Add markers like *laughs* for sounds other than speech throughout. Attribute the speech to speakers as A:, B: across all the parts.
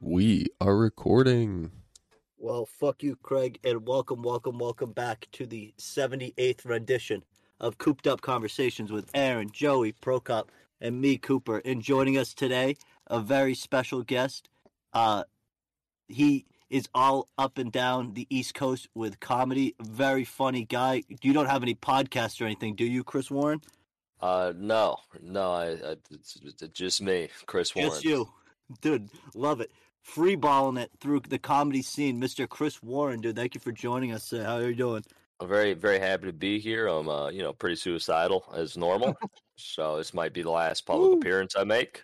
A: We are recording.
B: Well, fuck you, Craig, and welcome, welcome, welcome back to the 78th rendition of Cooped Up Conversations with Aaron, Joey, Prokop, and me, Cooper. And joining us today, a very special guest. Uh, he is all up and down the East Coast with comedy. Very funny guy. You don't have any podcasts or anything, do you, Chris Warren?
C: Uh, no, no, I, I it's, it's just me, Chris Warren.
B: Just you. Dude, love it. Free balling it through the comedy scene. Mr. Chris Warren, dude, thank you for joining us. today. How are you doing?
C: I'm very, very happy to be here. I'm, uh, you know, pretty suicidal
B: *laughs*
C: as normal. so this might be the last public
B: Woo.
C: appearance I make.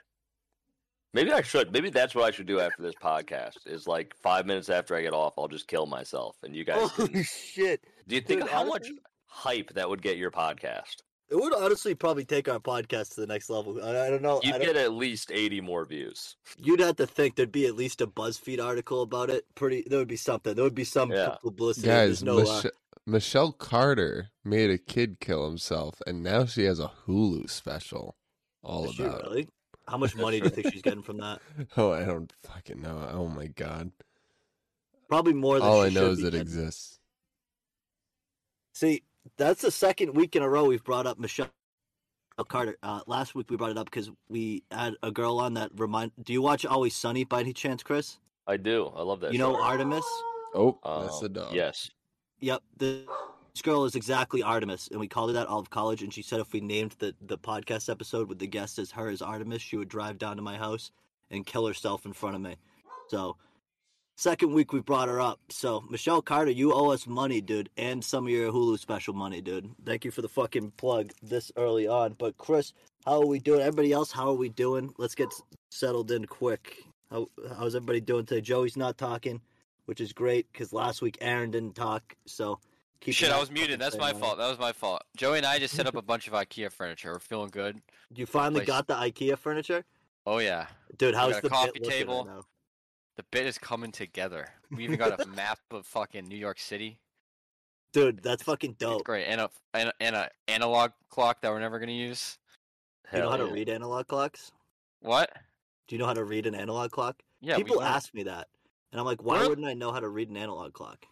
C: Maybe I should. Maybe that's what I should do after this podcast. Is like five minutes after I get off, I'll just kill myself, and you guys.
B: *laughs*
C: Can,
B: Holy shit.
C: do you think
B: Oh, Dude,
C: how much
B: honestly-
C: hype that would get your podcast?
B: It would honestly probably take our podcast to the next level. I, I don't know. Oh, I
C: You'd
B: don't-
C: get at least eighty more views.
B: you'd have to think there'd be at least a BuzzFeed article about it. Pretty, there would be something. There would be some
C: Yeah.
B: publicity.
A: Guys,
B: There's no. uh,
A: Mich- Michelle Carter made a kid kill himself, and now she has a Hulu special all
B: is she
A: about it.
B: really? How much money do you think
C: *laughs*
B: she's getting from that?
A: *laughs* Oh, I don't fucking know. Oh my god.
B: Probably more than
A: All
B: Oh, she
A: I know
B: should
A: is
B: be
A: it
B: getting.
A: exists.
B: See, that's the second week in a row we've brought up Michelle Carter. Uh, last week we brought it up because we had a girl on that remind. Do you watch Always Sunny by any chance, Chris?
C: I do. I love that.
B: you know
C: show.
B: Artemis.
A: Oh,
C: Uh,
A: that's the dog.
C: Yes.
B: Yep. This girl is exactly Artemis, and we called it out all of college. And she said if we named the, the podcast episode with the guest as her as Artemis, she would drive down to my house and kill herself in front of me. So, second week we brought her up. So, Michelle Carter, you owe us money, dude, and some of your Hulu special money, dude. Thank you for the fucking plug this early on. But, Chris, how are we doing? Everybody else, how are we doing? Let's get s- settled in quick. How, how's everybody doing today? Joey's not talking, which is great because last week Aaron didn't talk. So, keep
D: Shit,
B: an eye
D: I
B: on
D: was
B: fucking
D: muted. That's
B: thing,
D: my
B: man.
D: fault. That was my fault. Joey and I just set up a bunch of IKEA furniture. We're feeling good.
B: You finally
D: Place-
B: got the IKEA furniture,
D: Oh yeah,
B: dude. How's
D: got a
B: the
D: coffee
B: bit looking
D: table.
B: Right now?
D: the bit is coming together. We
B: *laughs*
D: even got a map of fucking New York City.
B: Dude, that's fucking
D: It's
B: dope.
D: great, and a and a, and a analog clock that we're never gonna use.
B: Do you know
C: Hell
B: how to
C: yeah.
B: read analog clocks?
D: What?
B: Do you know how to read an analog clock?
D: Yeah, we
B: People
D: learned-
B: ask me that, and I'm like, why
D: We're-
B: wouldn't I know how to read an analog clock?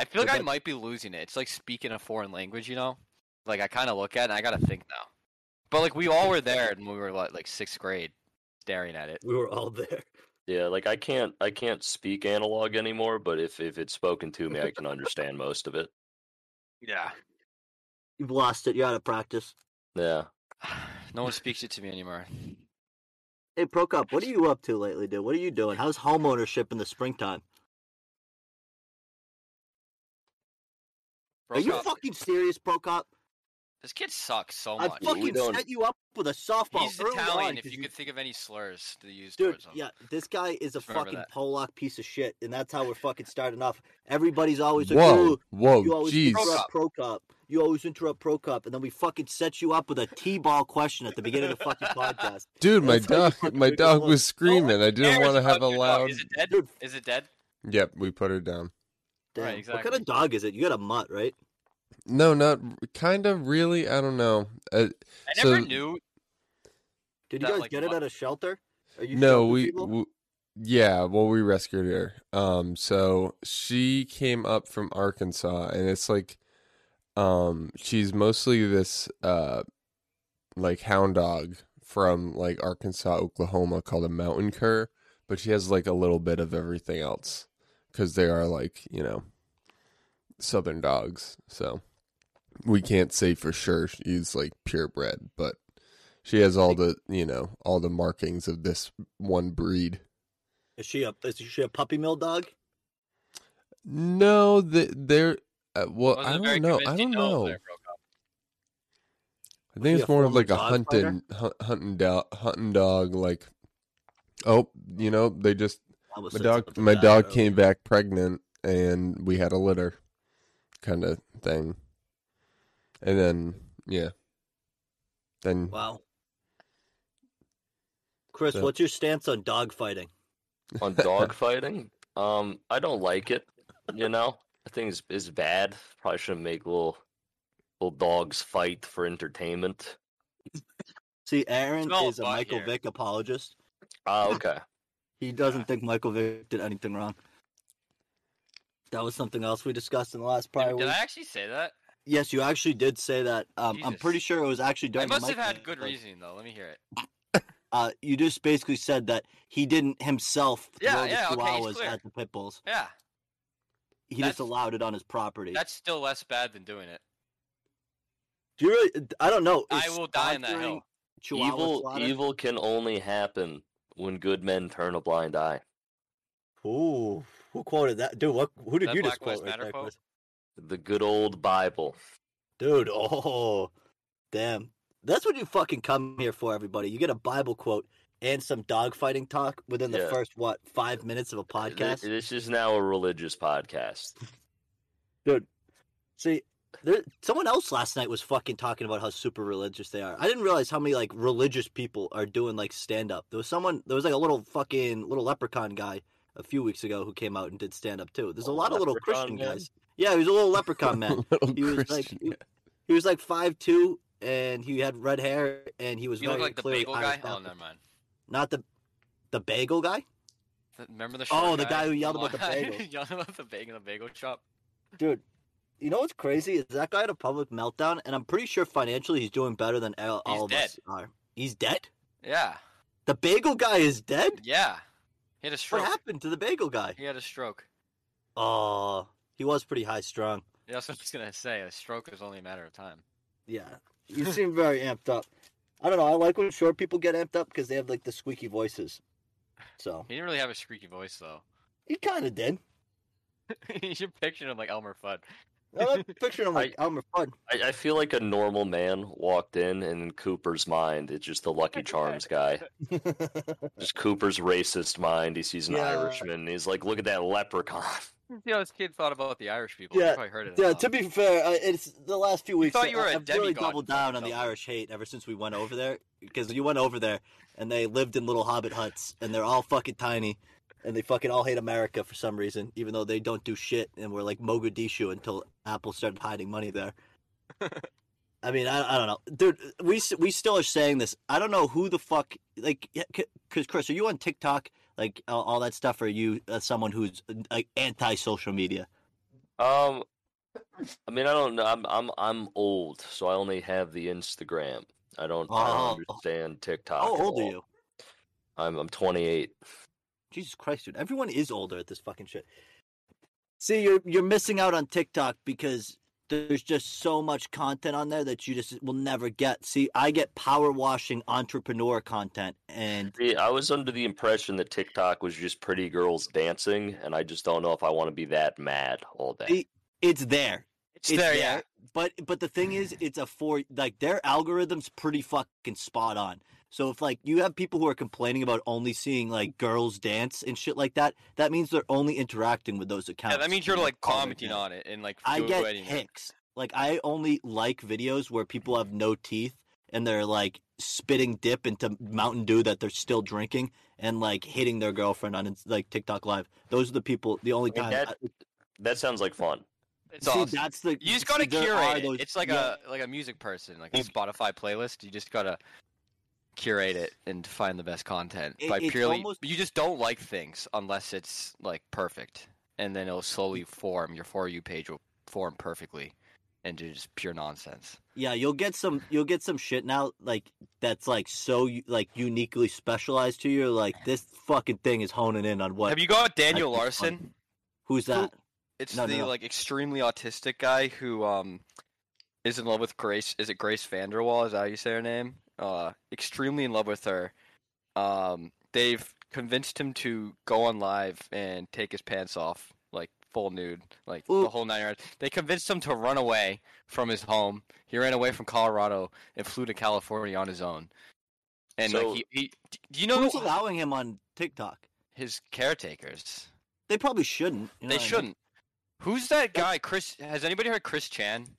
D: I feel like
B: We're
D: I
B: good.
D: might be losing it. It's like speaking a foreign language, you know. Like I kind of look at it and I gotta think now. But like we all were there and we were like, like sixth grade, staring at it.
B: We were
D: *laughs*
B: all there.
C: Yeah, like I can't I can't speak analog anymore, but if if it's spoken to me, I can understand most of it.
D: Yeah.
B: You've lost it. You're out of practice.
C: Yeah.
D: *sighs* No one speaks it to me anymore.
B: Hey, Prokop, what are you up to lately, dude? What are you doing? How's homeownership in the springtime? Are you
D: Brokaw,
B: fucking serious, Prokop?
D: This kid sucks so
B: I
D: much.
B: fucking
C: doing?
B: set you up with a softball.
D: Oh He's
B: early on
D: Italian. If
B: 'cause
D: you, could think of any slurs to use
B: Dude,
D: towards him.
B: yeah, this guy is a
D: Just remember
B: fucking
D: that.
B: Polak piece of shit, and that's how we're fucking starting off. Everybody's always like,
A: Whoa,
B: "Ooh,
A: whoa,
B: you always
A: Oh, jeez.
B: interrupt Pro Cup. You always interrupt Pro Cup, and then we fucking set you up with a T-ball question at the beginning of the fucking podcast.
A: Dude, my
B: That's how you
A: dog
B: fucking
A: my
B: make it
A: dog
B: look.
A: was screaming. I
D: Cares
A: didn't want to
D: about
A: have a
D: your dog.
A: loud
D: Is it dead?
B: Dude.
D: Is it dead?
A: Yep, we put her down.
B: Damn.
D: Right,
B: What kind
D: exactly.
B: of dog is it? You got a mutt, right?
A: No, not kind of really, I don't know. Uh,
D: I
A: So-
D: never knew.
B: Did you
D: Not
B: guys
D: like
B: get it
D: mutt.
B: at a shelter? Are you
A: no,
B: shelter
A: we,
B: people?
A: w yeah, well, we rescued her. Um, so she came up from Arkansas, and it's like, um, she's mostly this uh, like hound dog from like Arkansas, Oklahoma, called a mountain cur, but she has like a little bit of everything else because they are like you know, southern dogs. So we can't say for sure she's like purebred, but. She has all the, you know, all the markings of this one breed.
B: Is she a is she a puppy mill dog?
A: No, th- they're uh, well.
D: wasn't
A: I
D: very
A: don't know. I
D: convinced you
A: don't
D: know
A: know.
D: there, Brokaw.
A: I
B: he
A: think
B: a
A: it's more of
B: former
A: like a
B: dog
A: hunting, hunt, hunting dog, hunting dog. Like, oh, you know, they just
B: I was
A: my
B: saying
A: dog.
B: something
A: My
B: bad
A: dog
B: earlier.
A: came back pregnant, and we had a litter, kind of thing. And then yeah, then *laughs*
B: Wow. Chris,
A: So-
B: what's your stance on dog fighting? *laughs*
C: On dog fighting, um, I don't like it. You know, thing is, is bad. Probably shouldn't make little little dogs fight for
B: *laughs*
C: entertainment.
B: See, Aaron
D: Smell
B: is a
D: butt
B: Michael
D: here.
B: Vick apologist.
C: Ah, okay.
B: He doesn't think Michael Vick did anything wrong. That was something else we discussed in the last prior
D: Did, did
B: week.
D: I actually say that?
B: Yes, you actually did say that. Um, I'm
D: Jesus.
B: pretty sure it was actually
D: I
B: during. the
D: must have
B: Mike
D: had
B: Vick
D: good
B: thing.
D: reasoning though. Let me hear it.
B: Uh, you just basically said that he didn't himself
D: Yeah,
B: throw
D: yeah,
B: the
D: okay, he's
B: chihuahuas
D: clear.
B: at the pit bulls.
D: Yeah,
B: He
D: That's-
B: just allowed it on his property.
D: that's still less bad than doing it.
B: Do you really? I don't know.
D: I
B: is
D: will die in that
B: sponsoring
D: hill.
B: Chihuahua
C: evil
B: slaughter-
C: evil can only happen when good men turn a blind eye.
B: Ooh, who quoted that, dude? What? Who did
D: That
B: you
D: Black
B: just
D: Lives
B: quote? Right
D: Matter
B: there,
D: quote?
B: Chris?
C: The good old Bible.
B: Dude, *laughs* oh, damn. That's what you fucking come here for, everybody. You get a Bible quote and some dogfighting talk within the
C: Yeah.
B: first, what, five minutes of a
C: Th-
B: podcast?
C: This is now a religious podcast.
B: Dude, see, there, someone else last night was fucking talking about how super religious they are. I didn't realize how many, like, religious people are doing, like, stand up. There was someone, there was, like, a little fucking, little leprechaun guy a few weeks ago who came out and did stand up, too. There's a
C: Oh,
B: lot of little
C: leprechaun
B: Christian
C: man?
B: guys. Yeah, he was a little leprechaun man.
A: *laughs* Little
B: he was like
A: Christian.
B: he, he was like five two and he had red hair and he was
D: You look
B: very
D: like the
B: clearly
D: bagel
B: Irish
D: guy. Oh,
B: Baptist.
D: never mind.
B: not the the bagel guy
D: Th- Remember the
B: Oh,
D: short
B: the guy who yelled
D: Why-
B: about
D: *laughs*
B: the bagel.
D: yelled about the bagel in the bagel shop.
B: dude you know what's crazy is that guy had a public meltdown and i'm pretty sure financially he's doing better than all,
D: He's
B: all of
D: dead.
B: us are he's dead
D: Yeah,
B: the bagel guy is dead
D: yeah. He had a
B: what
D: stroke.
B: happened to the bagel guy
D: He had a stroke.
B: oh he was pretty high strung
D: Yeah, that's what I was gonna say. A stroke is only a matter of time.
B: yeah
D: *laughs*
B: you seem very amped up i don't know i like when short people get amped up because they have like the squeaky voices so
D: He didn't really have a squeaky voice though.
B: he kind of
D: *laughs*
B: did
D: You're picturing him like Elmer Fudd.
B: i'm picturing him like
C: I-
B: elmer fudd
C: I, I feel like a normal man walked in, and in Cooper's mind, it's just the Lucky Charms guy.
B: *laughs*
C: Just Cooper's racist mind. He sees an
B: Yeah.
C: Irishman, and he's like, "Look at that leprechaun." *laughs*
D: See how this kid thought about the Irish people.
B: Yeah,
D: you probably heard it.
B: yeah,
D: enough.
B: to be fair, uh, it's the last few weeks.
D: thought Um, you were
B: I-
D: a
B: I've really
D: demigod
B: doubled
D: for
B: down on the
D: yourself.
B: Irish hate ever since we went over there because you went over there and they lived in little hobbit huts and they're all fucking tiny and they fucking all hate America for some reason, even though they don't do shit and we're like Mogadishu until Apple started hiding money
D: *laughs*
B: there. I mean, I, I don't know, dude. We s- we still are saying this. I don't know who the fuck like because Chris, are you on TikTok? Like all, all that stuff? Or are you uh, someone who's uh, like anti social media?
C: Um, I mean, I don't know. I'm I'm I'm old, so I only have the Instagram. I don't, I don't
B: Oh.
C: understand TikTok.
B: How
C: at
B: old are
C: all.
B: you?
C: I'm I'm 28.
B: Jesus Christ, dude! Everyone is older at this fucking shit. See, you're you're missing out on TikTok because there's just so much content on there that you just will never get. See, I get power washing entrepreneur content, and
C: See, I was under the impression that TikTok was just pretty girls dancing, and I just don't know if I want to be that mad all day.
B: See, it's there.
D: it's, there. Yeah,
B: But but the thing is, it's a four like their algorithm's pretty fucking spot on. So if like you have people who are complaining about only seeing like girls dance and shit like that, that means they're only interacting with those accounts.
D: yeah. That means you're
B: and
D: like
B: they're calling
D: commenting
B: them.
D: on it and like
B: I get
D: doing it.
B: hicks. Like I only like videos where people have no teeth and they're like spitting dip into Mountain Dew that they're still drinking and like hitting their girlfriend on like TikTok live. Those are the people. The only
C: I mean,
B: time.
C: that-
B: I-
C: That sounds like fun.
D: It's
B: see,
D: awesome.
B: that's the.
D: You just gotta
B: see, there
D: curate
B: are
D: it.
B: those-
D: It's like
B: yeah.
D: a like a music person, like a Spotify playlist. You just gotta curate it and find the best content
B: It-
D: by
B: it's
D: purely.
B: almost-
D: You just don't like things unless it's like perfect, and then it'll slowly form. Your for you page will form perfectly, and do just pure nonsense.
B: Yeah, you'll get some. You'll get some shit now, like that's like so u- like uniquely specialized to you. Like this fucking thing is honing in on what?
D: Have you got Daniel
B: think it's
D: Larson?
B: funny. who's that?
D: It's
B: No,
D: the
B: no.
D: like extremely autistic guy who um is in love with Grace. Is it Grace Vanderwall? Is that how you say her name? Uh, extremely in love with her. Um, they've convinced him to go on live and take his pants off, like full nude, like
B: Ooh.
D: the whole nine yards. They convinced him to run away from his home. He ran away from Colorado and flew to California on his own. And
C: So-
D: like he, he, do you know
B: Who's allowing him on TikTok?
D: his caretakers?
B: They probably shouldn't. you know what
D: They
B: I mean?
D: shouldn't. Who's that guy? Chris? Has anybody heard Chris Chan?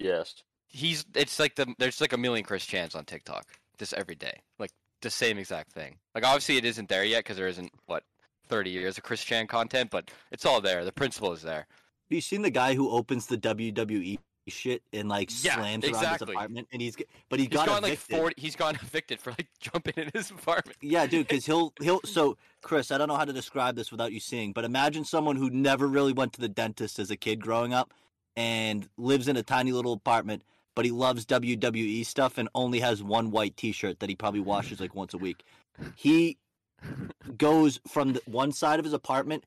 C: Yes.
D: He's. It's like the there's like a million Chris Chans on TikTok just every day, like the same exact thing. Like obviously it isn't there yet because there isn't what 30 years of Chris Chan content, but it's all there. The principle is there.
B: you seen the guy who opens the WWE shit and like
D: Yeah,
B: slams around his
D: exactly.
B: apartment? And he's but he
D: He's
B: got
D: gone like
B: evicted.
D: forty. He's gone *laughs* evicted for like jumping in his apartment.
B: Yeah, dude, because he'll he'll. So, Chris, I don't know how to describe this without you seeing, but imagine someone who never really went to the dentist as a kid growing up, and lives in a tiny little apartment, but he loves WWE stuff and only has one white T-shirt that he probably washes like once a week. He goes from the one side of his apartment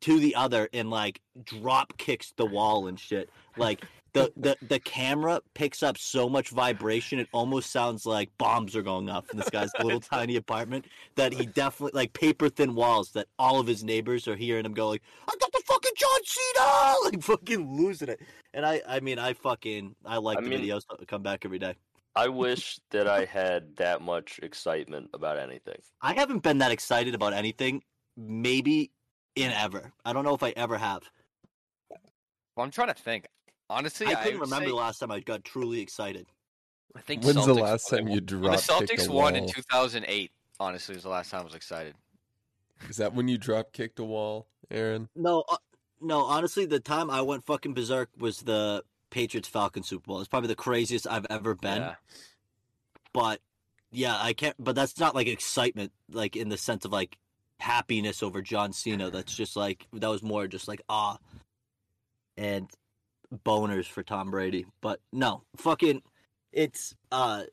B: to the other and like drop kicks the wall and shit. Like the the the camera picks up so much vibration it almost sounds like bombs are going off in this guy's little tiny apartment that he definitely like paper thin walls that all of his neighbors are hearing him go like I got the fucking John Cena *laughs* like fucking losing it. And I I mean I fucking I like
C: I
B: the
C: mean-
B: videos that come back every day.
C: I wish that I had that much excitement about anything.
B: I haven't been that excited about anything maybe in ever. I don't know if I ever have.
D: Well, I'm trying to think. Honestly,
B: I couldn't
D: would
B: remember
D: say-
B: the last time I got truly excited.
D: I think
A: When's the
D: Celtics
A: last
D: won.
A: time you
D: When
A: drop
D: the
A: kicked
D: Celtics
A: a
D: won in
A: wall?
D: 2008, honestly, was the last time I was excited.
A: Is that when you drop kicked a wall, Aaron?
B: No, uh, no. Honestly, the time I went fucking berserk was the Patriots Falcons Super Bowl. It's probably the craziest I've ever been.
D: Yeah.
B: But yeah, I can't. But that's not like excitement, like in the sense of like happiness over John Cena. That's just like that was more just like ah, and boners for Tom Brady. But no, fucking, it's uh.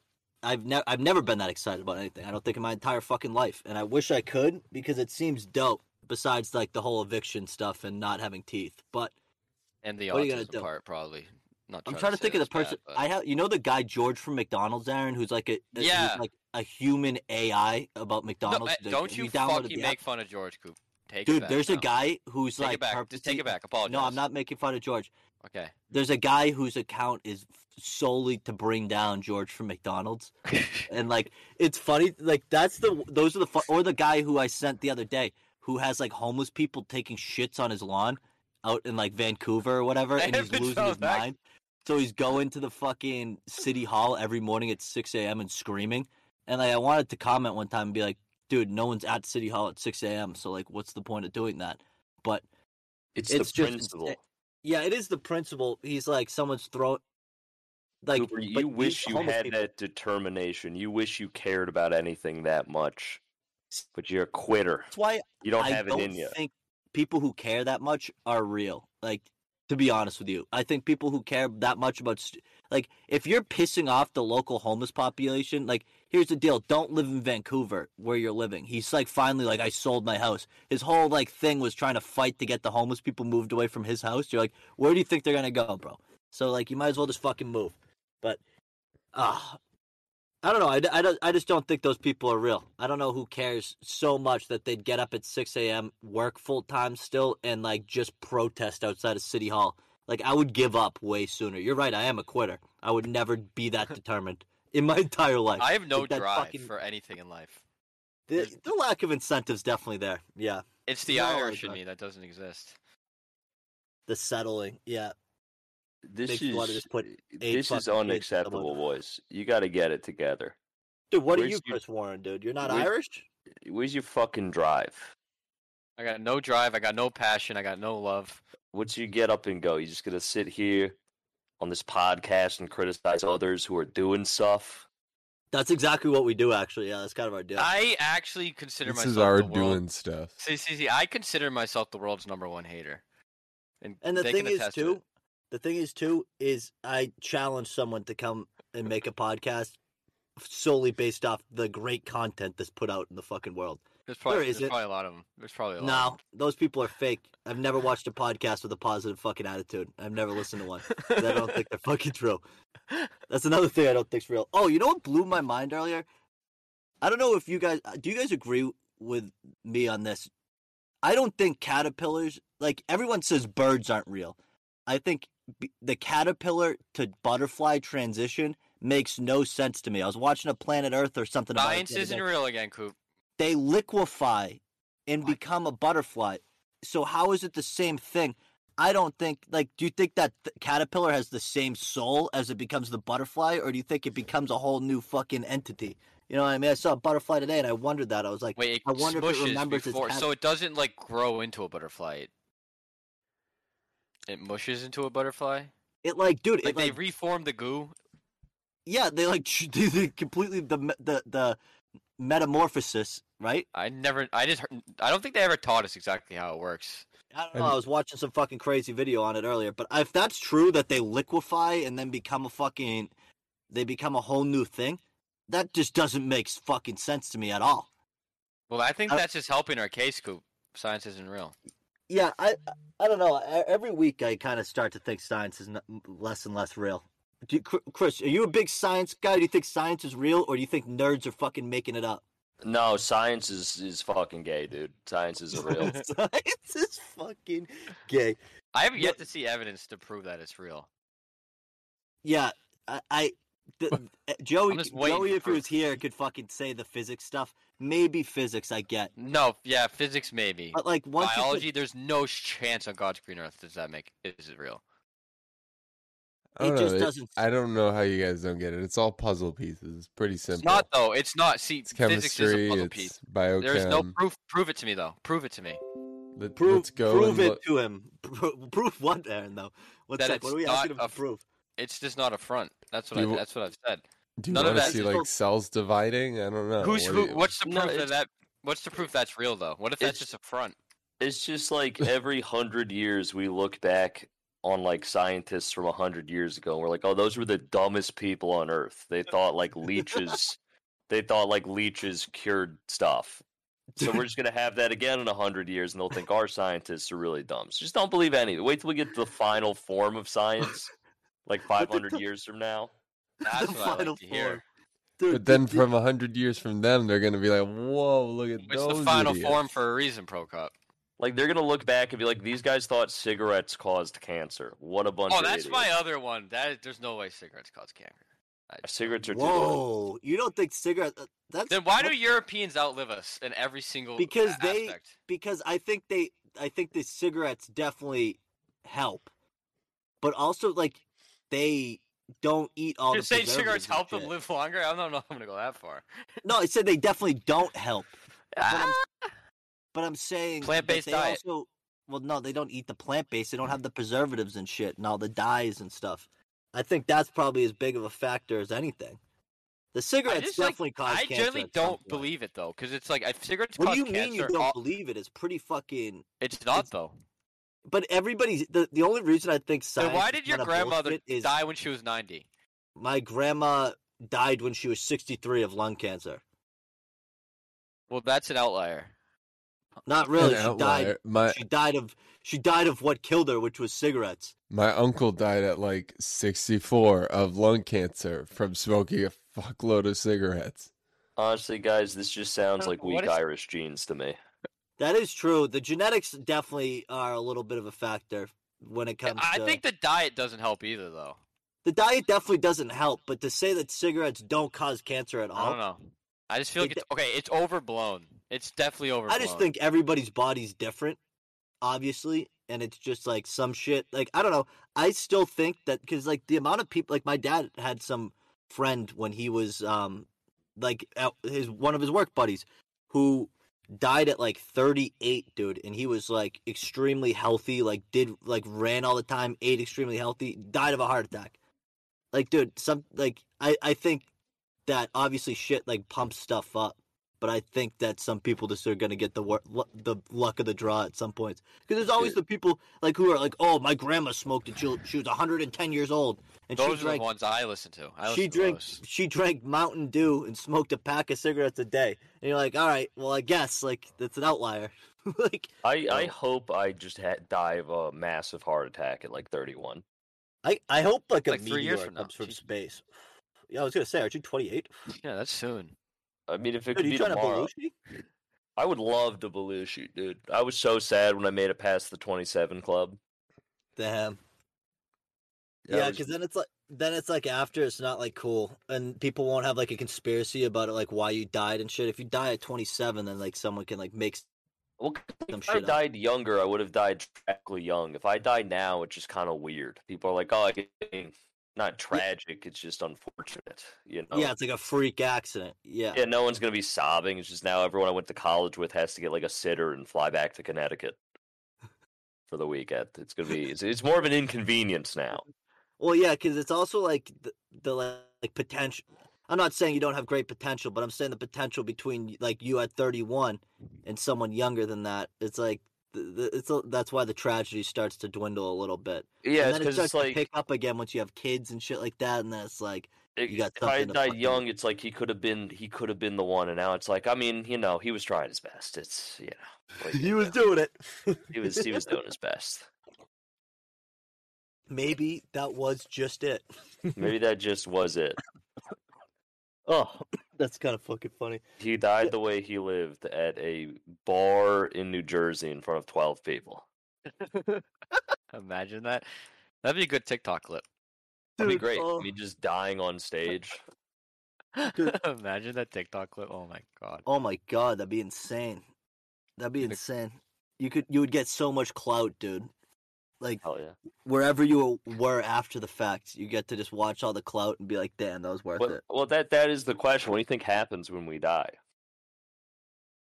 B: I've never I've never been that excited about anything. I don't think in my entire fucking life, and I wish I could because it seems dope. Besides, like the whole eviction stuff and not having teeth, but
D: And the
B: What are you gonna
D: autism
B: do?
D: part, probably. Not
B: I'm
D: trying
B: trying to
D: say
B: think of the
D: that's
B: person.
D: bad, but-
B: I have you know the guy George from McDonald's, Aaron, who's like a, a- who's
D: Yeah.
B: like a human AI about
D: No,
B: McDonald's.
D: I-
B: Like,
D: don't
B: if
D: you
B: download
D: fucking
B: the
D: make
B: app-
D: fun of George Coop. Take it
B: dude?
D: back
B: There's a
D: now.
B: guy who's
D: Take
B: like
D: it back. Just
B: purposely-
D: take it back. Apologize.
B: *laughs* No, I'm not making fun of George. *laughs*
D: Okay.
B: There's a guy whose account is solely to bring down George from McDonald's, and like it's funny. Like that's the those are the fun, or the guy who I sent the other day who has like homeless people taking shits on his lawn out in like Vancouver or whatever,
D: I
B: and he's
D: haven't
B: losing
D: found
B: his
D: that.
B: mind. So he's going to the fucking city hall every morning at 6 a.m. and screaming. And like, I wanted to comment one time and be like, dude, no one's at city hall at 6 a.m. So like, what's the point of doing that? But
C: It's,
B: It's
C: the
B: just
C: principle.
B: insane. yeah, it is the principle. He's like, someone's throwing. Like,
C: Cooper,
B: but
C: you
B: these
C: wish you
B: homeless
C: had
B: people-
C: that determination. You wish you cared about anything that much. But you're a quitter.
B: That's why
C: You don't
B: I
C: have
B: don't
C: it in you.
B: think people who care that much are real. Like, to be honest with you, I think people who care that much about, st- like, if you're pissing off the local homeless population, like, here's the deal: don't live in Vancouver where you're living. He's like, finally, like, I sold my house. His whole like thing was trying to fight to get the homeless people moved away from his house. You're like, where do you think they're gonna go, bro? So like, you might as well just fucking move. But, ah, I don't know. I, I, don't- I just don't think those people are real. I don't know who cares so much that they'd get up at 6 a.m., work full time still, and like just protest outside of City Hall. Like, I would give up way sooner. You're right. I am a quitter. I would never be
C: *laughs*
B: that determined in my entire life.
D: I have no
B: Like that
D: drive
B: fucking-
D: for anything in life.
B: the, the lack of incentive's definitely there. Yeah.
D: It's the
B: No, I
D: Irish in
B: don't.
D: me that doesn't exist.
B: The settling. Yeah.
C: This
B: makes you wanna
C: is
B: just put eight fucking
C: this is
B: kids in the mud.
C: unacceptable, boys. You got to get it together.
B: Dude, what are
C: Where's
B: you,
C: your-
B: Chris Warren, dude? You're not
C: where's-
B: Irish?
C: Where's your fucking drive?
D: I got no drive. I got no passion. I got no love.
C: What's your get up and go? You just gonna sit here on this podcast and criticize others who are doing stuff?
B: That's exactly what we do, actually. Yeah. That's kind of our deal.
D: I actually consider
A: This
D: myself
A: is our
D: the world-
A: doing stuff.
D: See, see, see, I consider myself the world's number one hater.
B: And the
D: they
B: thing
D: can
B: is
D: attest to
B: too,
D: it.
B: the thing is too is I challenge someone to come and make a podcast solely based off the great content that's put out in the fucking world.
D: There's probably,
B: is
D: there's
B: it.
D: probably a lot of them. There's probably a lot.
B: No, those people are fake. I've never watched a podcast with a positive fucking attitude. I've never listened to one. 'cause I don't
D: *laughs*
B: think they're fucking true. That's another thing I don't think's real. Oh, you know what blew my mind earlier? I don't know if you guys do you guys agree with me on this? I don't think caterpillars like everyone says birds aren't real. I think b- the caterpillar to butterfly transition makes no sense to me. I was watching a Planet Earth or something about it
D: Science
B: the other
D: isn't
B: day.
D: real again, Coop.
B: They liquefy and
D: What?
B: become a butterfly. So how is it the same thing? I don't think like do you think that th- caterpillar has the same soul as it becomes the butterfly or do you think it becomes a whole new fucking entity? You know what I mean? I saw a butterfly today and I wondered that. I was like,
D: Wait, it
B: I wonder if it
D: smushes
B: remembers its
D: before,
B: hat-
D: so it doesn't like grow into a butterfly. It it mushes into a butterfly.
B: It like, dude,
D: Like
B: it
D: they
B: like,
D: reform the goo.
B: yeah, they like *laughs* ch- they- they completely the me- the the metamorphosis, right?
D: I never. I just. heard- I don't think they ever taught us exactly how it works.
B: I don't
A: And-
B: know. I was watching some fucking crazy video on it earlier, but if that's true that they liquefy and then become a fucking, they become a whole new thing, that just doesn't make s- fucking sense to me at all.
D: Well, I think
B: Uh,
D: that's just helping our case. Coop. Science isn't real.
B: Yeah, I I don't know. E- Every week I kind of start to think science is n- less and less real. Do you, Chr- Chris, are you a big science guy? Do you think science is real, or do you think nerds are fucking making it up?
C: No, science is is fucking gay, dude. Science isn't real.
B: *laughs*
C: *laughs*
B: science is fucking gay.
D: I have yet
B: No-
D: to see evidence to prove that it's real.
B: Yeah, I, I th-
A: *laughs*
B: th- Joey,
D: I'm just waiting
B: Joey,
D: for
B: if he was
D: proof.
B: here, could fucking say the physics stuff. Maybe physics, I get,
D: No. Yeah. Physics maybe.
B: but like Uh, once you put-
D: Biology. There's no chance on God's green earth does that make is it real.
A: I
B: It
A: don't
B: just
A: know.
B: doesn't-
A: I don't know how you guys don't get it. It's all puzzle pieces. It's pretty simple.
D: It's not though. It's not. See,
A: It's
D: physics is a
A: chemistry.
D: puzzle
A: it's
D: piece.
A: biochem.
D: There's no proof. Prove it to me though. Prove it to me.
A: Let,
B: prove,
A: us go. and
B: prove it
A: look-
B: to him. *laughs* Pro- proof what, Aaron? Though, what's
D: That
B: that?
D: it's
B: What are we
D: not
B: asking him
D: a
B: to
D: f-
B: prove?
D: It's just not a front. That's what
A: You-
D: I, that's what I've said.
A: Do you
D: none of
A: want to
D: that-
A: see like cells dividing? I don't know.
D: Who's
A: Oh, What do
D: who?
A: you-
D: What's the
C: No,
D: proof
C: it's-
D: that that? What's the proof that's real though? What if that's
C: It's-
D: just a front?
B: *laughs*
C: It's just
D: *laughs*
C: like every hundred years we look back on like scientists from a hundred years ago and we're like, oh, those were the dumbest people on earth. They thought like
D: *laughs*
C: leeches they thought like leeches cured stuff. So
D: *laughs*
C: we're just gonna have that again in a hundred years and they'll think our scientists are really dumb. So just don't believe any of it. Wait till we get to the final form of science, like
B: What
C: five
B: the
C: hundred
D: *laughs*
B: t-
C: years from now.
D: That's what I like
B: final
D: to hear.
B: Dude,
A: But then
B: did- did-
A: from a hundred years from them, they're gonna be like, "Whoa, look at
D: It's
A: those!"
D: the final
A: idiots."
D: form for a reason, Pro Cup.
C: Like they're gonna look back and be like, these guys thought cigarettes caused cancer. What a bunch
D: Oh,
C: of
D: that's
C: idiots.
D: my other one. That is, there's no way cigarettes cause cancer. I-
C: cigarettes are too good.
B: whoa, you don't think cigarette? uh, That's
D: Then why do
B: what-
D: Europeans outlive us in every single
B: Because
D: a-
B: they-
D: aspect?
B: because I think they I think the cigarettes definitely help, but also like they don't eat all
D: You're
B: the
D: saying
B: preservatives
D: cigarettes
B: and
D: help them
B: shit.
D: live longer? I don't know if I'm gonna go that far.
B: No, I said they definitely don't help.
D: Ah,
B: But I'm saying that
D: Plant-based
B: they
D: diet.
B: Also, well, no, they don't eat the plant based. They don't have the preservatives and shit and all the dyes and stuff. I think that's probably as big of a factor as anything. The
D: I
B: cigarettes
D: just, like,
B: definitely cause
D: I
B: cancer.
D: generally
B: at some
D: don't
B: point.
D: believe it though, because it's like if cigarettes
B: What
D: cause
B: do you
D: cancer.
B: mean you don't
D: all-
B: believe it? It's pretty fucking.
D: It's not though.
B: But everybody's the, the only reason I think science.
D: Then why
B: is
D: did your
B: kinda
D: grandmother
B: bullshit is
D: die when she was 90?
B: My grandma died when she was 63 of lung cancer.
D: Well, that's an outlier.
B: Not
A: An
B: really.
A: *laughs*
B: She
A: outlier.
B: died.
A: My
B: She died of. She died of what killed her, which was cigarettes.
A: my uncle died at like sixty four of lung cancer from smoking a fuckload of cigarettes.
C: Honestly, guys, this just sounds
D: Uh,
C: like
D: what
C: weak
D: is-
C: Irish genes to me.
B: That is true. The genetics definitely are a little bit of a factor when it comes
D: I
B: to
D: think the diet doesn't help either though.
B: the diet definitely doesn't help, but to say that cigarettes don't cause cancer at
D: I
B: all.
D: don't know. I just feel
B: Oh. It
D: like it's okay. It's overblown. It's definitely overblown.
B: I just think everybody's body's different, obviously, and it's just like some shit. Like I don't know. I still think that cuz like the amount of people like my dad had some friend when he was um like at his one of his work buddies who died at like 38 dude and he was like extremely healthy like did like ran all the time ate extremely healthy died of a heart attack like dude some like i i think that obviously shit like pumps stuff up but i think that some people just are gonna get the wor- lu- the luck of the draw at some points because there's always the people like who are like oh my grandma smoked until she was 110 years old and
D: those
B: she
D: are the
B: drank
D: ones I listen to. I listen
B: she
D: to
B: drank
D: those.
B: she drank Mountain Dew and smoked a pack of cigarettes a day. And you're like, all right, well, I guess like that's an outlier. *laughs* like
C: I, I
B: Oh.
C: hope I just ha- die of a massive heart attack at like 31.
B: I, I hope like a
D: Like
B: meteor
D: three years from now.
B: comes from
D: Jeez.
B: space. Yeah, I was gonna say, aren't you 28?
D: Yeah, that's soon.
C: I mean, if
B: Dude,
C: it could
B: you
C: be
B: trying to
C: tomorrow,
B: Belushi?
C: I would love to Belushi, dude. I was so sad when I made it past the 27 club.
B: Damn.
C: Yeah, I
B: Yeah,
C: was-
B: because then it's like then it's like after it's not like cool, and people won't have like a conspiracy about it, like why you died and shit. If you die at 27, then like someone can like make.
C: Well, 'cause
B: Some
C: if I
B: shit up.
C: died younger, I would have died tragically young. If I die now, it's just kind of weird. People are like, oh, I not tragic, it's just unfortunate, you know?
B: Yeah, it's like a freak accident. Yeah.
C: Oh. Yeah, no one's gonna be sobbing. It's just now everyone I went to college with has to get like a sitter and fly back to Connecticut. for the weekend. It's gonna be it's, it's more of an inconvenience now.
B: Well, yeah, because it's also like the, the like, like potential. I'm not saying you don't have great potential, but I'm saying the potential between like you at 31 and someone younger than that. It's like th- th- it's a, that's why the tragedy starts to dwindle a little bit.
C: Yeah,
B: and then it
C: because
B: starts
C: it's
B: to
C: like
B: pick up again once you have kids and shit like that, and then it's like
C: it-
B: you got
C: if
B: something
C: I had
B: to
C: died
B: fucking-
C: young, it's like he could have been he could have been the one, and now it's like I mean, you know, he was trying his best. It's you
B: *laughs*
C: know, like, you know,
B: doing it.
C: *laughs* he was he was doing his best.
B: *laughs* Maybe that was just it.
C: *laughs* Maybe that just was it.
B: *laughs* Oh, that's kind of fucking funny.
C: He died the way he lived at a bar in New Jersey in front of twelve people.
D: Imagine that. That'd be a good TikTok clip.
C: That'd be
B: Dude,
C: great.
B: oh.
C: Me just dying on stage.
D: *laughs* Imagine that TikTok clip. Oh my god.
B: Oh my god, that'd be insane. That'd be
D: Like-
B: insane. You could you would get so much clout, dude. Like
C: Hell yeah!
B: wherever you were after the fact, you get to just watch all the clout and be like, "Damn, that was worth
C: Well,
B: it."
C: well, that that is the question. What do you think happens when we die?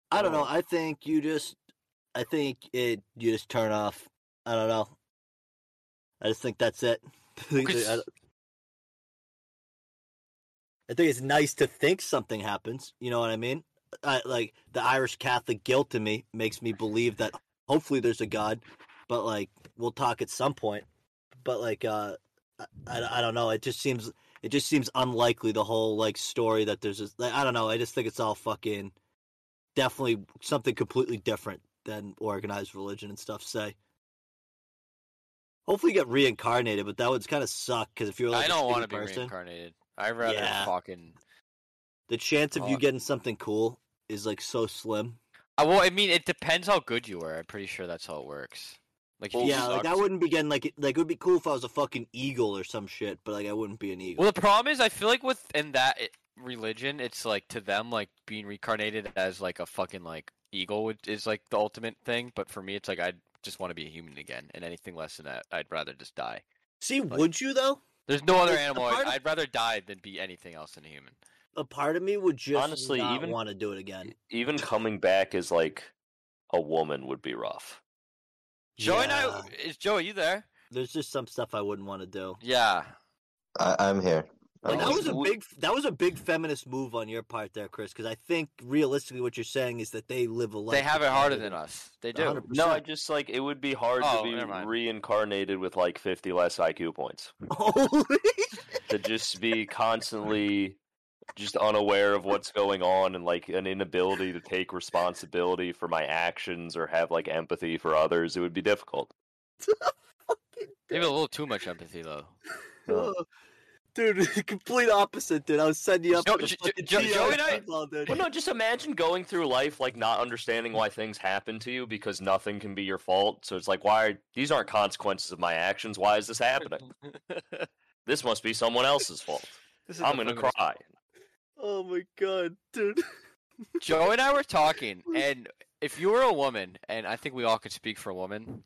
B: I don't know.
C: Oh.
B: I think you just, I think it. You just turn off. I don't know. I just think that's it. *laughs* I think that- I don't- I think it's nice to think something happens. You know what I mean? I, like the Irish Catholic guilt in me makes me believe that hopefully there's a God, but like we'll talk at some point. But like, uh, I, I, I don't know. It just seems it just seems unlikely the whole like story that there's this, like I don't know. I just think it's all fucking definitely something completely different than organized religion and stuff say. Hopefully, you get reincarnated, but that would kind of suck because if you're like
D: I
B: a
D: don't want to
B: shitty
D: be
B: person,
D: reincarnated. I'd rather
B: Yeah.
D: fucking.
B: the chance of you
D: Fuck.
B: getting something cool is like so slim.
D: I, well, I mean, it depends how good you were. I'm pretty sure that's how it works. Like, if
C: Well,
D: you
B: yeah, like I
D: sucked-
B: wouldn't be getting like it- like it would be cool if I was a fucking eagle or some shit, but like I wouldn't be an eagle.
D: Well, the problem is, I feel like with in that it, religion, it's like to them, like being reincarnated as like a fucking like eagle would, is like the ultimate thing. But for me, it's like I just want to be a human again, and anything less than that, I'd rather just die.
B: See, would you though?
D: There's no other
B: It's a
D: animal. I'd,
B: part of-
D: I'd rather die than be anything else than a human.
B: A part of me would just
C: Honestly,
B: not
C: even-
B: want to do it again.
C: Even coming back as like a woman would be rough.
D: Joey and
B: Yeah.
D: I is Joey. You there?
B: There's just some stuff I wouldn't want to do.
D: Yeah.
E: I, I'm here.
B: Well,
E: I'm
B: that
C: Like,
B: was a
C: would-
B: big that was a big feminist move on your part there, Chris. Because I think realistically, what you're saying is that they live a life.
D: they have it harder
B: that- *laughs*
D: than us. They do.
B: 100%.
C: No, I just like it would be hard
D: Oh,
C: to be
D: never mind.
C: reincarnated with like 50 less IQ points.
B: Holy!
C: To just be constantly just unaware of what's going on and like an inability to take responsibility for my actions or have like empathy for others, it would be difficult.
D: Maybe a little too much empathy, though. *laughs*
B: Oh. Dude, *laughs* complete opposite, dude. I was setting you up.
D: Jo-
B: for the
D: Jo-
B: fucking
D: Jo-
B: TR
D: Joey and I-
B: football, dude.
C: Well, no, just imagine going through life like not understanding why things happen to you because nothing can be your fault. So it's like, why are these aren't consequences of my actions? Why is this happening? This must be someone
B: *laughs*
C: else's fault.
D: This is
C: I'm
D: the
C: gonna
D: feminist-
C: cry.
B: Oh my god, dude.
D: Joe and I
B: *laughs*
D: were talking, and if you were a woman, and I think we all could speak for a woman,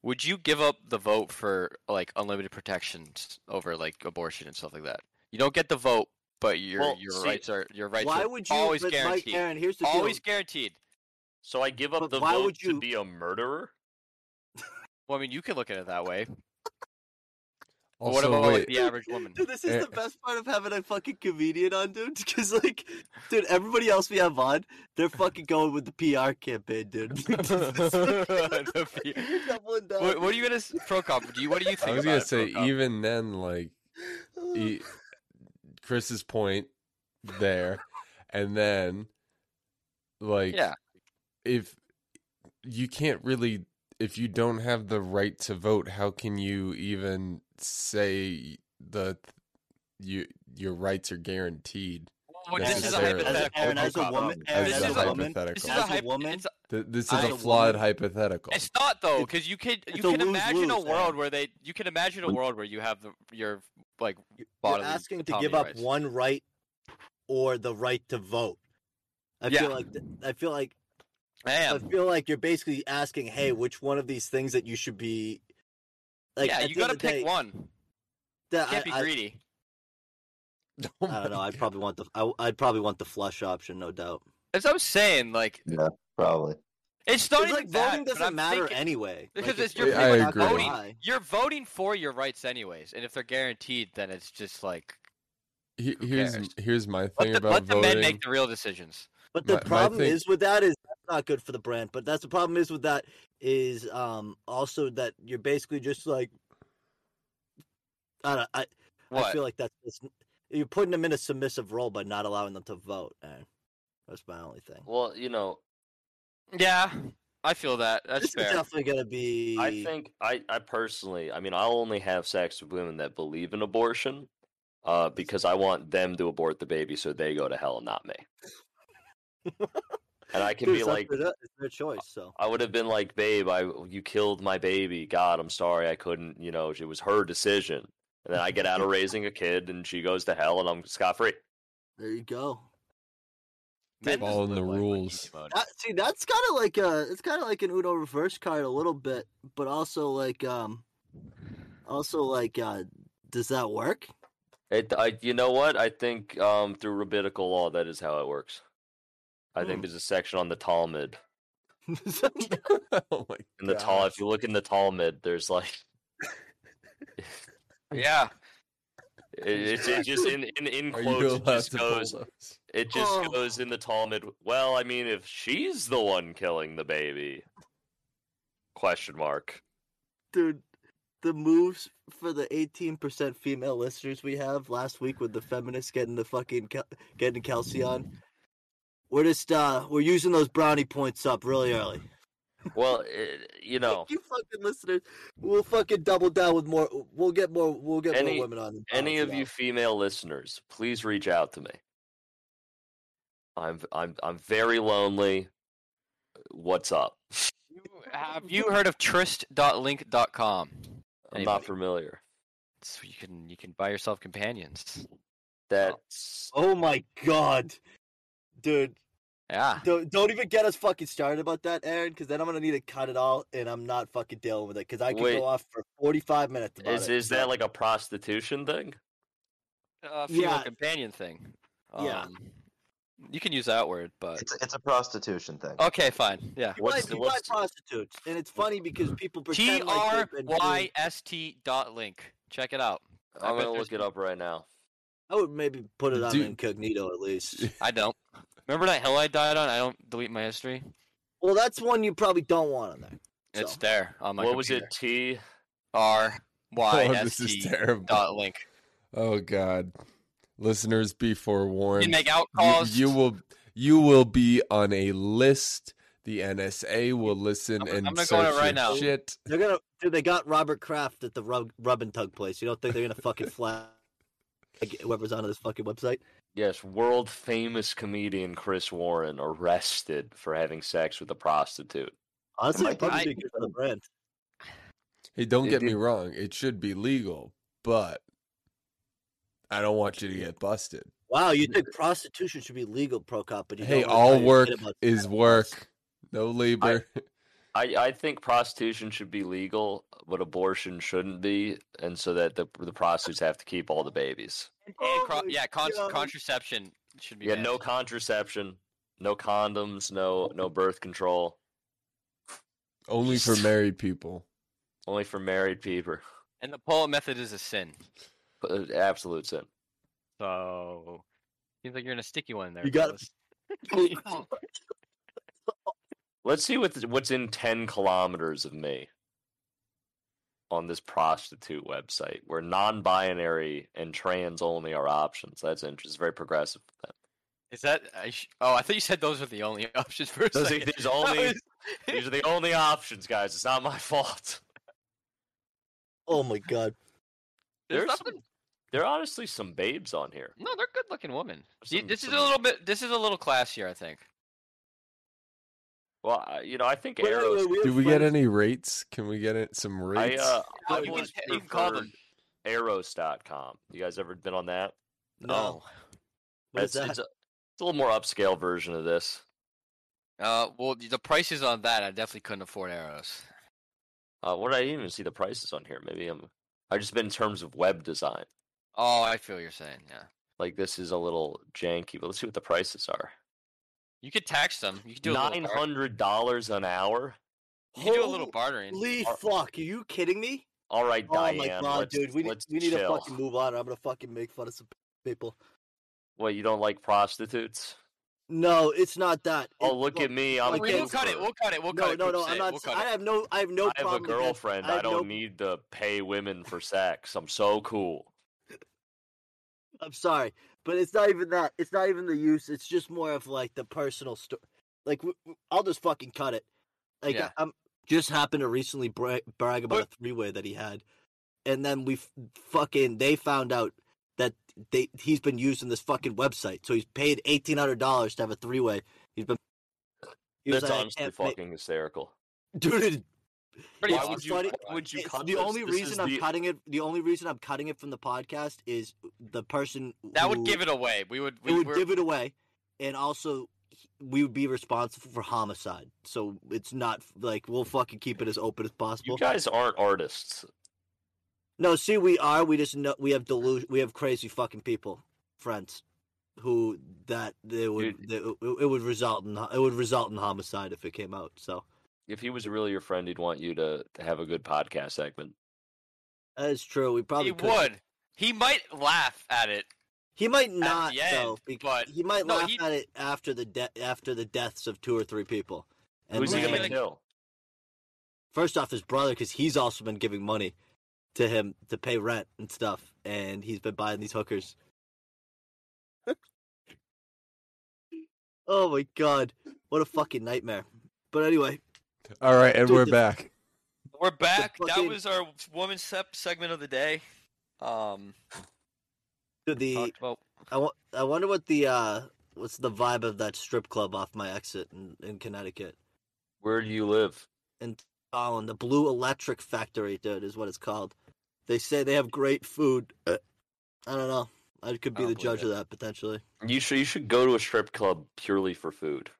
D: would you give up the vote for like unlimited protections over like abortion and stuff like that? You don't get the vote, but your
C: Well,
D: your
C: see,
D: rights are your rights
B: why
D: are
B: would you?
D: always
B: but Mike,
D: guaranteed.
B: Aaron, here's the deal.
D: always guaranteed.
C: So I give up
B: But
C: the
B: why
C: vote
B: would you-
C: to be a murderer.
D: Well, I mean, you can look at it that way. But
A: Also,
D: what about like
A: wait,
D: the average
A: *laughs*
B: *laughs*
D: woman?
B: Dude, this is
A: Eh.
B: the best part of having a fucking comedian on, dude. *laughs* Because like, dude, everybody else we have on, they're fucking going with the PR campaign, dude. *laughs*
D: *laughs* The P-
B: Doubling down.
D: *laughs* what, what are you
B: *sighs*
D: gonna s- pro cop? Do you what do you think?
A: I was
D: about
A: gonna
D: it,
A: say
D: Procop?
A: even then, like
D: *laughs*
A: e- Chris's point there, and then like
D: yeah,
A: if you can't really if you don't have the right to vote how can you even say the you your rights are guaranteed
D: Well, Oh, this is a
A: necessarily.
D: hypothetical.
B: Aaron, as a
D: Procop.
B: woman,
E: As
B: Aaron,
D: a
B: as a woman,
A: hypothetical.
D: This is
B: As
D: a
B: a
D: hypo-
B: woman,
D: it's
A: Th- this is
D: I-
A: a
D: a
A: flawed
B: woman-
A: hypothetical
D: It's not though,
B: It's-
D: because you can you
B: it's a
D: can imagine a
B: lose-lose,
D: world
B: Aaron.
D: where they you can imagine a
E: When-
D: world where you have the, your like
B: you're
D: bodily
B: asking to
D: autonomy
B: give up
D: rights.
B: one right or the right to vote. I
D: Yeah.
B: feel like th- I feel like
D: I
B: I
D: am.
B: feel like you're basically asking, hey, which one of these things that you should be like?
D: yeah,
B: at
D: you
B: the end
D: gotta
B: of the
D: pick
B: day,
D: one.
B: that
D: Can't
B: I-
D: be
B: I-
D: greedy.
A: Oh
B: *laughs* I don't
A: my
B: know. I'd probably want the I, I'd probably want the flush option, no doubt.
D: As I was saying, like
E: Probably.
D: It's not
B: It's
D: even
B: like
D: that,
B: voting
D: but
B: doesn't
D: I'm
B: matter
D: thinking-
B: anyway.
D: Because
B: Like,
D: it's
B: you're
D: your
A: Yeah, I
B: not
A: agree.
B: gonna
D: voting.
B: lie.
D: You're voting for your rights anyways, and if they're guaranteed, then it's just like
A: He-
D: Who
A: here's
D: cares?
A: here's my thing
D: let the,
A: about
D: let the
A: voting.
D: men make the real decisions.
B: But the
A: My- my
B: problem
A: thing-
B: is with that is that's not good for the brand. But that's the problem is with that is um also that you're basically just like I don't, I, I
D: What?
B: feel like that's that's- you're putting them in a submissive role by not allowing them to vote. Man. That's my only thing.
C: Well, you know,
D: yeah, I feel that. That's
B: this is
D: fair.
B: definitely gonna be.
C: I think I, I personally, I mean, I'll only have sex with women that believe in abortion, uh, because I want them to abort the baby so they go to hell,
B: *laughs*
C: not me. and I can
B: Dude,
C: be
B: it's up
C: like,
B: to them, it's their choice. So
C: I would have been like, babe, I you killed my baby. God, I'm sorry, I couldn't. You know, it was her decision. And then I
A: *laughs*
C: get out of raising a kid, and she goes to hell, and I'm scot free.
B: there you go.
D: Men just
A: Following the
D: live life on
A: rules.
D: easy mode.
B: That, see, that's kind of like a it's kind of like an Uno reverse card a little bit, but also like um, also like uh, does that work? *laughs*
C: It, I, you know what? I think um, through rabbinical law, that is how it works. I
B: Hmm.
C: think there's a section on the Talmud,
B: So-
A: *laughs* oh my
C: in the Tal.
A: gosh.
C: If you look in the Talmud, there's like
A: *laughs*
D: Yeah,
C: it, it's it just in in, in
A: Are you
C: quotes it
A: allowed
C: just
A: to pull
C: goes
A: those?
C: it just
B: Oh.
C: goes in the Talmud. Well, I mean, if she's the one killing the baby, question mark.
B: dude, the moves for the eighteen percent female listeners we have last week with the feminists getting the fucking Kel- getting Kelsey on. We're just uh we're using those brownie points up really early.
C: Well, it, you know,
B: You fucking listeners, we'll fucking double down with more. We'll get more. We'll get
C: Any-
B: more women on. and
C: any
B: balance it
C: of you
B: out.
C: female listeners, please reach out to me. I'm I'm I'm very lonely. What's up?
D: have you heard of trist.link.com?
C: I'm not
D: Anybody?
C: familiar.
D: It's, you can you can buy yourself companions.
C: That's
B: Oh my god, dude!
D: Yeah,
B: Don't, don't even get us fucking started about that, Aaron, because then I'm gonna need to cut it all, and I'm not fucking dealing with it because I could
C: Wait.
B: go off for 45 minutes. About
C: is
B: it.
C: is that like a prostitution thing?
D: uh, female
B: Yeah.
D: companion thing.
B: Yeah.
D: Um, you can use that word, but
E: It's, it's a prostitution thing.
D: okay, fine. Yeah.
B: You
C: Uh, What's
B: might,
C: the-
B: you
C: what's
B: might prostitutes, and it's funny because people
D: T
B: pretend like
D: R
B: they've been
D: Y
B: doing-
D: S T dot link. Check it out. I
C: I'm
D: bet
C: gonna
D: there's-
C: look it up right now.
B: I would maybe put it on
A: Dude.
B: incognito at least.
D: I don't. Remember that hill I died on? I don't delete my history.
B: well, that's one you probably don't want on there.
D: It's
B: So.
D: there on my
C: What
B: *laughs*
C: was it? T.
D: R Y
A: Oh,
D: S
A: this is
D: T
A: terrible.
D: dot link.
A: Oh god, listeners, be
D: You
A: forewarned.
D: can make out
A: you,
D: calls.
A: you will you will be on a list. The NSA will listen
D: I'm-
A: and
D: I'm gonna
A: search
D: go on it right
A: your
D: now.
A: shit.
B: They're gonna, dude. They got Robert Kraft at the rub, rub and tug place. You don't think they're gonna fucking flag whoever's on this fucking website?
C: Yes, world famous comedian Chris Warren arrested for having sex with a prostitute.
B: Honestly,
E: Am I-
B: it'd probably
D: I-
B: be good for the brand.
A: Hey, don't
C: It
A: get me
C: did-
A: wrong. It should be legal, but I don't want you to get busted.
B: Wow, you think prostitution should be legal, pro cop? But you
A: Hey,
B: don't wanna
A: all
B: tell your
A: work
B: kid about
A: is
B: that.
C: *laughs*
A: work. No labor.
C: I, I think prostitution should be legal, but abortion shouldn't be, and so that the the prostitutes have to keep all the babies.
D: and cro-
B: Oh my
D: yeah, con-
B: God.
D: contraception should be.
C: Yeah,
D: banned.
C: no contraception, no condoms, no no birth control,
A: *laughs* Only for married people.
C: only for married people.
D: And the pull method is a sin.
C: Uh, Absolute sin.
D: So seems like you're in a sticky one there.
B: You gotta-
D: fellas.
C: *laughs* Let's see what what's in ten kilometers of me on this prostitute website where non-binary and trans only are options. That's interesting. It's very progressive. of them.
D: Is that? I sh- oh, I thought you said those were the only *laughs* options for. A
C: Those are, *laughs*
D: second.
C: these
D: That *laughs*
C: only
D: was-
C: these are the only options, guys. It's not my fault.
B: Oh my god.
D: There's
C: There's
D: nothing-
C: There are honestly some babes on here.
D: No, they're good-looking women. See,
C: Some-
D: this is
C: some-
D: a little bit. This is a little classier, I think.
C: Well, I- you know, I think
B: Wait, wait,
C: arrows.
B: wait,
A: Do
B: have
A: we get
B: friends-
A: any rates? Can we get it, some
C: I
A: rates?
C: uh,
D: No,
C: I
D: you can
C: once
D: t- you can call them.
C: preferred Eros.com. You guys ever been on that?
B: No. What is
C: That's
B: that?
C: it's a, it's a little more upscale version of this.
D: Oh. Uh, well, the prices on that, I definitely couldn't afford arrows.
C: Uh, what did I even see the prices on here? Maybe I'm. I just been in terms of web design.
D: Oh, I feel what you're saying. Yeah.
C: Like this is a little janky, but let's see what the prices are.
D: You could tax them. You could do a little
C: Nine
D: bar-
C: hundred dollars an hour.
D: You could do a little bartering.
B: Holy fuck! Are you kidding me?
C: All right,
B: Oh
C: Diane.
B: my god,
C: let's,
B: dude, we need
C: let's
B: we need to
C: chill.
B: fucking move on. or I'm gonna fucking make fun of some people.
C: What you don't like prostitutes?
B: No, it's not that.
C: Oh,
B: It's-
C: look at me. I'm
B: okay.
D: We
C: a
D: will cut it.
C: goofer.
D: We'll cut it. We'll cut
B: No, no,
D: it. Poop
B: no.
D: sit,
B: I'm not.
D: We'll
B: I
D: cut it.
B: have no. I have no
C: I have a
B: problem. with that.
C: girlfriend.
B: I
C: I,
B: have
C: don't
B: no-
C: need to pay women for sex. I'm so cool.
B: I'm sorry, but it's not even that. It's not even the use. It's just more of like the personal story. Like w- w- I'll just fucking cut it. Like
D: Yeah.
B: I, am just happened to recently brag, brag about
D: What-
B: a three way that he had, and then we f- fucking they found out that they he's been using this fucking website. So he's paid eighteen hundred dollars to have a three way. He's been. He was
C: That's
B: like, "I
C: honestly
B: can't make-"
C: fucking hysterical.
B: *laughs* dude. it-
D: Pretty
B: Why
D: awesome.
B: would you- funny-
C: why would you
B: it's
C: cut
B: the
C: this?
B: only
C: This
B: reason
C: is
B: I'm
C: the-
B: cutting it. The only reason I'm cutting it from the podcast is the person
D: That would
B: who-
D: give it away. We would.
B: it
D: We
B: would
D: were-
B: give it away, and also he- we would be responsible for homicide. So it's not like we'll fucking keep it as open as
C: You
B: possible.
C: guys aren't artists.
B: no, see, we are. We just know we have delusion. We have crazy fucking people, friends, who that they would they, it it would result in it would result in homicide if it came out. So
C: If he was really your friend, he'd want you to, to have a good podcast segment.
B: that is true. We probably
D: He
B: could.
D: would. He might laugh at it.
B: He might not
D: the end,
B: though, bec-
D: but-
B: he might
D: no,
B: laugh
D: he-
B: at it after the de- after the deaths of two or three people. And
C: Who's he
B: then-
C: gonna
D: Really?
C: kill?
B: first off his brother because he's also been giving money to him to pay rent and stuff and he's been buying these
D: *laughs*
B: hookers oh my god what a fucking nightmare but anyway
A: All right, and
B: Dude,
A: we're
B: the-
A: back.
D: We're back. That
B: fucking-
D: was our woman's sep segment of the day. Um,
B: to the
D: talked about
B: I, w- I wonder what the uh what's the vibe of that strip club off my exit in, in connecticut
C: Where do you live?
B: and Colin, the Blue Electric Factory, dude, is what it's called. They say they have great food. Uh, I don't know. I could
D: I
B: be
D: don't
B: the
D: believe
B: judge of
D: it.
B: that potentially.
C: You should you should go to a strip club purely for food.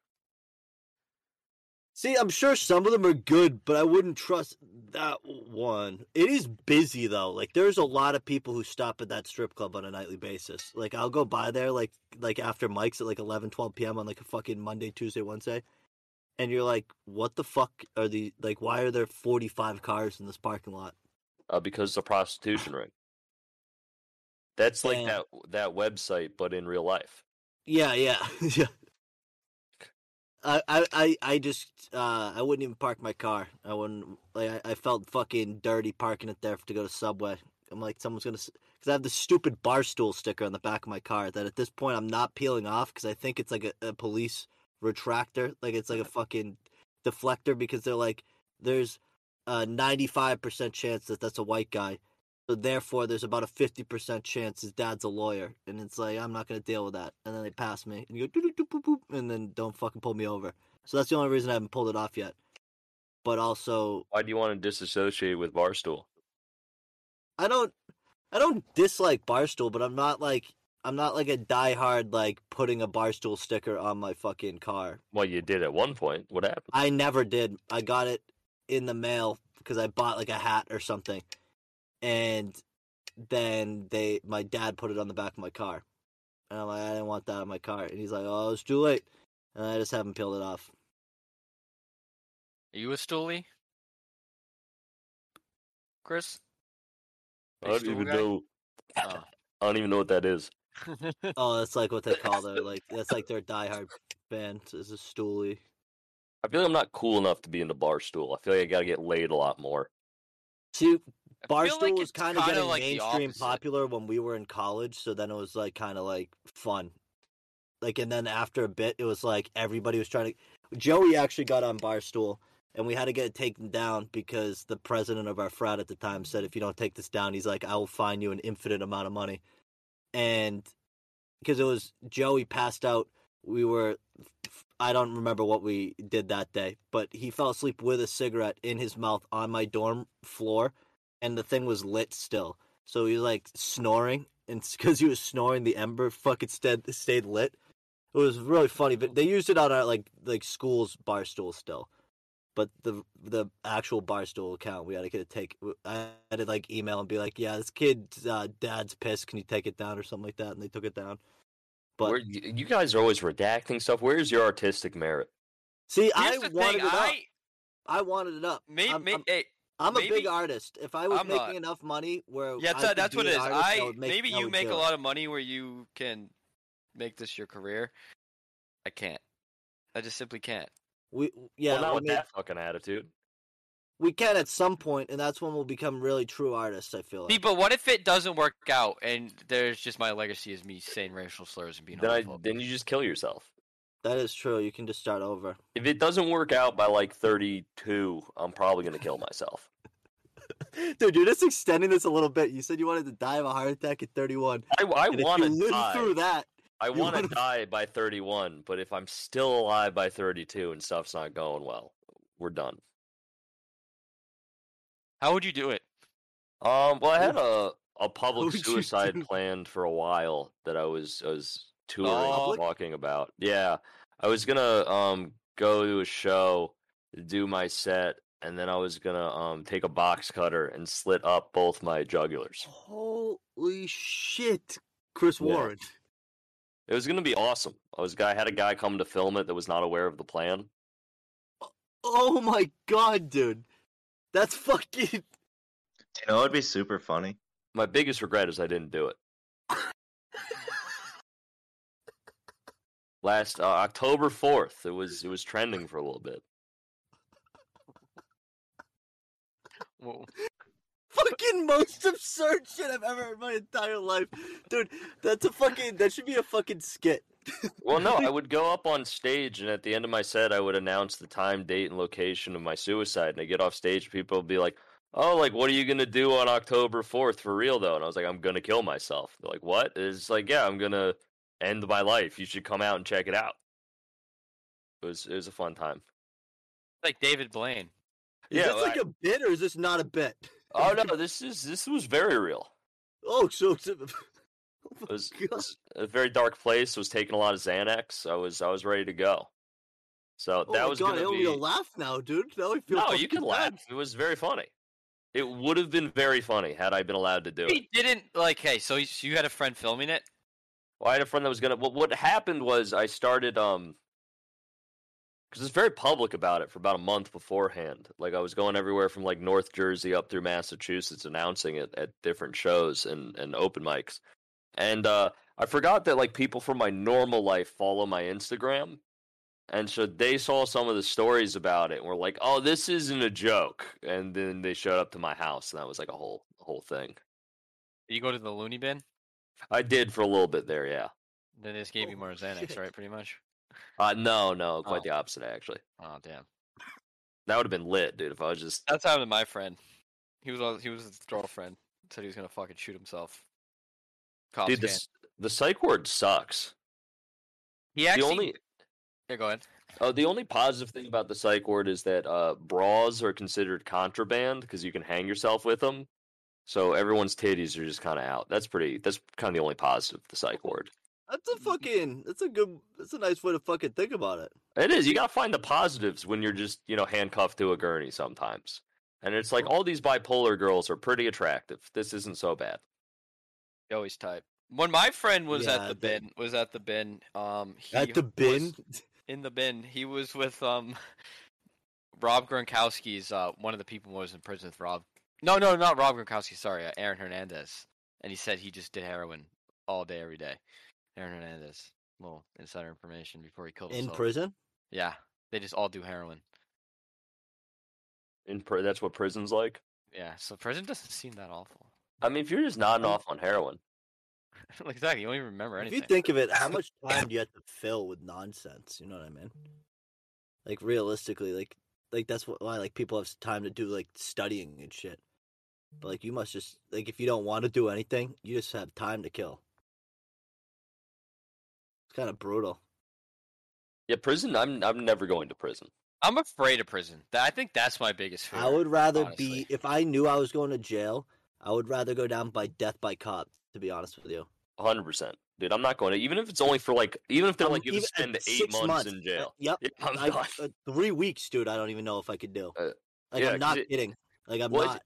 B: See, I'm sure some of them are good, but I wouldn't trust that one. It is busy though. Like there's a lot of people who stop at that strip club on a nightly basis. Like I'll go by there like like after Mike's at like 11, 12 p.m. on like a fucking Monday, Tuesday, Wednesday, and you're like, what the fuck are the like? Why are there 45 cars in this parking lot?
C: uh, because the prostitution ring. That's like
B: Damn.
C: that that website, but in real life.
B: Yeah, yeah, *laughs* yeah. I, I, I, I just, uh, I wouldn't even park my car. I wouldn't, like, I, I felt fucking dirty parking it there to go to Subway. I'm like, someone's gonna, because I have this stupid bar stool sticker on the back of my car that at this point I'm not peeling off because I think it's like a, a police retractor, like it's like a fucking deflector because they're like, there's a 95% chance that that's a white guy. So therefore, there's about a fifty percent chance his dad's a lawyer, and it's like I'm not gonna deal with that. And then they pass me, and you go doo doo boop boop, and then don't fucking pull me over. So that's the only reason I haven't pulled it off yet. But also,
C: Why do you want to disassociate with Barstool?
B: I don't, I don't dislike Barstool, but I'm not like, I'm not like a diehard like putting a Barstool sticker on my fucking car.
C: Well, you did at one point. What happened?
B: I never did. I got it in the mail because I bought like a hat or something, and then they my dad put it on the back of my car, and I'm like, I didn't want that on my car, and he's like, Oh, it's too late, and I just haven't peeled it off.
D: Are you a stoolie, Chris?
C: I don't
D: Barstool
C: even
D: guy?
C: know.
D: Oh.
C: I don't even know what that is.
B: *laughs* Oh, that's like what they call their like that's like their diehard band is a stoolie.
C: I feel like I'm not cool enough to be into Barstool. I feel like I got to get laid a lot more.
B: See,
D: I feel
B: Barstool
D: like
B: was
D: it's
B: kind of getting
D: like the
B: mainstream
D: opposite.
B: popular when we were in college, so then it was like kind of like fun. Like, and then after a bit, it was like everybody was trying to. Joey actually got on Barstool, and we had to get it taken down because the president of our frat at the time said, if you don't take this down, he's like, I will fine you an infinite amount of money. And because it was Joey passed out, we were. I don't remember what we did that day, but he fell asleep with a cigarette in his mouth on my dorm floor and the thing was lit still. So he was like snoring, and *laughs* because he was snoring, the ember fucking stayed stayed lit. It was really funny, but they used it on our like like school's bar stool still. But the the actual bar stool account, we had to get it take. I had to like email and be like, "Yeah, this kid's uh, dad's pissed. Can you take it down or something like that?" And they took it down. But
C: Where, you you guys are always redacting stuff. Where's your artistic merit?
B: see, I
D: Here's the
B: wanted
D: thing.
B: it up.
D: I
B: I wanted it up.
D: may,
B: I'm,
D: may,
B: I'm-
D: hey,
B: I'm a big
D: maybe-
B: artist. If I was
D: I'm
B: making
D: not.
B: enough money, where
D: yeah,
B: I
D: that's,
B: could
D: that's
B: be
D: what
B: an
D: it is.
B: artist,
D: I
B: would make-
D: maybe
B: I
D: you
B: would
D: make
B: do
D: a
B: it.
D: lot of money where you can make this your career. I can't. I just simply can't.
B: We yeah,
C: well, not
B: we
C: with
B: made-
C: that fucking attitude.
B: we can at some point, and that's when we'll become really true artists. I feel like.
D: See, but what if it doesn't work out and there's just my legacy is me saying racial slurs and being
C: Then I,
D: homophobic?
C: then you just kill yourself.
B: That is true. You can just start
C: *laughs*
B: over.
C: If it doesn't work out by like 32, I'm probably gonna kill myself.
B: Dude, you're just extending this a little bit. You said you wanted to die of a heart attack at 31.
C: I, I
B: And if
C: want
B: you
C: to
B: live
C: die.
B: through that.
C: I
B: you
C: want to
B: wanna-
C: die by 31, but if I'm still alive by 32 and stuff's not going well, we're done.
D: How would you do it?
C: Um, well, I had
B: Oof.
C: a a public
B: would you
C: suicide
B: do?
C: planned for a while that I was I was touring
D: Oh.
C: and talking about. Yeah, I was gonna um go to a show, do my set, and then I was gonna um take a box cutter and slit up both my jugulars.
B: Holy shit, Chris
C: Yeah.
B: Warren.
C: It was gonna be awesome. I was I had a guy come to film it that was not aware of the plan.
B: Oh my god, dude. That's *laughs* fucking.
E: You know, it'd be super funny.
C: My biggest regret is I didn't do it. Last uh, October fourth, it was it was trending for a little bit.
D: Whoa.
B: Fucking most absurd shit I've ever heard in my entire life. Dude, that's a fucking. That should be a fucking skit.
C: Well, no,
B: *laughs*
C: I would go up on stage, and at the end of my set, I would announce the time, date, and location of my suicide. And I get off stage, people would be like, "Oh, like what are you gonna do on October fourth for real though?" And I was like, "I'm gonna kill myself." They're like, "What?" It's like, "Yeah, I'm gonna end my life. You should come out and check it out." It was it was a fun time.
D: Like David Blaine.
B: Is
C: Yeah,
B: this like
C: I-
B: a bit or is this not a bit?
C: Oh no, this is this was very
B: *laughs*
C: real.
B: Oh, so. so
C: It was,
B: Oh, God.
C: it was a very dark place. Was taking a lot of Xanax. I was I was ready to go. So
B: oh
C: that
B: my
C: was
B: god, I
C: gonna
B: only
C: be.
B: a laugh now, dude. Now I feel
C: No, you
B: fucking
C: can
B: bad.
C: laugh. It was very funny. It would have been very funny had I been allowed to do it.
D: He didn't like. Hey, so you- so you had a friend filming it?
C: Well, I had a friend that was gonna. What what happened was I started um, because it's very public about it for about a month beforehand. Like I was going everywhere from like North Jersey up through Massachusetts, announcing it at different shows and and open mics, and uh, I forgot that like people from my normal life follow my Instagram. And so they saw some of the stories about it and were like, "Oh, this isn't a joke." And then they showed up to my house, and that was like a whole whole thing.
D: Did you go to the loony bin?
C: I did for a little bit there, yeah.
D: Then they just gave you
B: Oh,
D: *laughs* more Xanax,
B: shit.
D: right? Pretty much.
C: Uh, no, no, quite
D: Oh.
C: the opposite actually.
D: Oh damn.
C: That would have been lit, dude. If I was just
D: That's happened to my friend. He was on- he was his girlfriend. Said he was gonna fucking shoot himself. Cops
C: dude,
D: came.
C: this the psych ward sucks.
D: He actually.
C: the only
D: Yeah, go ahead.
C: uh, the only positive thing about the psych ward is that uh, bras are considered contraband because you can hang yourself with them. So everyone's titties are just kind of out. That's pretty. That's kind of the only positive of the
D: *laughs*
C: psych ward.
B: That's a fucking. That's a good. That's a nice way to fucking think about it.
C: It is. You gotta find the positives when you're just you know handcuffed to a gurney sometimes. And it's like all these bipolar girls are pretty attractive. This isn't so bad.
D: He always type. When my friend was
B: Yeah,
D: at the
B: that-
D: bin, was at the bin. Um, he
B: At the
D: was
B: bin.
D: in the bin. He was with um, *laughs* Rob Gronkowski's. Uh, one of the people was in prison with Rob. No, no, not Rob Gronkowski. Sorry, uh, Aaron Hernandez. And he said he just did heroin all day, every day. Aaron Hernandez. Little insider information before he
C: Oh,
D: killed
B: In
D: himself.
B: prison?
D: Yeah, they just all do heroin.
C: In pr- that's what prison's like.
D: Yeah, so prison doesn't seem that awful. *laughs*
C: I mean, if you're just nodding
B: Um,
C: off on heroin,
D: Like, exactly, you don't even remember
B: If
D: anything.
B: you think of it, how much time do you have to fill with nonsense? You know what I mean? Like realistically, like like that's wh- why like people have time to do like studying and shit. But like you must just like if you don't want to do anything, you just have time to kill. It's kind of brutal.
C: yeah, prison. I'm I'm never going to prison.
D: I'm afraid of prison. Tha- I think that's my biggest fear.
B: I would rather
D: honestly.
B: be if I knew I was going to jail, I would rather go down by death by cop. To be honest with you.
C: hundred percent, dude. I'm not going to, even if it's only for like, even if they're
B: Um,
C: like, you have to
B: even-
C: spend
B: uh,
C: eight
B: six
C: months,
B: months.
C: in
B: Uh,
C: jail. *laughs*
B: yep.
C: Yeah, I'm
B: I-
C: done.
B: uh, three weeks, dude. I don't even know if I could do.
C: Uh,
B: like
C: yeah,
B: I'm
C: 'cause
B: not
C: it-
B: kidding. Like I'm
C: well,
B: not.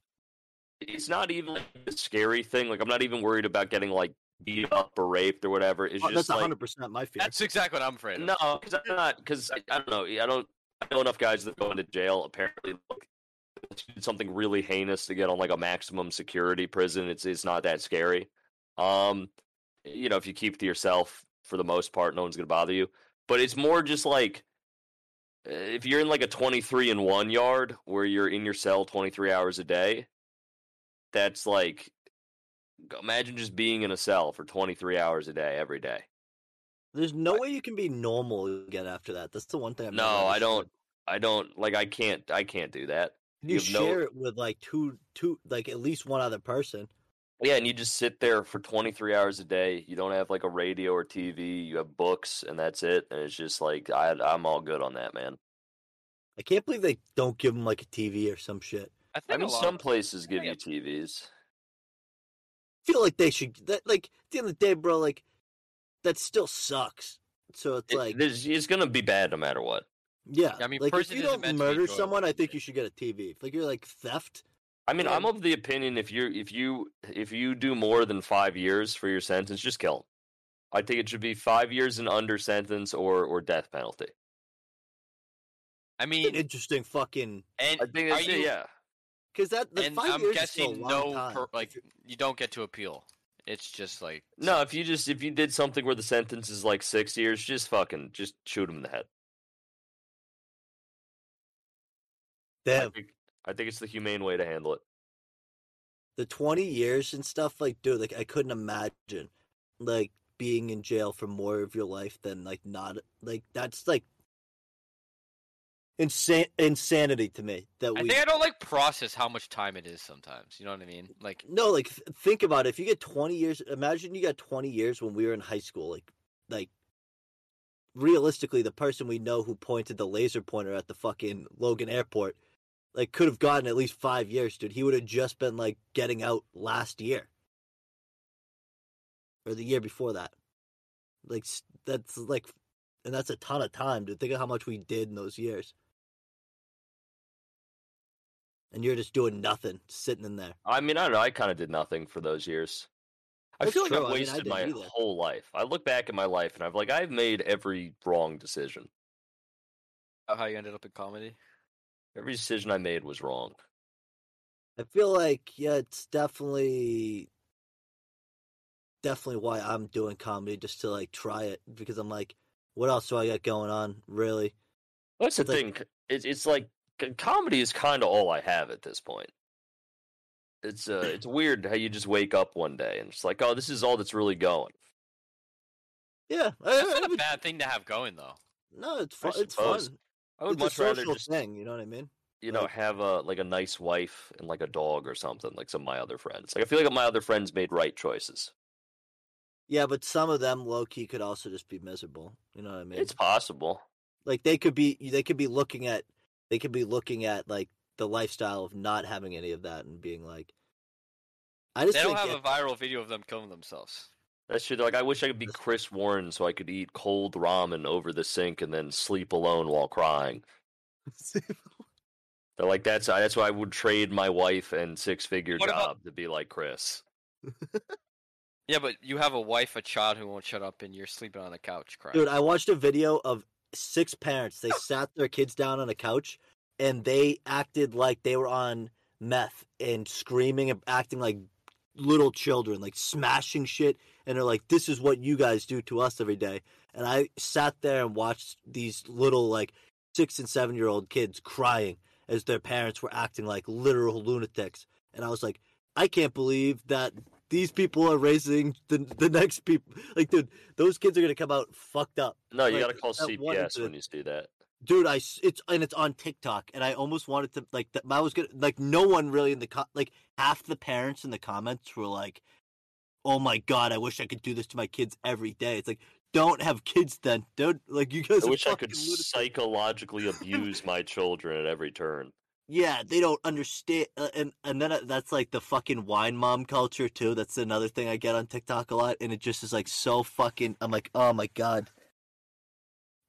C: it's, it's not even like a scary thing. Like I'm not even worried about getting like beat up or raped or whatever is
B: Oh,
C: just
B: that's
C: like
B: 100% my fear.
D: That's exactly what I'm afraid of.
C: no, because I'm not. Because I don't know. I don't. I know enough guys that go into jail. Apparently, like, did something really heinous to get on like a maximum security prison. It's it's not that scary. Um, you know, if you keep to yourself for the most part, no one's gonna bother you. But it's more just like uh, if you're in like a 23 and one yard where you're in your cell 23 hours a day. That's like imagine just being in a cell for 23 hours a day every day.
B: There's no way you can be normal again after that. That's the one thing. I've never
C: No, I don't.
B: understood.
C: I don't like. I can't. I can't do that.
B: You,
C: you have no-
B: share it with like two, two, like at least one other person.
C: Yeah, and you just sit there for 23 hours a day. You don't have like a radio or TV. You have books, and that's it. And it's just like I, I'm all good on that, man.
B: I can't believe they don't give them like a TV or some shit.
D: I think
C: I
D: a
C: mean,
D: lot
C: some
D: of-
C: places give
D: yeah.
C: you TVs.
B: I feel like they should. That like at the end of the day, bro. Like that still sucks. So it's
C: It-
B: like,
C: there's, it's gonna be bad no matter what.
B: yeah.
D: I mean,
B: like if
D: prison
B: you
D: isn't
B: don't
D: meant to be
B: murder
D: enjoyable,
B: someone, I think
D: right?
B: you should get a TV. If, like you're like theft,
C: I mean,
B: Yeah.
C: I'm of the opinion if you if you if you do more than five years for your sentence, just kill 'em. I think it should be five years and under sentence or or death penalty.
B: *laughs*
D: I
B: an
D: mean,
B: interesting fucking
D: and
C: I think
D: are
C: that's it.
D: you-
C: Yeah.
B: because that the
D: and
B: five
D: I'm
B: years is
D: guessing
B: still a long
D: no,
B: time.
D: per, like you don't get to appeal. It's just like
C: No, if you just if you did something where the sentence is like six years, just fucking just shoot him in the head. I
B: Damn,
C: think, I think it's the humane way to handle it.
B: the twenty years and stuff. Like, dude, like I couldn't imagine like being in jail for more of your life than like not like that's like insane insanity to me that
D: I
B: we
D: think I don't like process how much time it is sometimes. You know what I mean? Like
B: no like th- think about it. If you get twenty years, imagine you got twenty years when we were in high school. Like, like realistically, the person we know who pointed the laser pointer at the fucking Logan Airport like could have gotten at least five years, dude. He would have just been like getting out last year or the year before that. Like s- that's like, and that's a ton of time to think of how much we did in those years. And you're just doing nothing, sitting in there.
C: I mean, I don't know. I kind of did nothing for those years. I
B: That's
C: feel like
B: true, I
C: I've
B: mean, I
C: wasted
B: didn't
C: my
B: either.
C: whole life. I look back at my life and I'm like, I've made every wrong decision.
D: how you ended up in comedy.
C: Every decision I made was wrong.
B: I feel like yeah, it's definitely definitely why I'm doing comedy just to like try it because I'm like, what else do I got going on? Really?
C: That's the
B: Like-
C: thing. c- It's it's like c- comedy is kind of all I have at this point. It's uh, it's weird how you just wake up one day and it's like, oh, this is all that's really going.
B: Yeah. I-
D: That's
B: I
D: not a
B: would-
D: bad thing to have going though.
C: *laughs*
B: No, it's fun.
C: I
B: It's
C: suppose.
B: fun.
C: I would
B: it's
C: much
B: a
C: rather
B: social
C: just
B: thing. You know what I mean?
C: you know,
B: Like-
C: have a like a nice wife and like a dog or something, like some of my other friends. Like I feel like my other friends made right choices.
B: Yeah, but some of them low key could also just be miserable. You know what I mean?
C: It's possible.
B: like they could be they could be looking at they could be looking at like the lifestyle of not having any of that and being like, I just
D: They don't
B: think
D: have
B: yeah,
D: a viral video of them killing themselves.
C: That's shit. Like I wish I could be Chris Warren so I could eat cold ramen over the sink and then sleep alone while
B: *laughs*
C: crying. They're like that's uh, that's why I would trade my wife and six figure
D: What
C: job
D: about-
C: to be like Chris.
D: Yeah, but you have a wife, a child who won't shut up, and you're sleeping on the couch crying.
B: Dude, I watched a video of six parents. They sat their kids down on a couch and they acted like they were on meth and screaming and acting like little children, like smashing shit. And they're like, this is what you guys do to us every day. And I sat there and watched these little, like, six and seven year old kids crying as their parents were acting like literal lunatics. And I was like, I can't believe that these people are raising the, the next people. Like, dude, those kids are gonna come out fucked up,
C: No, you
B: Like,
C: gotta call
B: that one
C: CPS when
B: incident-
C: you see that.
B: dude. I s- it's and it's on TikTok, and I almost wanted to like that. I was gonna like no one really in the co- like half the parents in the comments were like, "Oh my god, I wish I could do this to my kids every day." It's like don't have kids then, dude. Like you guys.
C: I
B: are
C: wish I could
B: fucking lunatics. *laughs*
C: psychologically abuse my children at every turn.
B: Yeah, they don't understand, uh, and and then uh, that's like the fucking wine mom culture too. That's another thing I get on TikTok a lot, and it just is like so fucking. I'm like, oh my god,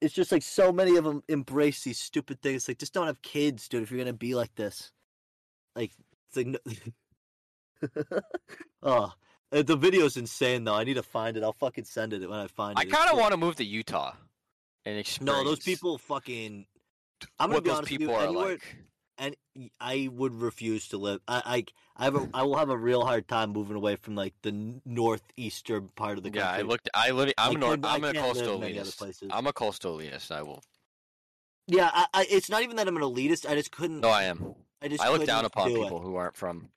B: it's just like so many of them embrace these stupid things. Like, just don't have kids, dude. If you're gonna be *laughs* like this, like, it's like, no... oh, Uh, The video's insane though. I need to find it. I'll fucking send it when I find it.
D: I
B: It's
D: kind of
B: cool.
D: want to move to Utah and
B: No,
D: experience.
B: those people fucking. I'm gonna
D: what
B: be
D: those
B: honest
D: people
B: with
D: are
B: you. Anywhere,
D: like.
B: and I would refuse to live. I I I, have a, I will have a real hard time moving away from like the n- northeastern part of the country.
D: Yeah, I looked. I literally. I'm,
B: I
D: an or-
B: couldn't- I
D: I'm a
B: can't live in
D: coastal
B: any other
D: elitist.
B: places.
D: I'm a coastal elitist. I will.
B: Yeah, I, I, it's not even that I'm an elitist. I just couldn't.
D: No, I am.
B: I just
D: I look down
B: couldn't
D: upon
B: do it.
D: people who aren't from.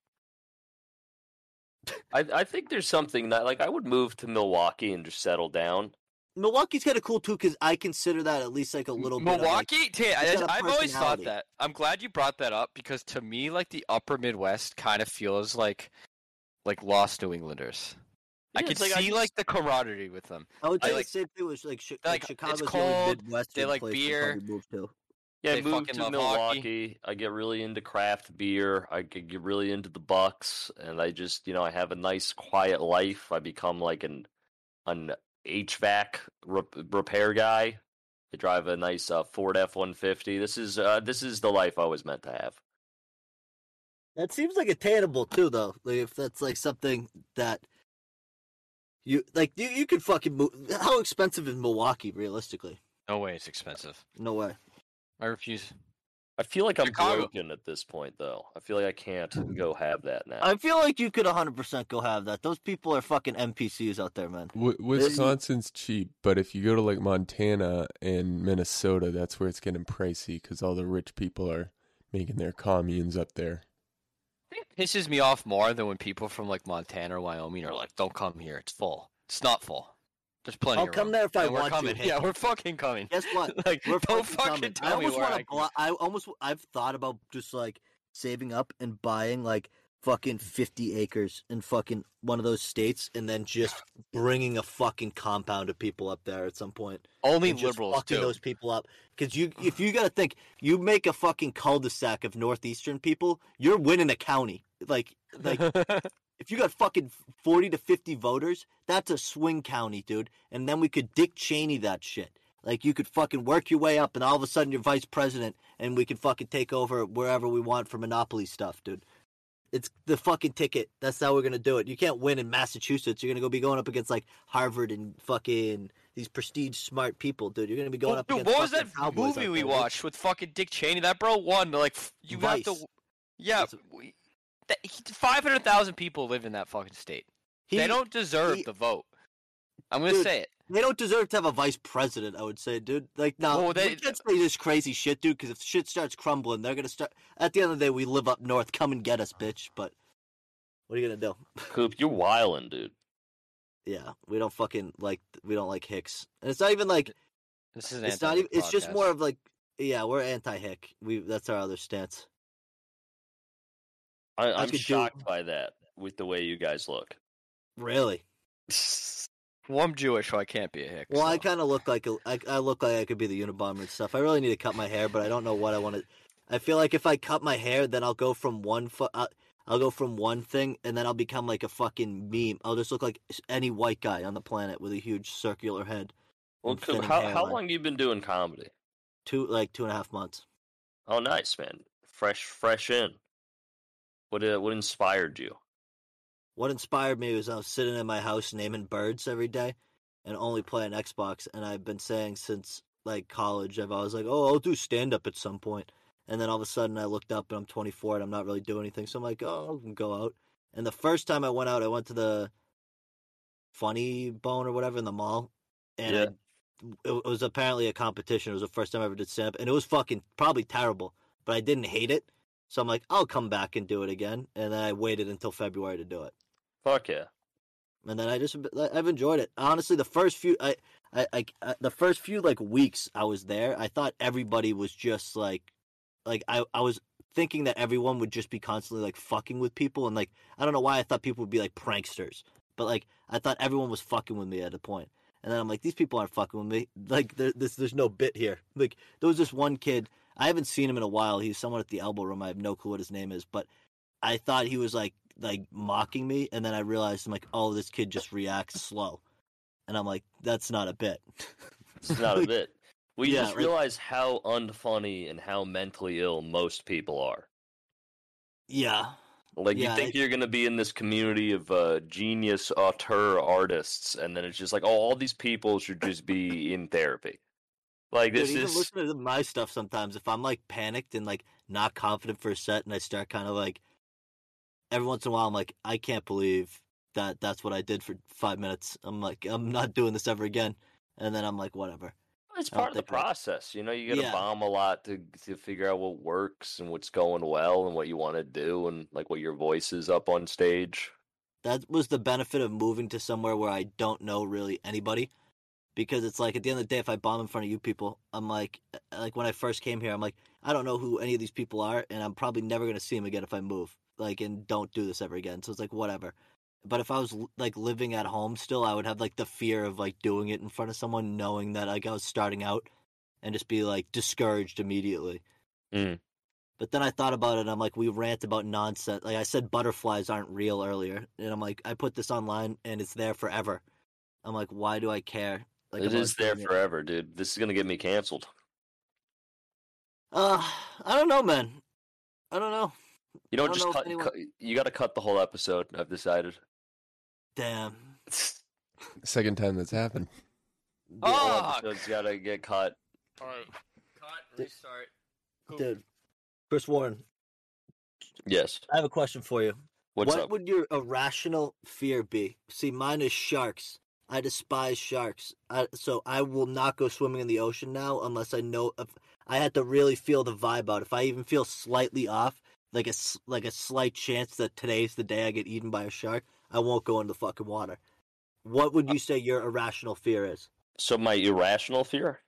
C: I, I think there's something that like I would move to Milwaukee and just settle down.
B: Milwaukee's kind of cool too because I consider that at least like a little bit of, like-
D: Milwaukee. T- I,
B: it's got a
D: have always thought
B: personality.
D: that. I'm glad you brought that up because to me, like the Upper Midwest, kind of feels like, like lost New Englanders. I
C: Yeah,
D: can
C: it's like I
D: see
C: just-
D: like the camaraderie with them.
B: I would
D: I
B: say
D: like-
B: the same thing was like, chi-
D: they
B: like
D: like- it's
B: Chicago's the
D: cold,
B: only Midwestern
D: like
B: place
D: beer.
B: I probably moved to.
C: Yeah,
D: They
C: I move
D: fucking
C: to
D: love
C: Milwaukee.
D: hockey.
C: I get really into craft beer. I could get really into the Bucks, and I just you know I have a nice quiet life. I become like an an HVAC rep- repair guy. I drive a nice uh, Ford F one fifty. This is uh, this is the life I was meant to have.
B: That seems like attainable too, though. Like if that's like something that you like, you you could fucking move. How expensive is Milwaukee realistically?
D: No way, it's expensive.
B: No way.
D: I refuse.
C: I feel like I'm
D: Chicago-
C: broken at this point, though. I feel like I can't go have that now.
B: I feel like you could 100% go have that. Those people are fucking NPCs out there, man.
A: W- Wisconsin's cheap, but if you go to like Montana and Minnesota, that's where it's getting pricey because all the rich people are making their communes up there.
D: It pisses me off more than when people from like Montana or Wyoming are like, "Don't come here. It's full. It's not full. There's plenty."
B: I'll
D: of
B: come
D: room."
B: there if I
D: And we're
B: want to,
D: coming.
B: hey.
D: Yeah, we're fucking coming.
B: Guess what?
D: *laughs* like,
B: We're fucking
D: don't fucking
B: coming.
D: tell
B: I almost
D: me where
B: want
D: I
B: to. Blo- I almost. I've thought about just like saving up and buying like fucking fifty acres in fucking one of those states, and then just bringing a fucking compound of people up there at some point.
D: only
B: and just
D: liberals
B: fucking
D: do.
B: those people up. Because you, if you gotta think, you make a fucking cul-de-sac of northeastern people, you're winning a county. Like, like
D: *laughs*
B: if you got fucking forty to fifty voters, that's a swing county, dude. And then we could Dick Cheney that shit. Like you could fucking work your way up, and all of a sudden you're vice president, and we can fucking take over wherever we want for monopoly stuff, dude. It's the fucking ticket. That's how we're gonna do it. You can't win in Massachusetts. You're gonna go be going up against like Harvard and fucking these prestige smart people, dude. You're gonna be going
D: Well,
B: up
D: dude,
B: against.
D: what was that
B: fucking cowboys
D: movie
B: out
D: we
B: there, right?
D: watched with fucking Dick Cheney? That bro won. Like f- you
B: Vice.
D: have to. Yeah,
B: It's-
D: we, that, five hundred thousand people live in that fucking state.
B: He-
D: they don't deserve
B: he-
D: the vote. I'm gonna
B: Dude,
D: say it.
B: They don't deserve to have a vice president, I would say, dude. Like, no,
D: Well, they-
B: we can't say this crazy shit, dude. Because if shit starts crumbling, they're gonna start. At the end of the day, we live up north. Come and get us, bitch. But what are you gonna do? *laughs*
C: Coop, you're wildin', dude.
B: Yeah, we don't fucking like. We don't like Hicks, and it's not even like.
D: This is an
B: It's not
D: anti-Dick
B: even. It's just
D: podcast.
B: more of like. Yeah, we're anti-Hick. We that's our other stance.
C: I,
B: I
C: I'm
B: could do-
C: shocked by that with the way you guys look.
B: Really?
D: Well, I'm Jewish, so I can't be a hick.
B: Well, I
D: so.
B: kind of look like a, I, I look like I could be the Unabomber and stuff. I really need to cut my hair, but I don't know what I want to. I feel like if I cut my hair, then I'll go from one foot. Uh, I'll go from one thing, and then I'll become like a fucking meme. I'll just look like s- any white guy on the planet with a huge circular head.
C: Well,
B: and
C: Coop,
B: thinning
C: how, how
B: hairline.
C: long you been doing comedy?
B: Two like two and a half months.
C: Oh, nice, man. Fresh, fresh in. What uh, what inspired you?
B: What inspired me was I was sitting in my house naming birds every day and only playing Xbox. And I've been saying since like college, I've always like, oh, I'll do stand up at some point. And then all of a sudden I looked up and I'm 24 and I'm not really doing anything. So I'm like, oh, I'll go out. And the first time I went out, I went to the Funny Bone or whatever in the mall. And I- it, it was apparently a competition. It was the first time I ever did stand up. And it was fucking probably terrible, but I didn't hate it. So I'm like, I'll come back and do it again. And then I waited until February to do it
C: Fuck yeah.
B: and then I just I've enjoyed it. Honestly, the first few I I, I I- the first few like weeks I was there, I thought everybody was just like like I I was thinking that everyone would just be constantly like fucking with people and like I don't know why I thought people would be like pranksters, but like I thought everyone was fucking with me at a point. And then I'm like, these people aren't fucking with me. *laughs* Like there, this, there's no bit here. Like there was this one kid. I haven't seen him in a while. He's someone at the elbow room. I have no clue what his name is, but I thought he was like like mocking me, and then I realized I'm like, oh, this kid just reacts slow, and I'm like, that's not a bit.
C: It's not
B: *laughs*
C: a
B: Like,
C: bit. We
B: Yeah,
C: just
B: like-
C: realize how unfunny and how mentally ill most people are.
B: Yeah,
C: Like
B: Yeah,
C: you think
B: they-
C: you're gonna be in this community of uh, genius auteur artists, and then it's just like, oh, all these people should just be in therapy. Like
B: Dude,
C: this
B: even
C: is
B: listening to my stuff sometimes, if I'm like panicked and like not confident for a set, and I start kind of like every once in a while, I'm like, I can't believe that that's what I did for five minutes. I'm like, I'm not doing this ever again. And then I'm like, whatever.
C: it's
B: I don't
C: part of the
B: think I-
C: process. You know, you gotta
B: Yeah.
C: bomb a lot to to figure out what works and what's going well and what you want to do and like what your voice is up on stage.
B: That was the benefit of moving to somewhere where I don't know really anybody, because it's like at the end of the day, if I bomb in front of you people, I'm like, uh, like when I first came here, I'm like, I don't know who any of these people are, and I'm probably never gonna see them again if I move, like, and don't do this ever again. So it's like whatever. But if I was like living at home still, I would have like the fear of like doing it in front of someone, knowing that like I was starting out, and just be like discouraged immediately.
C: Mm.
B: But then I thought about it and I'm like, we rant about nonsense. Like I said, butterflies aren't real earlier. And I'm like, I put this online and it's there forever. I'm like, why do I care? Like,
C: it
B: about
C: is there
B: doing it?
C: forever, dude. This is gonna get me canceled.
B: Uh, I don't know, man. I don't know.
C: You know,
B: don't
C: just
B: know if
C: cut,
B: anyone-
C: cut. You got to cut the whole episode. I've decided.
B: Damn.
A: Second time that's happened.
B: Dude,
C: The whole
D: Fuck.
C: episode's got to get cut.
D: All right, cut, restart.
B: Dude. Chris Warren,
C: Yes.
B: I have a question for you.
C: What's
B: what
C: up?
B: would your irrational fear be? See, mine is sharks. I despise sharks. I, so I will not go swimming in the ocean now unless I know if I had to really feel the vibe out. If I even feel slightly off, like a s- like a slight chance that today's the day I get eaten by a shark, I won't go in the fucking water. What would you say your irrational fear is?
C: So my irrational fear.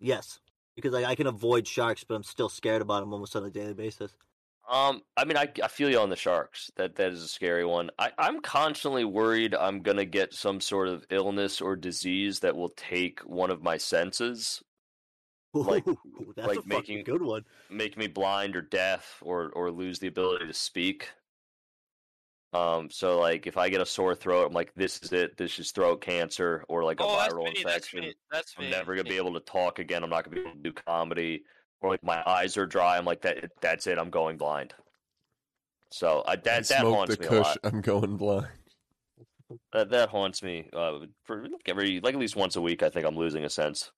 B: Yes, because like I can avoid sharks, but I'm still scared about them almost on a daily basis.
C: Um, I mean, I, I feel you on the sharks. That that is a scary one. I, I'm constantly worried I'm gonna get some sort of illness or disease that will take one of my senses, Like-
B: *laughs* Ooh, that's
C: like
B: a fucking
C: making-
B: good one.
C: make me blind or deaf, or or lose the ability to speak. Um, so like if I get a sore throat, I'm like, this is it. This is throat cancer or like a
D: Oh, that's
C: viral
D: me. That's
C: infection.
D: me. That's me.
C: I'm never gonna be able to talk again. I'm not gonna be able to do comedy, or like my eyes are dry. I'm like that. That's it. I'm going blind. So I,
A: I
C: that that
A: smoked
C: haunts
A: the
C: me a
A: kush,
C: lot.
A: I'm going blind.
C: That, that haunts me uh, for like every like at least once a week. I think I'm losing a sense.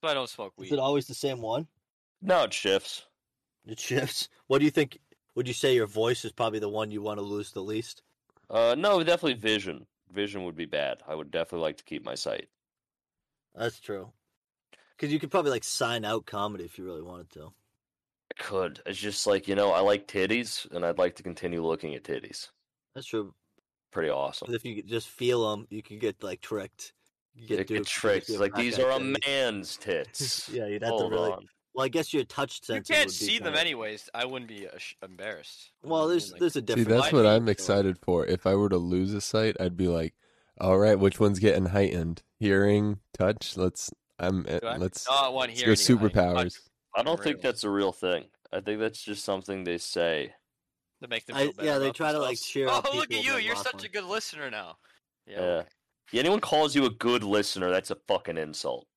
D: But I don't smoke
B: Is
D: weed.
B: it always the same one?
C: No, it shifts.
B: It shifts. *laughs* What do you think? Would you say your voice is probably the one you want to lose the least?
C: Uh, no, definitely vision. Vision would be bad. I would definitely like to keep my sight.
B: That's true. Because you could probably like sign out comedy if you really wanted to.
C: I could. It's just like you know, I like titties, and I'd like to continue looking at titties.
B: That's true.
C: Pretty
B: But
C: awesome.
B: if you could just feel them, you could get like tricked. You could
C: It, it
B: duped, you
C: tricks.
B: get
C: It's like
B: back
C: these
B: at
C: are a
B: them.
C: man's tits.
B: *laughs* Yeah, you'd have
C: Hold
B: to really.
C: on.
B: Well, I guess your touch
D: You
B: sensor.
D: can't
B: would be
D: see them
B: kinda-
D: anyways. I wouldn't be ash- embarrassed. You know what
B: Well,
D: I
B: there's
D: mean? Like,
B: there's a
A: See,
B: difference.
A: that's
D: I'd
A: what
D: be-
A: I'm excited for. If I were to lose a sight, I'd be like, "All right, which one's getting heightened? Hearing, touch. Let's. I'm. eh,
D: do I
A: Let's.
D: not want
A: let's
D: here
A: go
D: anyway.
A: superpowers.
D: Fuck,
C: I don't think
D: Really?
C: that's a real thing. I think that's just something they say.
D: To make them
B: I-
D: feel better
B: yeah, they
D: about
B: try to, like,
D: themselves.
B: cheer
D: Oh,
B: up
D: look
B: people
D: at
B: that
D: you! You're
B: lost
D: such
B: one.
D: a good listener now.
C: Yeah. Yeah, anyone calls you a good listener, that's a fucking insult.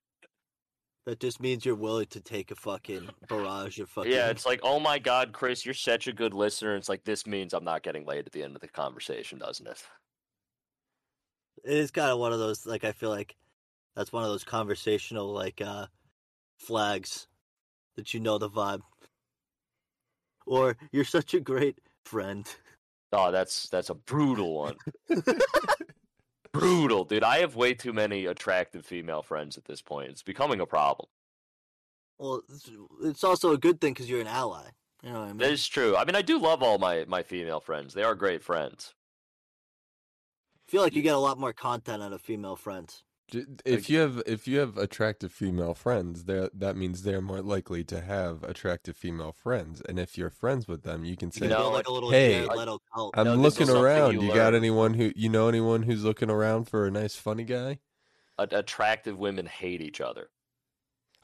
B: That just means you're willing to take a fucking barrage of fucking.
C: Yeah, it's like, oh my god, Chris, you're such a good listener. It's like this means I'm not getting laid at the end of the conversation, doesn't it?
B: it is kind of one of those like i feel like that's one of those conversational like uh flags that you know the vibe or you're such a great friend
C: Oh, that's that's a brutal one.
A: *laughs*
C: brutal, dude. I have way too many attractive female friends at this point. It's becoming a problem.
B: well it's, it's also a good thing because you're an ally you know what i mean
C: That is true. I mean, I do love all my my female friends. They are great friends.
B: i feel like you get a lot more content out of female friends
A: J- If you have if you have attractive female friends, that that means they're more likely to have attractive female friends. And if you're friends with them, you can say,
B: you can
C: No,
B: build like
C: I-
B: a little
A: hey,
B: Jared
A: I-
B: Leto cult.
A: "I'm
C: no, this is
A: looking
C: something
A: around.
C: you
A: You, got
C: learn.
A: anyone who you know anyone who's looking around for a nice funny guy?"
C: A- attractive women hate each other.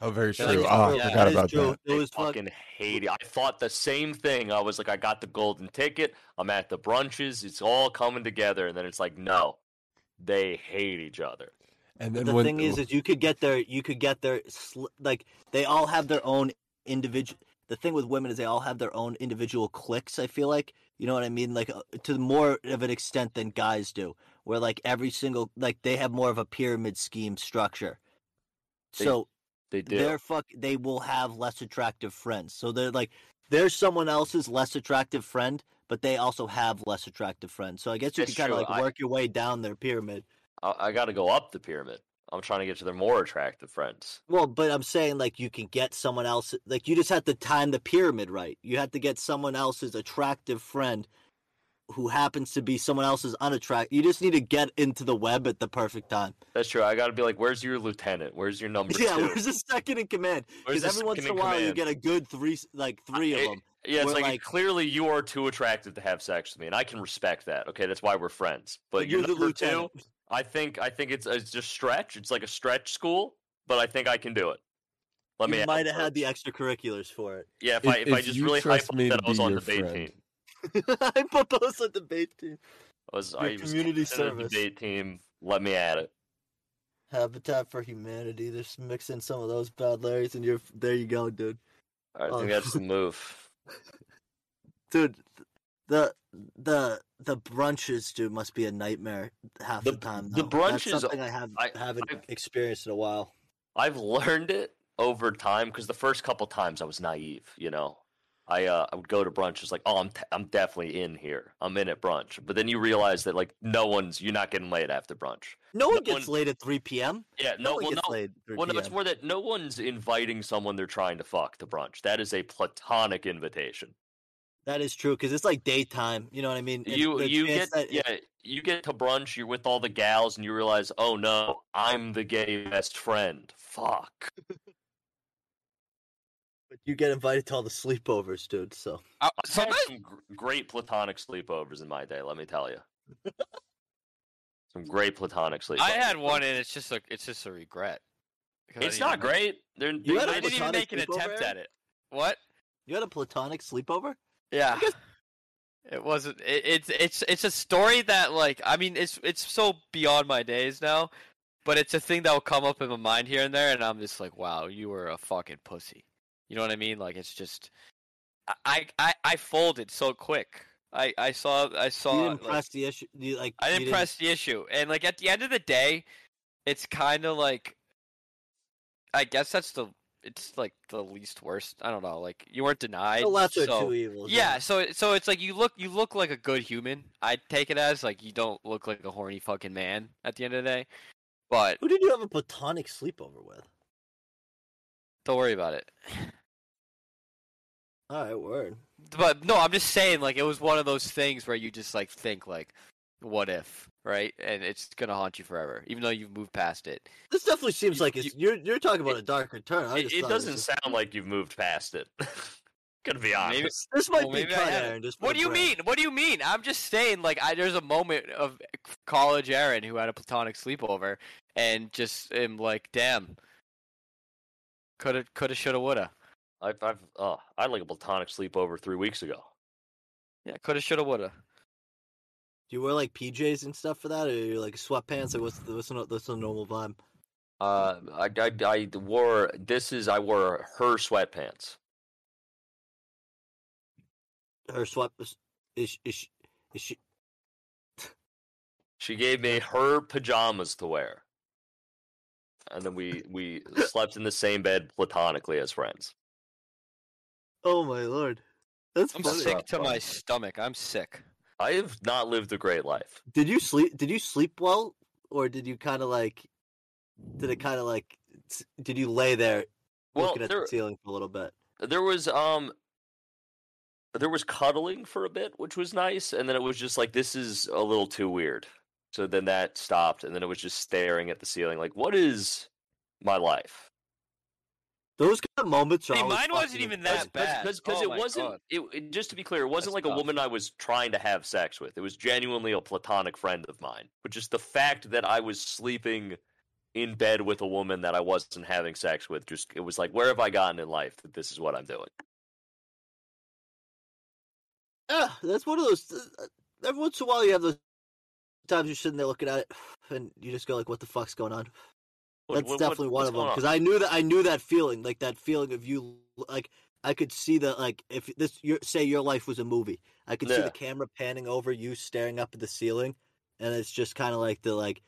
A: Oh, very
D: They're like,
A: true.
D: "Yeah,
A: Ah,
D: that
A: I
D: is
A: forgot about
B: true.
A: that.
B: It
C: They
B: was fuck-
C: fucking hate it. I thought the same thing. I was like, I got the golden ticket. I'm at the brunches. It's all coming together. And then it's like, no, they hate each other.
A: And
B: But
A: then
B: the
A: when
B: thing is, is you could get their, you could get their, sl- like they all have their own individual. The thing with women is they all have their own individual cliques. I feel like You know what I mean? Like uh, to more of an extent than guys do, where like every single like they have more of a pyramid scheme structure.
C: They
B: So
C: They do.
B: they're fuck they will have less attractive friends. So they're like they're someone else's less attractive friend, but they also have less attractive friends. So I guess you
C: That's
B: can kind of
C: true.
B: like
C: I-
B: work your way down their pyramid.
C: I, I got to go up the pyramid. I'm trying to get to their more attractive friends.
B: Well, but I'm saying like you can get someone else like you just have to time the pyramid right. You have to get someone else's attractive friend who happens to be someone else's unattractive. You just need to get into the web at the perfect time. *laughs*
C: That's true. I got to be like, where's your lieutenant? Where's your number
B: yeah,
C: two?
B: where's the second in command? Because
C: Where's the
B: every once in a
C: second in
B: while you
C: command?
B: get a good three, like three of
C: it-
B: them.
C: yeah, it's
B: we're
C: like,
B: like-
C: clearly you are too attractive to have sex with me, and I can respect that. Okay, that's why we're friends. But
B: you're
C: your
B: the
C: number two,
B: lieutenant.
C: I think I think it's it's just stretch. It's like a stretch school, but I think I can do it. Let me.
B: you
C: ask
B: might have
C: her.
B: had the extracurriculars for it. *laughs*
C: Yeah, if,
A: If-
C: I if, I
A: if
C: just
A: you
C: really hype
A: trust
C: up
A: me
C: that
A: to
C: I was
A: be
C: on
A: your
C: debate
A: friend.
C: team.
B: I propose a debate team.
C: I was,
B: Your
C: I was
B: community
C: considered
B: service.
C: A debate team. Let me at it.
B: Habitat for Humanity. Just mix in some of those bad Larrys, and you're there. You go, dude.
C: I
B: Oh.
C: think that's the move.
B: Dude, th- the the the brunches, dude, must be a nightmare half the,
C: The-
B: time.
C: the
B: though.
C: brunches-
B: That's something I have
C: I-
B: haven't
C: I've-
B: experienced in a while.
C: I've learned it over time because the first couple times I was naive, you know. I uh, I would go to brunch, it's like, oh, I'm t- I'm definitely in here. I'm in at brunch. But then you realize that like no one's you're not getting laid after brunch.
B: No one
C: No
B: gets
C: one-
B: late at three p.m.
C: Yeah, no,
B: one
C: well,
B: gets
C: no,
B: laid at 3
C: well, no, it's
B: p.m..
C: more that no one's inviting someone they're trying to fuck to brunch. That is a platonic invitation.
B: That is true because it's like daytime. You know what I mean? And
C: you
B: the
C: you
B: chance
C: get
B: that-
C: yeah you get to brunch. You're with all the gals, and you realize, oh no, I'm the gay best friend.
D: *laughs*
C: Fuck.
B: you get invited to all the sleepovers, dude. So
D: I,
C: I've had
D: sometimes
C: some gr- great platonic sleepovers in my day. Let me tell you, some great platonic sleepovers.
D: I had one, and it's just a it's just a regret. 'Cause I
C: It's
D: didn't
C: not
D: even-
C: great. They're,
B: You had
D: I
B: a
D: didn't even
B: platonic
D: make an attempt
B: sleepover?
D: at it. What?
B: you had a platonic sleepover.
D: Yeah. It wasn't. It, it's it's it's a story that like I mean it's it's so beyond my days now, but it's a thing that will come up in my mind here and there, and I'm just like, wow, you were a fucking pussy. You know what I mean? Like it's just, I I I, I folded so quick. I I saw I saw.
B: you
C: uh,
B: didn't
D: like-
B: press the issue. You, like
D: I
B: you
D: didn't press the issue. And like at the end of the day, it's kind of like I guess that's the it's like the least worst. I don't know. Like you weren't denied.
B: The lesser
D: so,
B: two evils.
D: yeah, so it- so it's like you look you look like a good human. I take it as like you don't look like a horny fucking man at the end of the day. But
B: Who did you have a platonic sleepover with?
D: don't worry about it. *sighs*
B: All right, word.
D: But no, I'm just saying like it was one of those things where you just like think like what if, right? And it's going to haunt you forever even though you've moved past it.
B: This definitely seems
D: You-
B: like it's you, are you're talking about a darker turn. I
C: It,
B: just
C: it
B: thought was
C: doesn't
B: just-
C: sound like you've moved past it. *laughs* Gonna be honest. *laughs*
D: Maybe-
B: This might
D: Well,
B: be
D: maybe I
B: cut,
D: had it.
B: Aaron. Just for
D: What
B: the
D: do you
B: brand.
D: mean? What do you mean? I'm just saying, like, I, there's a moment of college Aaron who had a platonic sleepover, and just am like, damn, coulda, coulda, shoulda, woulda.
C: I've, I've oh, I had like a platonic sleepover three weeks ago.
D: Yeah, coulda, shoulda, woulda.
B: Do you wear like PJs and stuff for that, or you like sweatpants? Or what's the, what's the, what's the normal vibe?
D: Hmm.
C: Uh, I, I I wore this is I wore her sweatpants.
B: Her sweat is is is she, is she
C: She gave me her pajamas to wear, and
B: *laughs*
C: then we we slept in the same bed platonically as friends.
B: Oh my lord, that's
D: I'm
B: funny.
D: sick
C: rough,
D: to
C: bud.
D: my stomach. I'm sick.
C: I have not lived a great life.
B: Did you sleep? Did you sleep well, or did you kind of like? Did it kind of like? s- Did you lay there
C: Well,
B: looking at
C: there
B: the ceiling for a little bit?
C: there was um there was cuddling for a bit, which was nice, and then it was just like this is a little too weird. So then that stopped, and then it was just staring at the ceiling, like what is my life?
B: Those kind of moments are.
D: See,
B: always
D: mine wasn't
B: fucking
D: even
B: intense.
D: that bad.
C: Because because
D: Oh
C: it
D: my
C: wasn't.
D: God.
C: It, it- just to be clear, it wasn't like
D: That's
C: a
D: tough.
C: woman I was trying to have sex with. It was genuinely a platonic friend of mine. But just the fact that I was sleeping in bed with a woman that I wasn't having sex with, just it was like, where have I gotten in life that this is what I'm doing?
B: Yeah, that's one of those. uh, Every once in a while, you have those times you're sitting there looking at it, *sighs* and you just go like, "What the fuck's going on?"
C: What-
B: That's
C: what- what-
B: definitely one
C: what's
B: of them
C: going on?
B: because I knew that I knew that feeling, like that feeling of you, like I could see that, like, if this, your, say your life was a movie, I could see
C: Yeah.
B: the camera panning over you, staring up at the ceiling, and it's just kind of like the like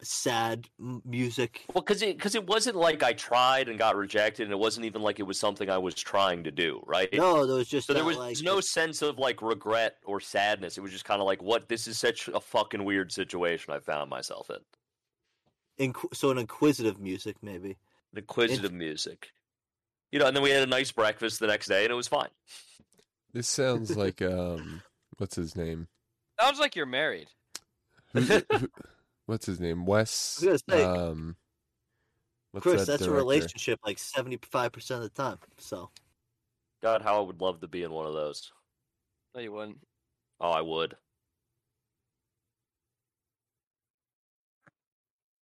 B: sad m- music.
C: Well, because it because it wasn't like I tried and got rejected, and it wasn't even like it was something I was trying to do, right?
B: No, there was just
C: so there
B: that,
C: was
B: like,
C: no sense of like regret or sadness. It was just kind of like, what? This is such a fucking weird situation I found myself in.
B: inqu- so an inquisitive music maybe.
C: The inquisitive music, you know. And then we had a nice breakfast the next day, and it was fine.
A: *laughs* This sounds like um, what's his name?
D: Sounds like you're married.
A: Who, who- what's his name? Wes.
B: I was gonna say,
A: um, what's
B: Chris,
A: that
B: that's
A: director?
B: a relationship like seventy five percent of the time. So
C: God, how I would love to be in one of those.
D: No, you wouldn't.
C: Oh, I would.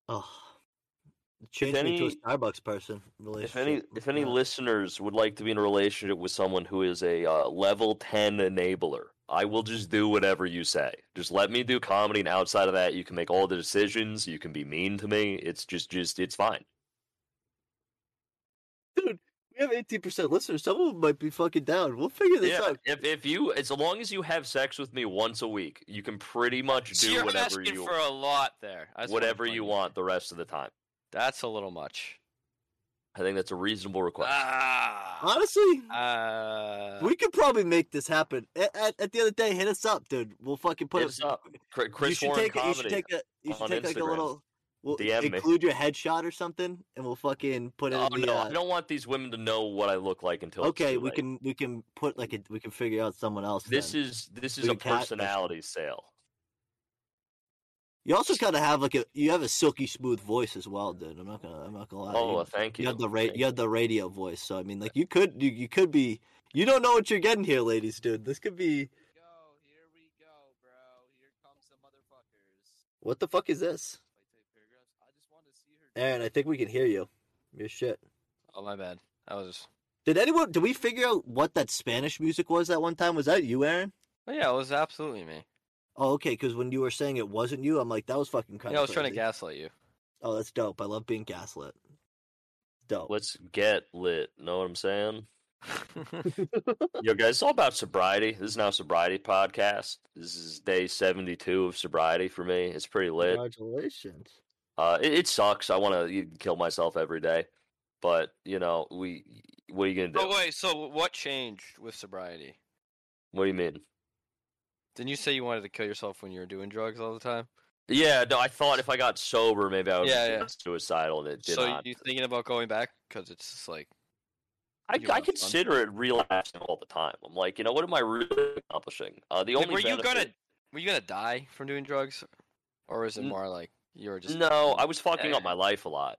B: oh change
C: If
B: me to a
C: any-
B: Starbucks person relationship.
C: If any,
B: Look
C: if
B: at
C: any
B: that.
C: listeners would like to be in a relationship with someone who is a uh, level ten enabler, I will just do whatever you say. Just let me do comedy, and outside of that, you can make all the decisions. You can be mean to me. It's just, just, it's fine.
B: we have eighteen percent listeners, some of them might be fucking down. We'll figure this
C: Yeah.
B: out.
C: If if you, as long as you have sex with me once a week, you can pretty much do
D: So you're
C: whatever
D: asking
C: you,
D: for a lot there. I just wanna
C: whatever
D: point
C: you
D: out.
C: want the rest of the time.
D: That's a little much.
C: I think that's a reasonable request.
D: Ah.
B: Honestly,
D: Uh,
B: we could probably make this happen. At, at, at the end of the day, hit us up, dude. We'll fucking put
C: Hit us up. Cr-
B: you
C: Chris
B: should
C: Warren
B: take a, you should
C: comedy.
B: take a you should
C: on
B: take like a
C: Instagram.
B: little we'll
C: DM me.
B: include your headshot or something, and we'll fucking put it.
C: Oh
B: in the,
C: no,
B: uh,
C: I don't want these women to know what I look like until it's
B: okay,
C: too
B: we
C: late.
B: can we can put like a, we can figure out someone else.
C: This
B: then.
C: is this is
B: We
C: a
B: can cat-
C: personality sale.
B: You also kind of have like a you have a silky smooth voice as well, dude. I'm not gonna I'm not gonna lie.
C: Oh,
B: you,
C: well, thank you.
B: you have the ra-
C: Thank
B: you have the radio voice, so I mean, like you could you, you could be you don't know what you're getting here, ladies, dude. This could be
F: go. Here we go, bro. Here comes the motherfuckers.
B: what the fuck is this,
F: Like type paragraphs. I just want to see her.
B: Aaron? I think we can hear you. Your shit.
D: oh my bad. I was.
B: Did anyone? Did we figure out what that Spanish music was that one time? Was that you, Aaron?
D: Oh, yeah, it was absolutely me.
B: Oh, okay. Because when you were saying it wasn't you, I'm like, that was fucking kind
D: Yeah, I was trying to
C: *laughs*
D: gaslight you.
B: Oh, that's dope. I love being gaslit. Dope.
C: Let's get lit. Know what I'm saying? Yo, guys, it's all about sobriety. This is now a sobriety podcast. This is day 72 of sobriety for me. It's pretty lit.
B: Congratulations.
C: Uh, it, it sucks. I want to kill myself every day, but you know, we. What are you gonna do?
D: oh wait, so what changed with sobriety?
C: What do you mean?
D: Didn't you say you wanted to kill yourself when you were doing drugs all the time?
C: Yeah, no. I thought if I got sober, maybe I would
D: Yeah,
C: be
D: yeah.
C: suicidal, and it did
D: so
C: not.
D: you thinking about going back? Because it's just like
C: I,
D: you
C: I
D: want fun?
C: consider it relapsing all the time. I'm like, you know, what am I really accomplishing? Uh, the
D: Wait,
C: only
D: were you gonna
C: benefit-
D: were you gonna die from doing drugs, or is it
C: N-
D: more like you were just Mm.
C: no, I was fucking
D: Yeah,
C: up my life a lot.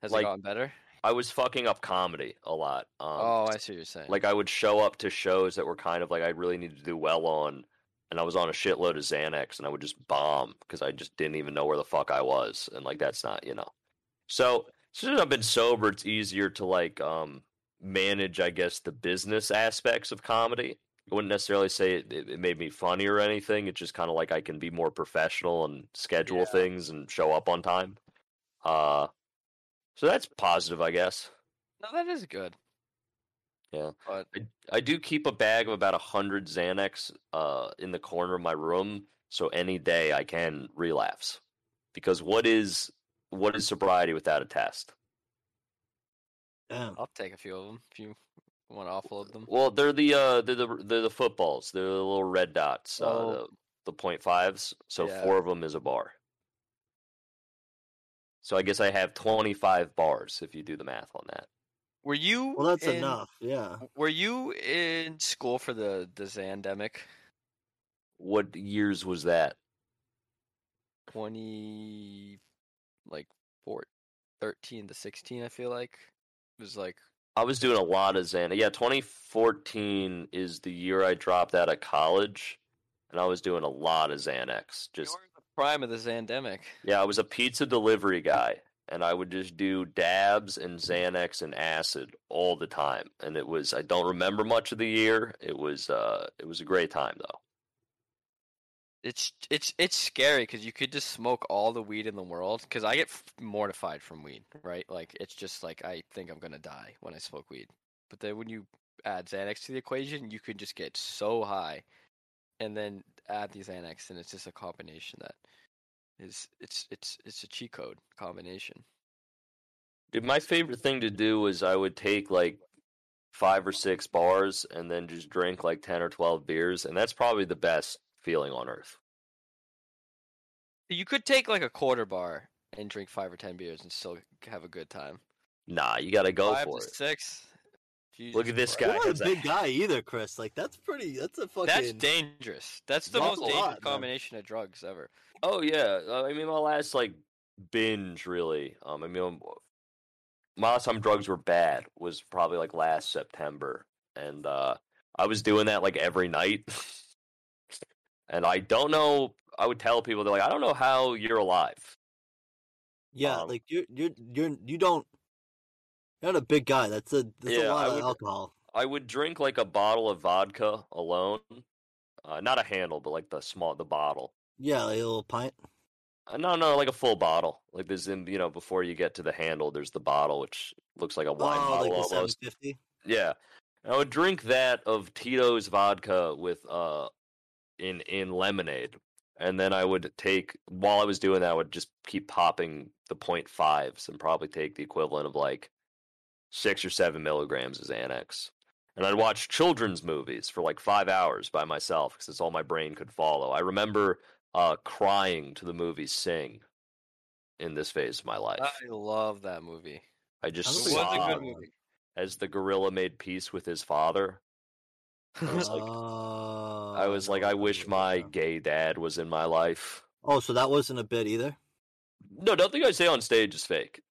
D: has
C: like-
D: it gotten better?
C: I was fucking up comedy a lot. Um,
D: oh, I see what you're saying.
C: Like I would show up to shows that were kind of like I really needed to do well on, and I was on a shitload of Xanax, and I would just bomb because I just didn't even know where the fuck I was, and like that's not you know. So since I've been sober, it's easier to like um manage, I guess, the business aspects of comedy. I wouldn't necessarily say it, it, it made me funny or anything. It's just kind of like I can be more professional and schedule
D: Yeah.
C: things and show up on time. Uh, so that's positive, I guess.
D: no, that is good.
C: Yeah.
D: but
C: I, I do keep a bag of about a hundred Xanax uh, in the corner of my room, so any day I can relapse. Because what is what is sobriety without a test?
B: Damn.
C: Oh,
D: I'll take a few of them if you want to offload them.
C: Well, they're the uh, they're the they're the footballs. They're the little red dots, uh, the
D: Oh.
C: the point fives. So
D: Yeah.
C: four of them is a bar. So I guess I have twenty five bars if you do the math on that.
D: Were you?
B: Well, that's
D: in-
B: enough. Yeah.
D: Were you in school for the the Zandemic?
C: What years was that?
D: Twenty, like four, 13 to sixteen. I feel like it was like
C: I was doing a lot of Xanax. Yeah, 2014 is the year I dropped out of college, and I was doing a lot of Xanax. Just
D: You're in the prime of the Zandemic.
C: yeah, I was a pizza delivery guy, and I would just do dabs and Xanax and acid all the time. And it was I don't remember much of the year. It was uh, it was a great time though.
D: It's it's it's scary because you could just smoke all the weed in the world. Because I get f- mortified from weed, right? Like it's just like I think I'm gonna die when I smoke weed. But then when you add Xanax to the equation, you can just get so high, and then add the Xanax, and it's just a combination that is it's it's it's a cheat code combination.
C: Dude, my favorite thing to do was I would take like five or six bars and then just drink like 10 or 12 beers. And that's probably the best feeling on earth.
D: You could take like a quarter bar and drink five or ten beers and still have a good time.
C: Nah, you got to go
D: five
C: for
D: to
C: it.
D: six.
C: Look at this
D: Jesus Christ.
C: guy.
B: You're not a
C: has a-
B: big guy either, Chris. Like that's pretty. That's a fucking.
D: That's dangerous. That's the
B: That's
D: most
B: a
D: dangerous
B: lot, man.
D: combination of drugs ever.
C: Oh yeah, uh, I mean my last like binge really. Um, I mean um, my last time drugs were bad was probably like last September, and uh, I was doing that like every night. and I don't know. I would tell people they're like, I don't know how you're alive.
B: yeah,
C: um,
B: like you're you're you're you don't. You're not a big guy. That's a that's
C: Yeah,
B: a lot
C: I
B: of
C: would-
B: alcohol.
C: I would drink like a bottle of vodka alone, uh, not a handle, but like the small the bottle.
B: Yeah, like a little pint.
C: Uh, No, no, like a full bottle. Like there's in you know before you get to the handle, there's the bottle which looks like a wine
B: oh,
C: bottle
B: like the
C: almost.
B: 750.
C: Yeah. I would drink that of Tito's vodka with uh in in lemonade. And then I would take while I was doing that, I would just keep popping the point fives and probably take the equivalent of like six or seven milligrams as Xanax. And I'd watch children's movies for like five hours by myself because it's all my brain could follow. I remember uh, crying to the movie Sing in this phase of my life.
D: I love that movie.
C: I just
B: I don't
D: It
B: think
D: was a
C: sobbed
D: good movie.
C: as the gorilla made peace with his father. *laughs* I was
B: *laughs*
C: like,
B: Oh,
C: I was like, I wish my gay dad was in my life.
B: Oh, so that wasn't a bit either.
C: No, nothing I say on stage is fake.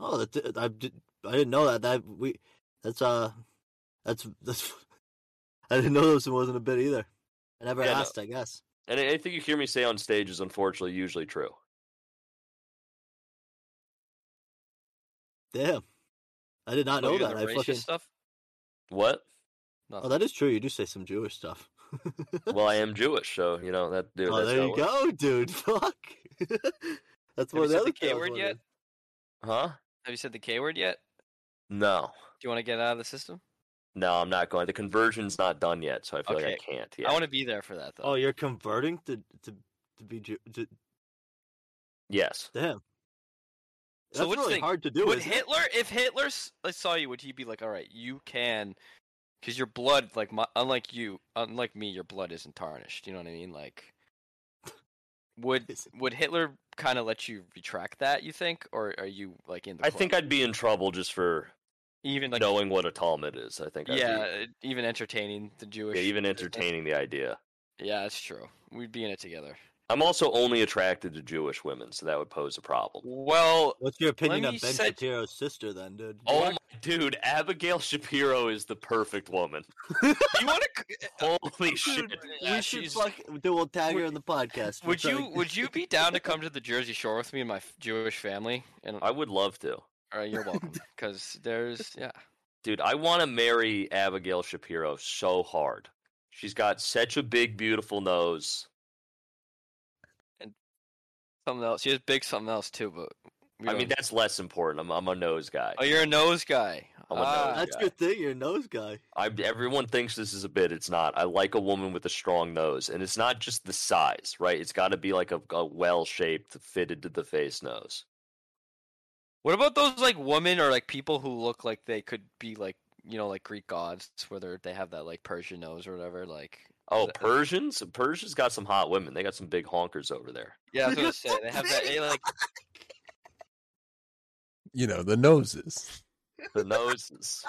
B: Oh, that I, did, I didn't know that. That we that's uh that's *laughs* that's I didn't know this wasn't a bit either. I never
C: Yeah, no.
B: asked. I guess.
C: And anything you hear me say on stage is unfortunately usually true.
B: Damn, I did not
D: Oh,
B: know
D: you know
B: that.
D: the
B: I
D: racist
B: fucking.
D: stuff.
C: What?
B: Oh, that is true. You do say some Jewish stuff. *laughs*
C: well, I am Jewish, so you know that. Dude,
B: oh,
C: that's
B: there
C: how
B: you
C: it works.
B: go, dude. *laughs* Fuck. that's
D: Have
B: one
D: you
B: of the
D: said
B: other
D: the
B: thing I
D: K
B: was
D: word yet?
B: wondering.
C: Huh?
D: Have you said the K word yet?
C: No,
D: Do you want to get out of the system?
C: no, I'm not going. The conversion's not done yet, so I feel
D: Okay.
C: like I can't. Yeah,
D: I want to be there for that though.
B: Oh, you're converting to to to be Jew. To,
C: yes.
B: damn.
D: So
B: that's
D: what do you
B: really
D: think?
B: hard to do.
D: would
B: isn't it?
D: Hitler, if Hitler s- like, saw you, would he be like, "All right, you can," because your blood, like my, unlike you, unlike me, your blood isn't tarnished. You know what I mean? Like,
B: *laughs*
D: would
B: Isn't-
D: would Hitler kind of let you retract that? You think, or are you like in the?
C: I think
D: club?
C: I'd be in trouble just for
D: even like
C: knowing what a Talmud is. I think. I'd be-
D: yeah, even entertaining the Jewish,
C: yeah, even entertaining the idea.
D: Yeah, that's true. We'd be in it together.
C: I'm also only attracted to Jewish women, so that would pose a problem.
D: Well,
B: What's your opinion on
D: me
B: Ben
D: set-
B: Shapiro's sister, then, dude?
C: Oh my dude, Abigail Shapiro is the perfect woman.
D: you want
C: *laughs*
D: to?
C: Holy shit.
B: Dude,
D: Yeah,
B: we uh, should
D: she's-
B: fuck. Dude, we'll tag her
D: Would-
B: in the podcast. We'll
D: Would
B: try to-
D: you would
B: *laughs*
D: you be down to come to the Jersey Shore with me and my f- Jewish family? And
C: I would love to.
D: all right,
C: *laughs*
D: you're welcome because there's yeah.
C: Dude, I want to marry Abigail Shapiro so hard. She's got such a big, beautiful nose.
D: something else. She has big something else too, but we
C: I mean,
D: don't-
C: that's less important. I'm, I'm a nose guy.
D: oh, you're a nose guy.
C: I'm a
A: Oh,
C: nose
D: Ah,
B: That's
C: guy.
B: your thing. You're a nose guy.
C: I, everyone thinks this is a bit. It's not. I like a woman with a strong nose, and it's not just the size, right? It's got to be like a, a well shaped, fitted to the face nose.
D: What about those like women or like people who look like they could be like you know like Greek gods, whether they have that like Persian nose or whatever? Like
C: Oh,
B: uh,
D: that-
C: Persians? Persia's got some hot women. They got some big honkers over there.
D: yeah, I was
C: *laughs*
D: gonna say they have that. They, like
A: You know, the noses.
C: The noses.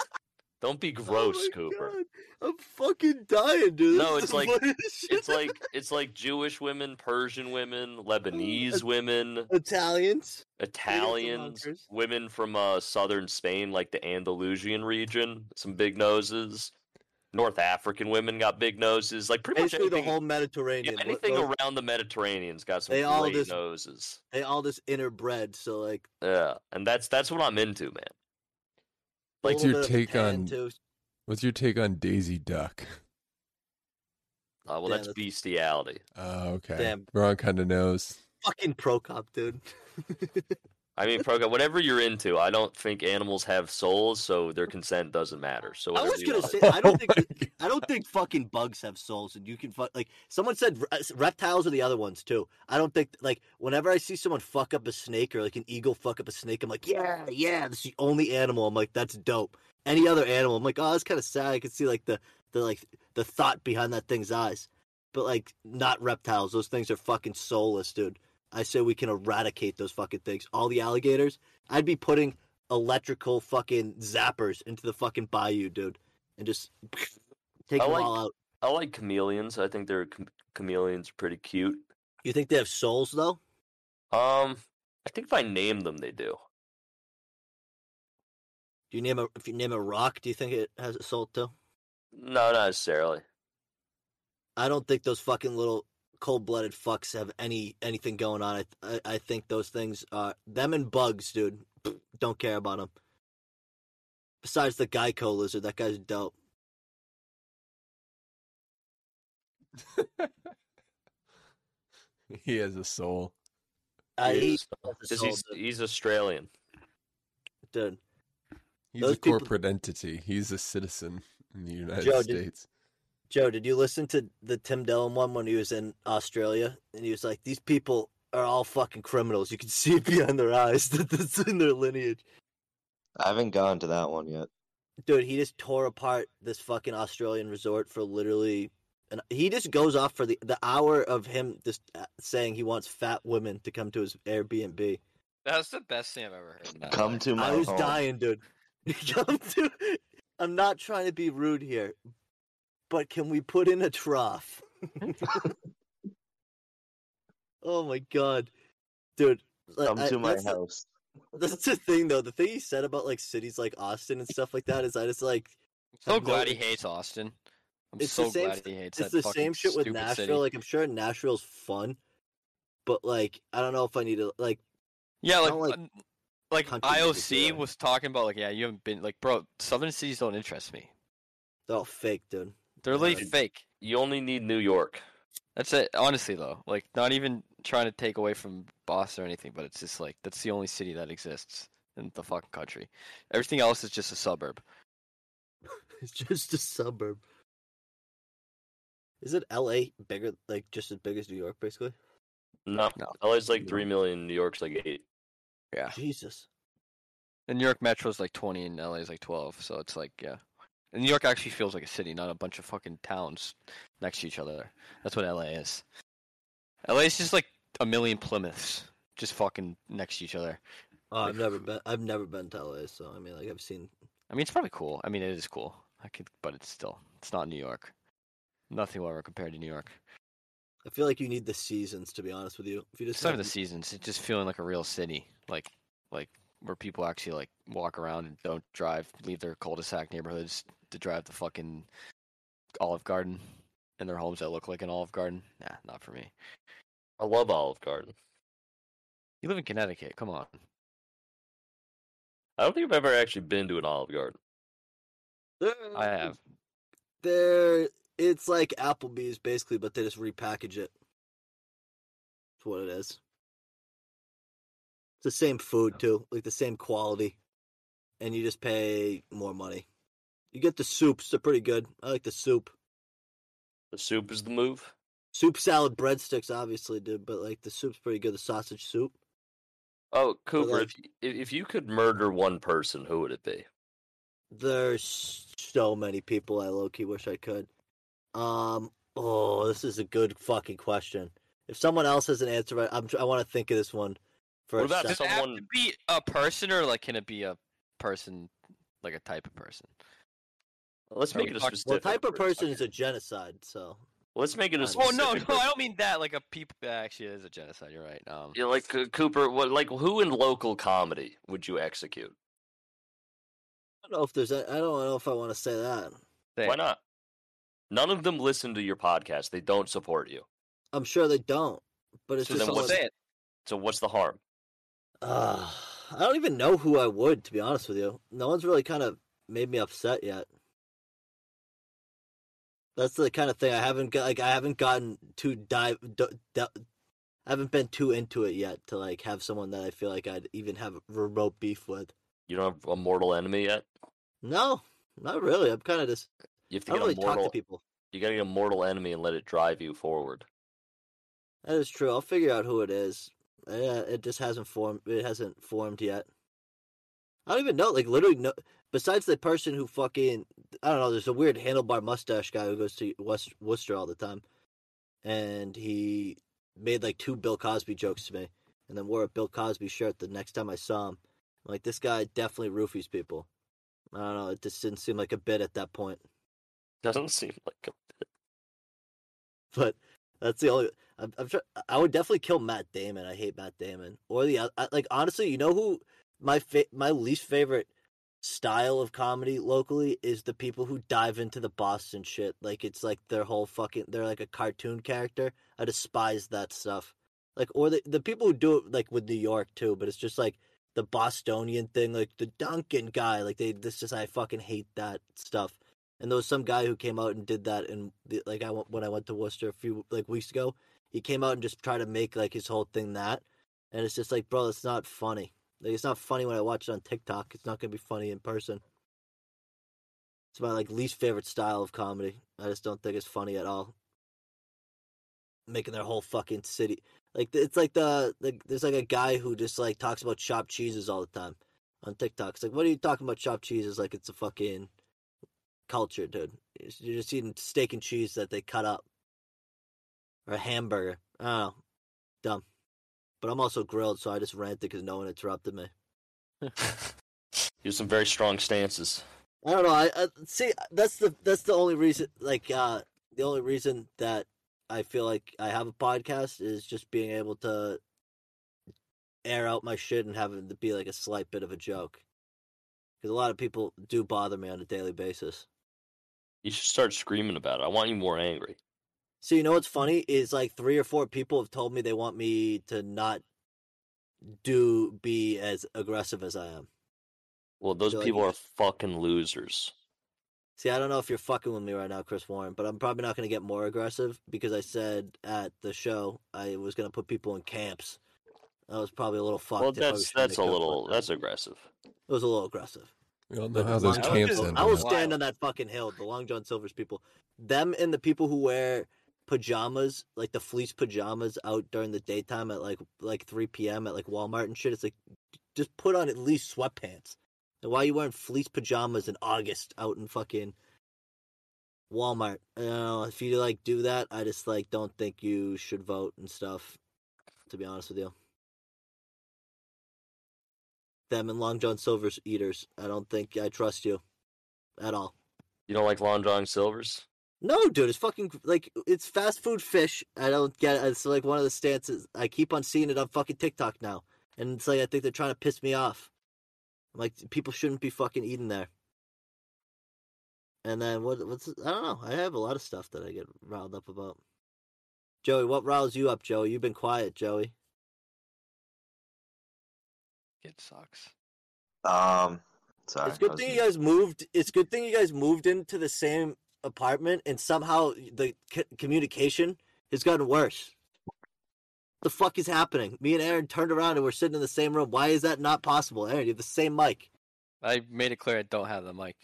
C: Don't be
B: *laughs* Oh
C: gross,
B: my
C: Cooper.
B: God, I'm fucking dying, dude.
C: No,
B: This
C: it's
B: is
C: like-
B: the funniest shit.
C: It's like it's like Jewish women, Persian women,
B: Oh, *laughs*
C: Lebanese women,
B: Italians.
C: Italians,
B: honkers.
C: women from uh, southern Spain, like the Andalusian region, some big noses. North African women got big noses. Like pretty much
B: Basically, the
C: anything,
B: whole
C: yeah,
B: Mediterranean. What-
C: anything
B: those-
C: around the Mediterranean's got some
B: They all
C: great
B: just-
C: noses.
B: They all just interbred, so like.
C: Yeah, and that's that's what I'm into, man.
B: a
A: What's
B: little
A: your
B: bit of a
A: take
B: tan,
A: on-
B: too.
A: What's your take on Daisy Duck? *laughs*
C: Uh, well,
B: Yeah,
C: that's
B: that's-
C: bestiality.
A: Uh, okay.
B: Damn.
A: Wrong kind of nose.
B: *laughs* Fucking pro cop, dude.
C: I mean, Proga, whatever you're into, I don't think animals have souls, so their consent doesn't matter. So
B: I
C: whatever
B: was
C: you
B: gonna
C: want.
B: say I
A: *laughs*
B: don't think
A: my God.
B: I don't think fucking bugs have souls, and you can fuck like someone said re- reptiles are the other ones too. I don't think like whenever I see someone fuck up a snake or like an eagle fuck up a snake, I'm like, yeah, yeah, that's the only animal. I'm like, that's dope. Any other animal, I'm like, oh, that's kind of sad. I can see like the the like the thought behind that thing's eyes, but like not reptiles. Those things are fucking soulless, dude. I say we can eradicate those fucking things. All the alligators, I'd be putting electrical fucking zappers into the fucking bayou, dude, and just take
C: I
B: them
C: like-
B: all out.
C: I like chameleons. I think their chame- chameleons are pretty cute.
B: You think they have souls though?
C: Um, I think if I name them, they do.
B: Do you name a if you name a rock, do you think it has a soul too?
C: No, not necessarily.
B: I don't think those fucking little cold-blooded fucks have any anything going on. I I, I think those things are them and bugs, dude. *sniffs* Don't care about them. Besides the Geico lizard, that guy's dope.
A: He has a soul.
B: I
C: He
B: he
C: is-
B: has a
C: 'Cause
B: soul,
C: he's
B: dude.
C: he's Australian.
B: dude.
A: He's
B: Those
A: a
B: people-
A: corporate entity. He's a citizen in the United
B: Joe, did-
A: States.
B: Joe, did you listen to the Tim Dillon one when he was in Australia? And he was like, "These people are all fucking criminals. You can *laughs* see it behind their eyes that that's in their lineage."
E: I haven't gone to that one yet.
B: Dude, he just tore apart this fucking Australian resort for literally, and he just goes off for the the hour of him just uh, saying he wants fat women to come to his Airbnb.
D: That's the best thing I've ever heard. in my
E: Come
D: life.
E: to my
B: I was
E: home.
B: dying, dude. *laughs* come to, I'm not trying to be rude here, but can we put in a trough? *laughs* oh my god, dude! like,
E: Come
B: I-
E: to my
B: uh, that's the-
E: house.
B: that's the thing, though. The thing he said about like cities like Austin and stuff like that is I just like
D: So
B: I've
D: glad
B: no-
D: he hates Austin. I'm
B: It's the
D: so
B: same
D: glad
B: sh-
D: he hates
B: it's
D: that
B: the
D: fucking
B: same shit with
D: stupid
B: Nashville.
D: city.
B: Like I'm sure Nashville's fun, but like I don't know if I need to like
D: yeah, like
B: don't like
D: uh, like
B: country music
D: IOC
B: either.
D: was talking about like yeah, you haven't been like bro, southern cities don't interest me.
B: they're all fake, dude. *laughs*
D: They're really
B: Dude.
D: fake.
C: You only need New York.
D: That's it. Honestly though, like not even trying to take away from Boston or anything, but it's just like that's the only city that exists in the fucking country. Everything else is just a suburb.
B: It's just a suburb. Is it L.A. bigger, like just as big as New York, basically?
D: *sighs*
C: No,
D: No.
C: LA's like three million. New York's like eight.
D: Yeah.
B: Jesus,
D: The New York Metro is like 20 and LA is like 12, so it's like yeah. And New York actually feels like a city, not a bunch of fucking towns next to each other. That's what LA is. LA is just like a million Plymouths just fucking next to each other.
B: oh, I've
D: Like-
B: never been. I've never been to L.A. So I mean, like I've seen.
D: I mean, it's probably cool. I mean, it is cool. I could, but it's still it's not New York. Nothing will ever compare to New York.
B: I feel like you need the seasons to be honest with you. If you just
D: It's not
B: have-
D: even the seasons. It's just feeling like a real city, like like where people actually like walk around and don't drive, leave their cul-de-sac neighborhoods to drive the fucking Olive Garden and their homes that look like an Olive Garden. Nah, not for me.
C: I love Olive Garden.
D: You live in Connecticut. Come on.
C: I don't think I've ever actually been to an Olive Garden.
D: I have.
B: They're it's like Applebee's basically, but they just repackage it. That's what it is. It's the same food too, like the same quality, and you just pay more money. You get the soups; they're pretty good. I like the soup,
C: The soup is the move.
B: soup salad, breadsticks, obviously, dude. But like the soup's pretty good. The sausage soup.
C: Oh, Cooper,
B: like-
C: if, y- if if you could murder one person, who would it be?
B: There's so many people I low key wish I could. Um. Oh, this is a good fucking question. If someone else has an answer, I, I'm, tr- I want to think of this one for
C: What
B: a
C: about
B: sec.
D: Does it have to
C: someone-
D: be a person, or like can it be a person, like a type of person?
C: Let's
D: Are
C: make
D: we
C: it a
D: talking-
C: specific.
B: Well, type of person
C: okay.
B: is a genocide, so
C: Let's make it a
B: Uh, Well,
D: Oh
C: specific.
D: no, no, I
C: person.
D: don't mean that. Like a people. Actually, it is a genocide. You're right. Um,
C: *laughs* Yeah, like uh, Cooper, what like who in local comedy would you execute?
B: I don't know if there's. a- I don't know if I want to say that.
D: say
C: Why
D: it.
C: not? None of them listen to your podcast. They don't support you.
B: I'm sure they don't, but it's
C: So
B: just.
C: then
B: someone-
C: what's-
D: Say it.
C: So what's the harm?
B: Uh, I don't even know who I would, to be honest with you. No one's really kind of made me upset yet. That's the kind of thing I haven't got. Like I haven't gotten too dive d- d- I haven't been too into it yet to like have someone that I feel like I'd even have remote beef with.
C: You don't have a mortal enemy yet.
B: No, not really. I'm kind of just
C: You have to
B: I don't
C: get
B: really
C: a mortal.
B: talk to people.
C: You gotta get a mortal enemy and let it drive you forward.
B: That is true. I'll figure out who it is. Yeah, it just hasn't formed. It hasn't formed yet. I don't even know. Like literally, no. Besides the person who fucking I don't know. There's a weird handlebar mustache guy who goes to West Worcester all the time, and he made like two Bill Cosby jokes to me, and then wore a Bill Cosby shirt the next time I saw him. I'm like this guy definitely roofies people. I don't know. It just didn't seem like a bit at that point.
C: Doesn't seem like a
B: but that's the only. I'm, I'm try, I would definitely kill Matt Damon. I hate Matt Damon. Or the oth- I, like. Honestly, you know who my fa- my least favorite style of comedy locally is the people who dive into the Boston shit. Like it's like their whole fucking. They're like a cartoon character. I despise that stuff. Like or the the people who do it like with New York too. But it's just like the Bostonian thing, like the Duncan guy. Like they this just I fucking hate that stuff. And there was some guy who came out and did that, and like I went- when I went to Worcester a few like weeks ago, he came out and just tried to make like his whole thing that, and it's just like, bro, it's not funny. Like it's not funny when I watch it on TikTok. It's not gonna be funny in person. It's my like least favorite style of comedy. I just don't think it's funny at all. Making their whole fucking city like it's like the like there's like a guy who just like talks about chopped cheeses all the time on TikTok. It's like, what are you talking about chopped cheeses? Like it's a fucking culture, dude. It's- You're just eating steak and cheese that they cut up, or a hamburger. I don't know, dumb. But I'm also grilled, so I just ranted because no one interrupted me.
C: You have some very strong stances.
B: I don't know. I, I see. That's the that's the only reason. Like uh, the only reason that I feel like I have a podcast is just being able to air out my shit and having to be like a slight bit of a joke. Because a lot of people do bother me on a daily basis.
C: You should start screaming about it. I want you more angry.
B: So you know what's funny is like three or four people have told me they want me to not do be as aggressive as I am.
C: Well, those
B: feel like
C: people
B: you
C: are fucking losers.
B: See, I don't know if you're fucking with me right now, Chris Warren, but I'm probably not going to get more aggressive because I said at the show I was going to put people in camps. I was probably a little fucked.
C: well,
B: if I was
C: that's
B: trying
C: that's
B: to
C: a
B: go for
C: little
B: it.
C: that's aggressive.
B: It was a little aggressive.
A: We all know
B: But
A: how those
B: I
D: would
A: camps
D: just-
A: end.
B: I will
D: was-
A: huh?
B: stand on that fucking hill. The Long John Silver's people, them and the people who wear pajamas, like the fleece pajamas, out during the daytime at like like 3 p.m. at like Walmart and shit. It's like just put on at least sweatpants. And why are you wearing fleece pajamas in August out in fucking Walmart? I don't know. If you like do that, I just like don't think you should vote and stuff. To be honest with you. Them and Long John Silver's eaters. I don't think I trust you at all.
C: You don't like Long John Silver's?
B: No, dude, it's fucking like it's fast food fish. I don't get it. It's like one of the stances. I keep on seeing it on fucking TikTok now, and it's like I think they're trying to piss me off. I'm like people shouldn't be fucking eating there. And then what? What's I don't know. I have a lot of stuff that I get riled up about. Joey, what riles you up, Joey? You've been quiet, Joey.
D: It sucks.
E: Um, sorry.
B: It's
E: I
B: good
E: was-
B: thing you guys moved. It's good thing you guys moved into the same apartment, and somehow the c- communication has gotten worse. What the fuck is happening? Me and Aaron turned around and we're sitting in the same room. Why is that not possible? Aaron, you have the same mic.
D: I made it clear I don't have the mic.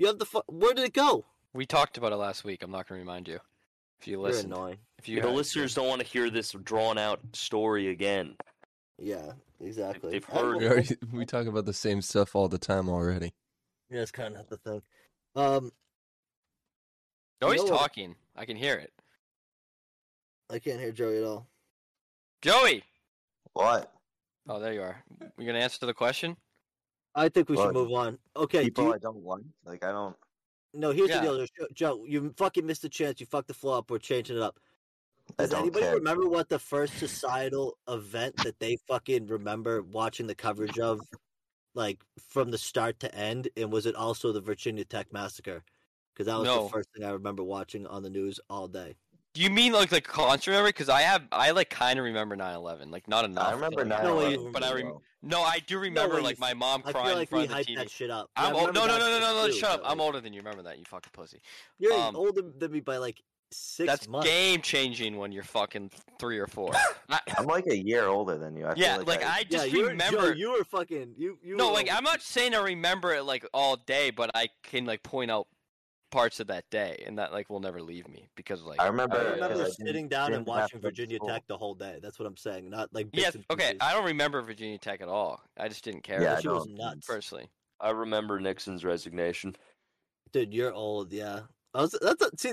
B: You have the fu- Where did it go?
D: We talked about it last week. I'm not going to remind you. If you listen,
B: You're annoying.
D: if you
C: the
D: had-
C: listeners don't want to hear this drawn out story again.
B: Yeah, exactly.
C: They've
B: I don't
A: *laughs*
C: heard
A: We, *laughs*
B: know-
A: already, we talk about the same stuff all the time already.
B: *laughs* Yeah, that's kind of the thing. Um,
D: no, he's
B: know what-
D: talking. I can hear it.
B: I can't hear Joey at all.
D: Joey.
E: What?
D: Oh, there you are. You gonna answer to the question?
B: I think we should
E: Well,
B: move on. Okay, do
E: People
B: you-
E: I don't like. Like I don't.
B: no, here's
D: Yeah.
B: the deal, Joe- Joe. You fucking missed the chance. You fucked the flow up. We're changing it up.
E: I
B: Does
E: don't
B: anybody
E: care.
B: remember what the first societal event that they fucking remember watching the coverage of, like from the start to end? And was it also the Virginia Tech massacre? Because that was
D: No.
B: the first thing I remember watching on the news all day.
D: Do you mean like like controversy? Because I have I like kind of remember 9/11, like not enough.
E: I remember
D: like,
E: nine.
B: No way you
E: eleven
D: but I
E: very
D: rem-
E: well.
D: no, I do remember
B: way
D: like
B: you-
D: my mom
B: I
D: crying
B: feel
D: in
B: like we
D: front of the
B: hyped
D: TV.
B: that shit up. Yeah, I
D: I'm old.
B: remember
D: No,
B: that
D: no, no, no,
B: shit
D: no, no,
B: too,
D: Shut up.
B: but,
D: I'm
B: like,
D: older than you. Remember that, you fucking pussy.
B: You're
D: Um,
B: older than me by like Six
D: That's
B: months.
D: game changing when you're fucking three
B: *laughs*
D: or four. I,
E: I'm like a year older than you. I feel
D: yeah, like, I,
B: Yeah,
D: just
B: you were,
D: remember.
B: Joe, you were fucking you. you
D: no,
B: were
D: like
B: over-
D: I'm not saying I remember it like all day, but I can like point out parts of that day, and that like will never leave me because like
E: I remember.
B: I
D: Yeah,
B: remember
E: because I didn't-
B: sitting down and
E: didn't have
B: watching
E: to go to
B: Virginia
E: school.
B: Tech the whole day. That's what I'm saying. Not like bits
D: Yes,
B: and
D: okay.
B: pieces.
D: I don't remember Virginia Tech at all. I just didn't care.
E: Yeah, I
B: she was
E: don't.
B: nuts.
D: personally.
C: I remember Nixon's resignation.
B: Dude, you're old. Yeah, I was. That's a, see.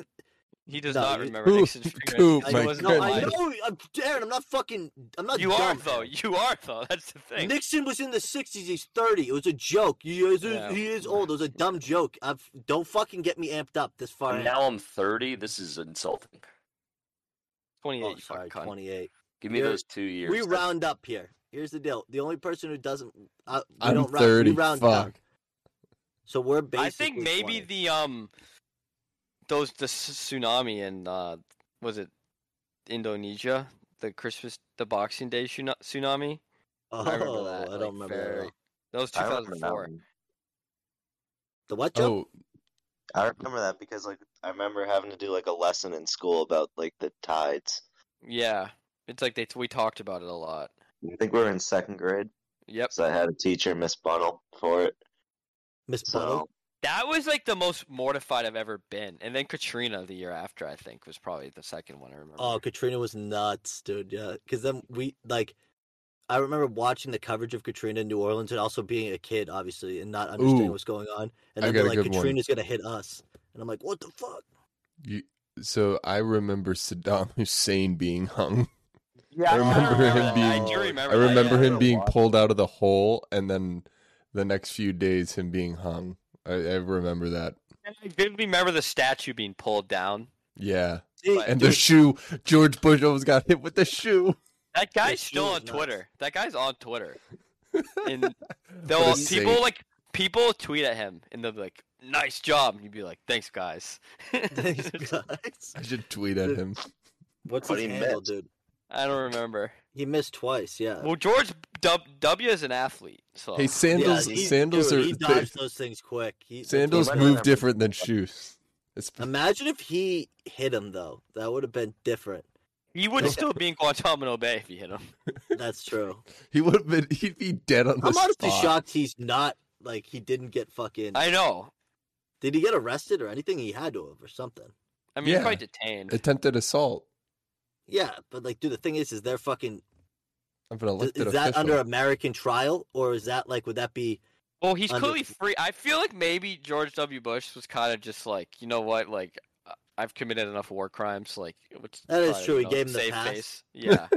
D: He does
B: No,
D: not
B: you-
D: remember
A: Coop,
B: *laughs*
D: Nixon's finger.
A: Coop,
D: He
B: I,
A: my
D: wasn't
B: no, I *laughs*
D: alive.
A: goodness.
B: know. I'm, Darren, I'm not fucking. I'm not.
D: You
B: dumb,
D: are though.
B: man.
D: You are though. That's the thing.
B: Nixon was in the 60s. He's 30. It was a joke. He is,
D: Yeah.
B: he is old. It was a dumb joke. I've, don't fucking get me amped up this far.
C: And
B: in.
C: now I'm 30. This is insulting.
B: *laughs*
D: Twenty-eight.
B: oh,
D: you
B: sorry,
D: fucking cunt.
B: 28.
C: Give me
B: You're-
C: those two years.
B: We
C: That's-
B: round up here. Here's the deal. The only person who doesn't, uh, we
A: I'm
B: don't round, we
A: 30.
B: round
A: Fuck.
B: down. So we're basically.
D: I think
B: 20.
D: maybe the um, those the s- tsunami in uh, was it Indonesia? The Christmas, the Boxing Day tsun- tsunami.
B: *laughs* Oh,
D: I remember that.
B: I
D: like,
B: don't remember that. at
D: very-
B: all.
D: That was
E: I remember that
D: 2004.
E: one.
B: The what joke?
A: Oh,
E: I remember that because like I remember having to do like a lesson in school about like the tides.
D: Yeah, it's like they we talked about it a lot.
E: I think we were in second grade,
D: Yep.
E: so I had a teacher, Miss Bunnell, for it.
B: Miss Buttle.
E: So
D: That was like the most mortified I've ever been. And then Katrina the year after, I think, was probably the second one I remember.
B: Oh, Katrina was nuts, dude. Yeah, because then we like, I remember watching the coverage of Katrina in New Orleans and also being a kid, obviously, and not understanding
A: Ooh.
B: what's going on. And
A: I got
B: then they're
A: a
B: like,
A: good one.
B: Katrina's gonna hit us, and I'm like, what the fuck?
A: you, so I remember Saddam *laughs* Hussein being hung.
E: yeah,
A: I remember
D: remember
A: him
D: that. I
A: being.
D: do
A: I
D: remember that,
A: remember
D: yeah.
A: him being pulled out of the hole, and then the next few days him being hung. I, I remember that.
D: And I did remember the statue being pulled down.
A: Yeah,
B: See,
D: But-
A: and the
B: dude,
A: shoe. George Bush almost got hit with the shoe.
D: That guy's
B: she
D: still
B: was
D: on
B: nuts.
D: Twitter. That guy's on
B: *laughs*
D: Twitter. And
A: For
D: they'll
A: the
D: people
A: sake.
D: like people tweet at him and they'll be like, Nice job. And you'd be like, Thanks *laughs* guys.
B: *laughs*
A: *laughs*
B: thanks, guys.
A: I should tweet at him.
B: What's
E: But
B: his
E: he
B: handle,
E: missed.
B: dude?
D: I don't remember.
B: He missed twice. Yeah.
D: Well George W, w is an athlete, so
A: Hey, sandals.
B: Oh, yeah, he-
A: sandals
B: dude,
A: are.
B: He
A: they-
B: dodged those things quick. He, that's what
A: Sandals
B: I'm saying.
E: He
A: move
E: remember-
A: different than shoes. It's,
B: Imagine if he hit him though. That would have been different.
D: he would still be in Guantanamo Bay if you hit him.
B: That's true.
A: *laughs* he would have been. He'd be dead on the
B: I'm honestly
A: spot.
B: shocked he's not like he didn't get fucking.
D: I know.
B: Did he get arrested or anything? He had to have or something.
D: I mean he's
A: Yeah.
D: probably detained.
A: Attempted assault
B: Yeah, but like, dude, the thing is, is they're fucking.
A: of an
B: Is
A: elected
B: that
A: official.
B: under American trial or is that like? Would that be?
D: Well, he's
B: under-
D: clearly free. I feel like maybe George W. Bush was kind of just like, you know what, like I- I've committed enough war crimes. Like which
B: That is
D: probably,
B: true,
D: you
B: he
D: know,
B: gave him the
D: save
B: pass.
D: face.
B: *laughs*
D: Yeah,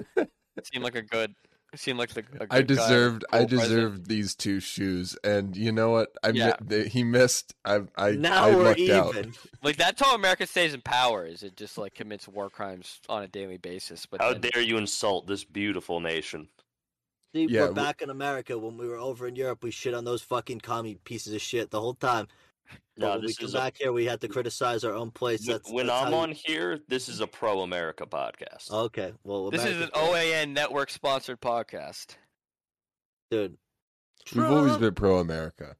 D: seemed like a good. Seemed like the. a
A: I
D: good guy,
A: deserved. I
D: cool president.
A: deserved these two shoes, and you know what? I mi-
D: Yeah.
A: th- he missed. I. I
B: now
A: I
B: we're
A: lucked
B: even.
A: Out.
D: Like that's how America stays in power. Is it just like commits war crimes on a daily basis? But
C: How
D: then-
C: dare you insult this beautiful nation?
B: See,
A: Yeah,
B: we're
A: w-
B: back in America. When we were over in Europe, we shit on those fucking commie pieces of shit the whole time. But
C: No,
B: when we
C: this
B: come
C: is a-
B: back here, we had to criticize our own place.
C: When-
B: That's
C: when
B: that's how
C: I'm
B: you- Oh,
C: on here, this is a pro America podcast.
B: Okay, well,
D: this is
B: American
D: an OAN network sponsored podcast.
B: dude.
A: We've always
B: Trump-
A: been pro America.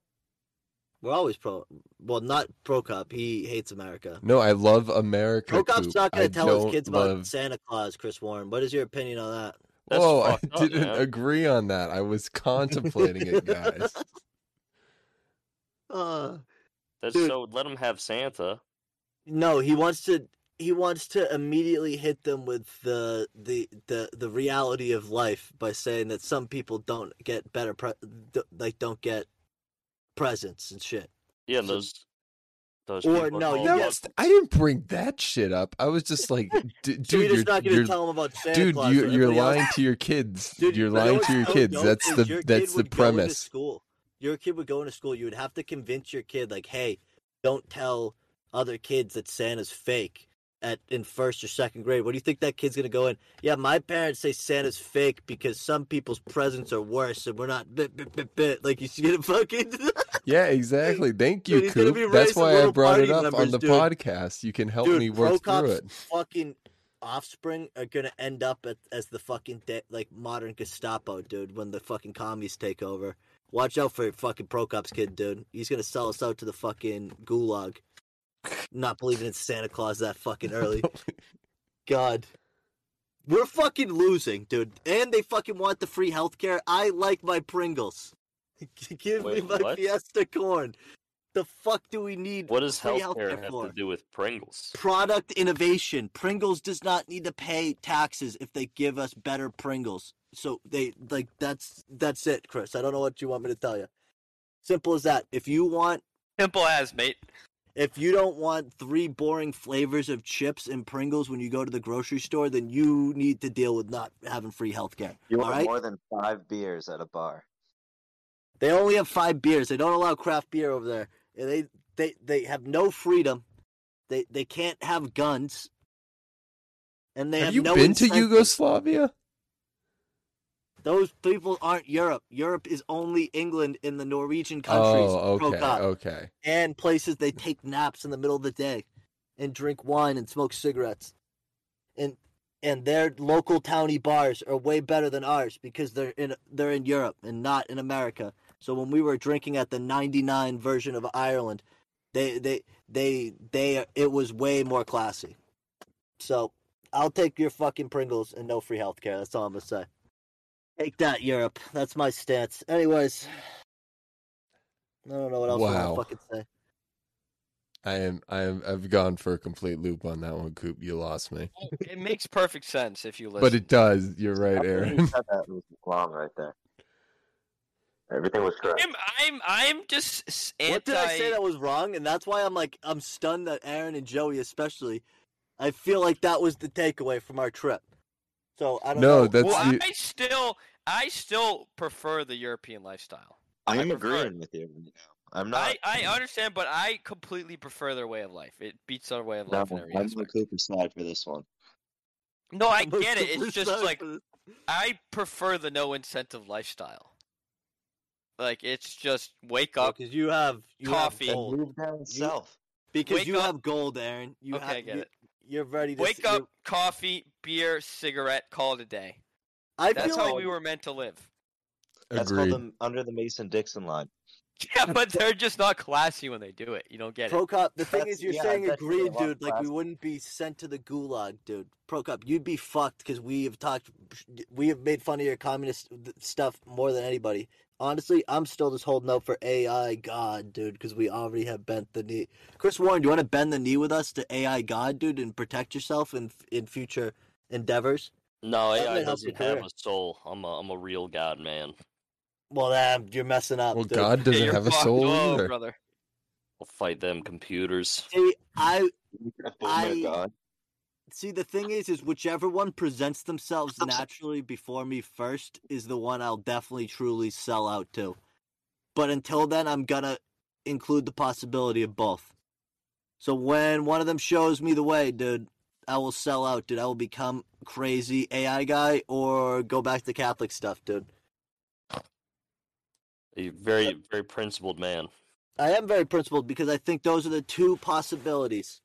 B: We're always pro. Well, not pro cop. He hates America.
A: No, I love America.
B: Pro cop's
A: Coop.
B: not going
A: I
B: to tell his
A: don't
B: kids
A: love...
B: about Santa Claus, Chris Warren. What is your opinion on that?
C: That's
A: Whoa, I
C: fucked up,
A: didn't
C: man.
A: agree on that. I was contemplating it,
B: *laughs*
A: guys.
B: Uh,
C: That's
B: dude.
C: so. Let them have Santa.
B: no, he wants to. He wants to immediately hit them with the the the the reality of life by saying that some people don't get better, pre- d- like don't get presents and shit.
C: Yeah,
B: So-
C: those. Those
B: Or
C: people
B: no,
C: call
B: you
A: That
C: up-
B: get-
A: was, I didn't bring that shit up. I was just
B: *laughs*
A: like, D-
B: so
A: dude,
B: you're,
A: you're,
B: just not going
A: you're-
B: to tell them about Santa
A: dude,
B: Claus.
A: you,
B: or
A: you're
B: everybody else.
A: lying
B: *laughs*
A: to your kids.
B: Dude,
A: you're
B: you know
A: lying
B: what's
A: to your
B: so
A: kids.
B: dope
A: That's
B: is
A: the
B: your
A: that's
B: kid
A: the
B: would go into
A: premise.
B: School, your kid would go into school. You would have to convince your kid, like, hey, don't tell other kids that Santa's fake. At in first or second grade, what do you think that kid's gonna go in? Yeah, my parents say Santa's fake because some people's presents are worse, and we're not bit bit bit bit. Like you should get a fucking. *laughs*
A: Yeah, exactly. Thank
B: Dude,
A: you,
B: he's gonna be
A: Coop. That's
B: raising
A: why I
B: little
A: brought it
B: party
A: up on
B: members,
A: the
B: dude.
A: podcast. You can help
B: Dude,
A: me work
B: pro
A: through
B: cops
A: it.
B: fucking offspring are gonna end up at, as the fucking de- like modern Gestapo, dude. When the fucking commies take over, watch out for your fucking pro cops kid, dude. He's gonna sell us out to the fucking gulag. Not believing in Santa Claus that fucking early. God. We're fucking losing, dude. And they fucking want the free healthcare. I like my Pringles. *laughs* Give
C: Wait,
B: me my
C: what?
B: Fiesta corn. The fuck do we need
C: What does
B: free
C: healthcare have
B: for?
C: to do with Pringles?
B: Product innovation. Pringles does not need to pay taxes if they give us better Pringles. So they like that's that's it, Chris. I don't know what you want me to tell you. Simple as that. If you want
D: Simple as, mate.
B: if you don't want three boring flavors of chips and Pringles when you go to the grocery store, then you need to deal with not having free healthcare.
E: You
B: All
E: want
B: right?
E: more than five beers at a bar.
B: They only have five beers. They don't allow craft beer over there. And They they they have no freedom. They they can't have guns. And they have,
A: Have you
B: no
A: been to
B: incentive.
A: Yugoslavia?
B: Those people aren't Europe. Europe is only England and the Norwegian countries.
A: Oh, okay,
B: pro-cop,
A: okay.
B: And places they take naps in the middle of the day and drink wine and smoke cigarettes. And and their local towny bars are way better than ours because they're in they're in Europe and not in America. So when we were drinking at the 99 version of Ireland, they they they they it was way more classy. So I'll take your fucking Pringles and no free healthcare. That's all I'm gonna say. Take that, Europe. That's my stance. Anyways, I don't know what else I
A: Wow.
B: want to fucking say.
A: I am. I am. I've gone for a complete loop on that one, Coop. You lost me,
D: It makes perfect sense if you listen.
A: but it does. You're right,
E: Everything you
A: Aaron.
E: said that *laughs* was wrong right there. Everything was correct.
D: I'm I'm I'm just s- anti.
B: What did I say that was wrong? And that's why I'm like, I'm stunned that Aaron and Joey, especially, I feel like that was the takeaway from our trip. So I don't
A: No,
B: know. *laughs*
A: that's
D: well,
A: the-
D: I still I still prefer the European lifestyle.
E: I am
D: I prefer-
E: agreeing with you right now. I'm not.
D: I, I understand, but I completely prefer their way of life. It beats our way of
E: No,
D: life in every
E: I'm on
D: aspect.
E: Cooper's side for this one.
D: No, I
B: I'm a
D: get it. It's just
B: superstar
D: like
B: for this.
D: I prefer the no incentive lifestyle. Like it's just wake up.
B: because you have you
D: Coffee.
B: Have
E: And
B: gold.
E: move down south.
B: Because
D: Wake
B: you
D: up.
B: have gold, Aaron. You
D: Okay,
B: have,
D: I get
B: you,
D: it.
B: You're ready to
D: Wake
B: you're-
D: up, coffee, beer, cigarette, call it a day.
B: I
D: That's
B: feel
D: how
B: like
D: we were meant to live. *laughs*
E: That's
A: Agreed.
E: called the, under the Mason Dixon line.
B: *laughs*
D: Yeah, but they're just not classy when they do it. You don't get it.
B: Pro Cop, the thing
E: That's-
B: is, you're
E: yeah,
B: saying
E: that's
B: agreed,
E: a lot
B: dude. Like we
E: faster.
B: wouldn't be sent to the gulag, dude. Pro Cop, you'd be fucked because we have talked, we have made fun of your communist th- stuff more than anybody. Honestly, I'm still just holding out for AI God, dude, because we already have bent the knee. Chris Warren, do you want to bend the knee with us to AI God, dude, and protect yourself in in future endeavors?
C: No,
B: That might
C: AI
B: help
C: doesn't
B: your
C: have
B: career.
C: a soul. I'm a, I'm a real god, man.
B: Well, then you're messing up.
A: well,
B: dude.
A: God
D: Yeah,
A: doesn't
D: you're
A: have a
D: fucked.
A: soul
B: Oh,
D: Whoa,
A: either.
D: brother.
C: I'll fight them computers.
B: See, I I-
E: Oh my God.
B: See, the thing is, is whichever one presents themselves naturally before me first is the one I'll definitely truly sell out to. But until then, I'm gonna include the possibility of both. So when one of them shows me the way, dude, I will sell out, dude. I will become crazy AI guy or go back to Catholic stuff, dude.
C: A very very principled man.
B: I am very principled because I think those are the two possibilities.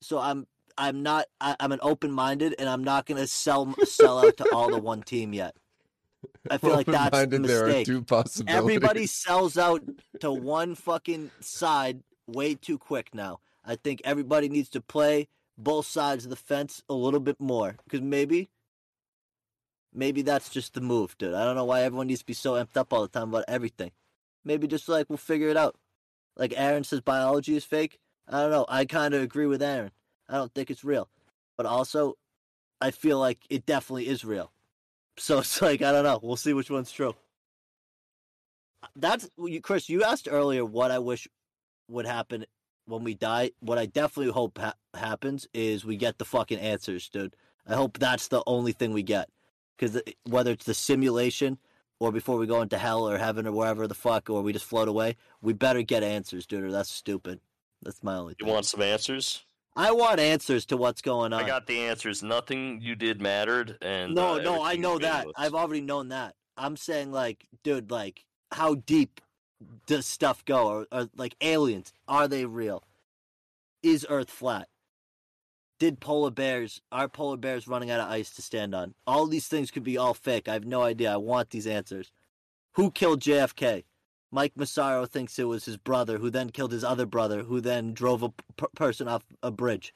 B: So I'm I'm not I, I'm an open minded and I'm not gonna sell sell out to all
A: *laughs*
B: the one team yet. I feel like that's the
A: Open-minded, There are
B: mistake.
A: two possibilities.
B: Everybody sells out to one fucking side way too quick now. I think everybody needs to play both sides of the fence a little bit more because maybe, maybe that's just the move, dude. I don't know why everyone needs to be so amped up all the time about everything. Maybe just like we'll figure it out. Like Aaron says, biology is fake. I don't know. I kind of agree with Aaron. I don't think it's real, but also, I feel like it definitely is real. So it's *laughs* like I don't know. We'll see which one's true that's well, you, Chris. You asked earlier what I wish would happen when we die. What I definitely hope ha- happens is we get the fucking answers, dude. I hope that's the only thing we get, because whether it's the simulation or before we go into hell or heaven or wherever the fuck, or we just float away, we better get answers, dude. Or that's stupid. That's my only.
C: You
B: Thing.
C: want some answers?
B: I want answers to what's going on.
C: I got the answers. Nothing you did mattered, and
B: no,
C: uh,
B: no, I
C: everything
B: know
C: you did
B: that.
C: was-
B: I've already known that. I'm saying like, dude, like how deep does stuff go? Or, or like aliens, are they real? Is Earth flat? Did polar bears are polar bears running out of ice to stand on? All these things could be all fake. I have no idea. I want these answers. Who killed JFK? Mike Massaro thinks it was his brother who then killed his other brother who then drove a p- per- person off a bridge.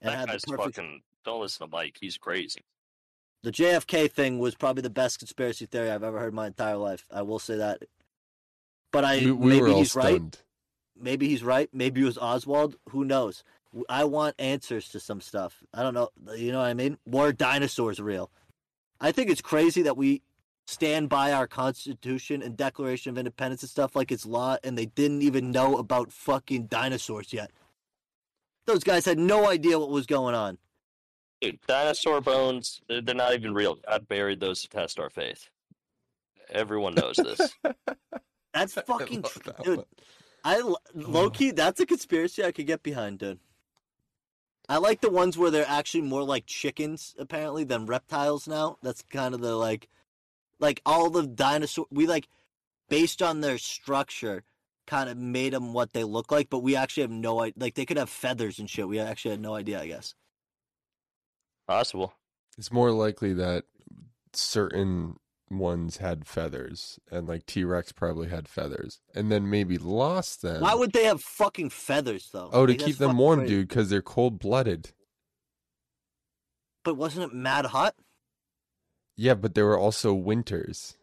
B: And
C: That
B: had
C: guy's
B: the perfect
C: fucking. Don't listen to Mike. He's crazy.
B: the JFK thing was probably the best conspiracy theory I've ever heard in my entire life. I will say that. But I
A: we, we were
B: maybe
A: all
B: he's right.
A: stunned.
B: Maybe he's right. Maybe it was Oswald. Who knows? W- I want answers to some stuff. I don't know. You know what I mean? Were dinosaurs real? I think it's crazy that we stand by our Constitution and Declaration of Independence and stuff like it's law, and they didn't even know about fucking dinosaurs yet. Those guys had no idea what was going on.
C: Dude, dinosaur bones, they're, they're not even real. God buried those to test our faith. Everyone
B: *laughs*
C: knows this.
B: That's
A: *laughs* I
B: fucking
A: love
B: tr-
A: that
B: dude.
A: one.
B: I low key, that's a conspiracy I could get behind, dude. I like the ones where they're actually more like chickens, apparently, than reptiles now. That's kind of the like, like all the dinosaur. We like, based on their structure, kind of made them what they look like, but we actually have no idea. Like, they could have feathers and shit. We actually had no idea, I guess.
C: Possible.
A: It's more likely that certain ones had feathers, and like T Rex probably had feathers, and then maybe lost them.
B: Why would they have fucking feathers, though?
A: oh to
B: Like, that's
A: keep them
B: fucking
A: warm,
B: crazy.
A: dude, because they're cold blooded.
B: But wasn't it mad hot?
A: Yeah, but there were also winters,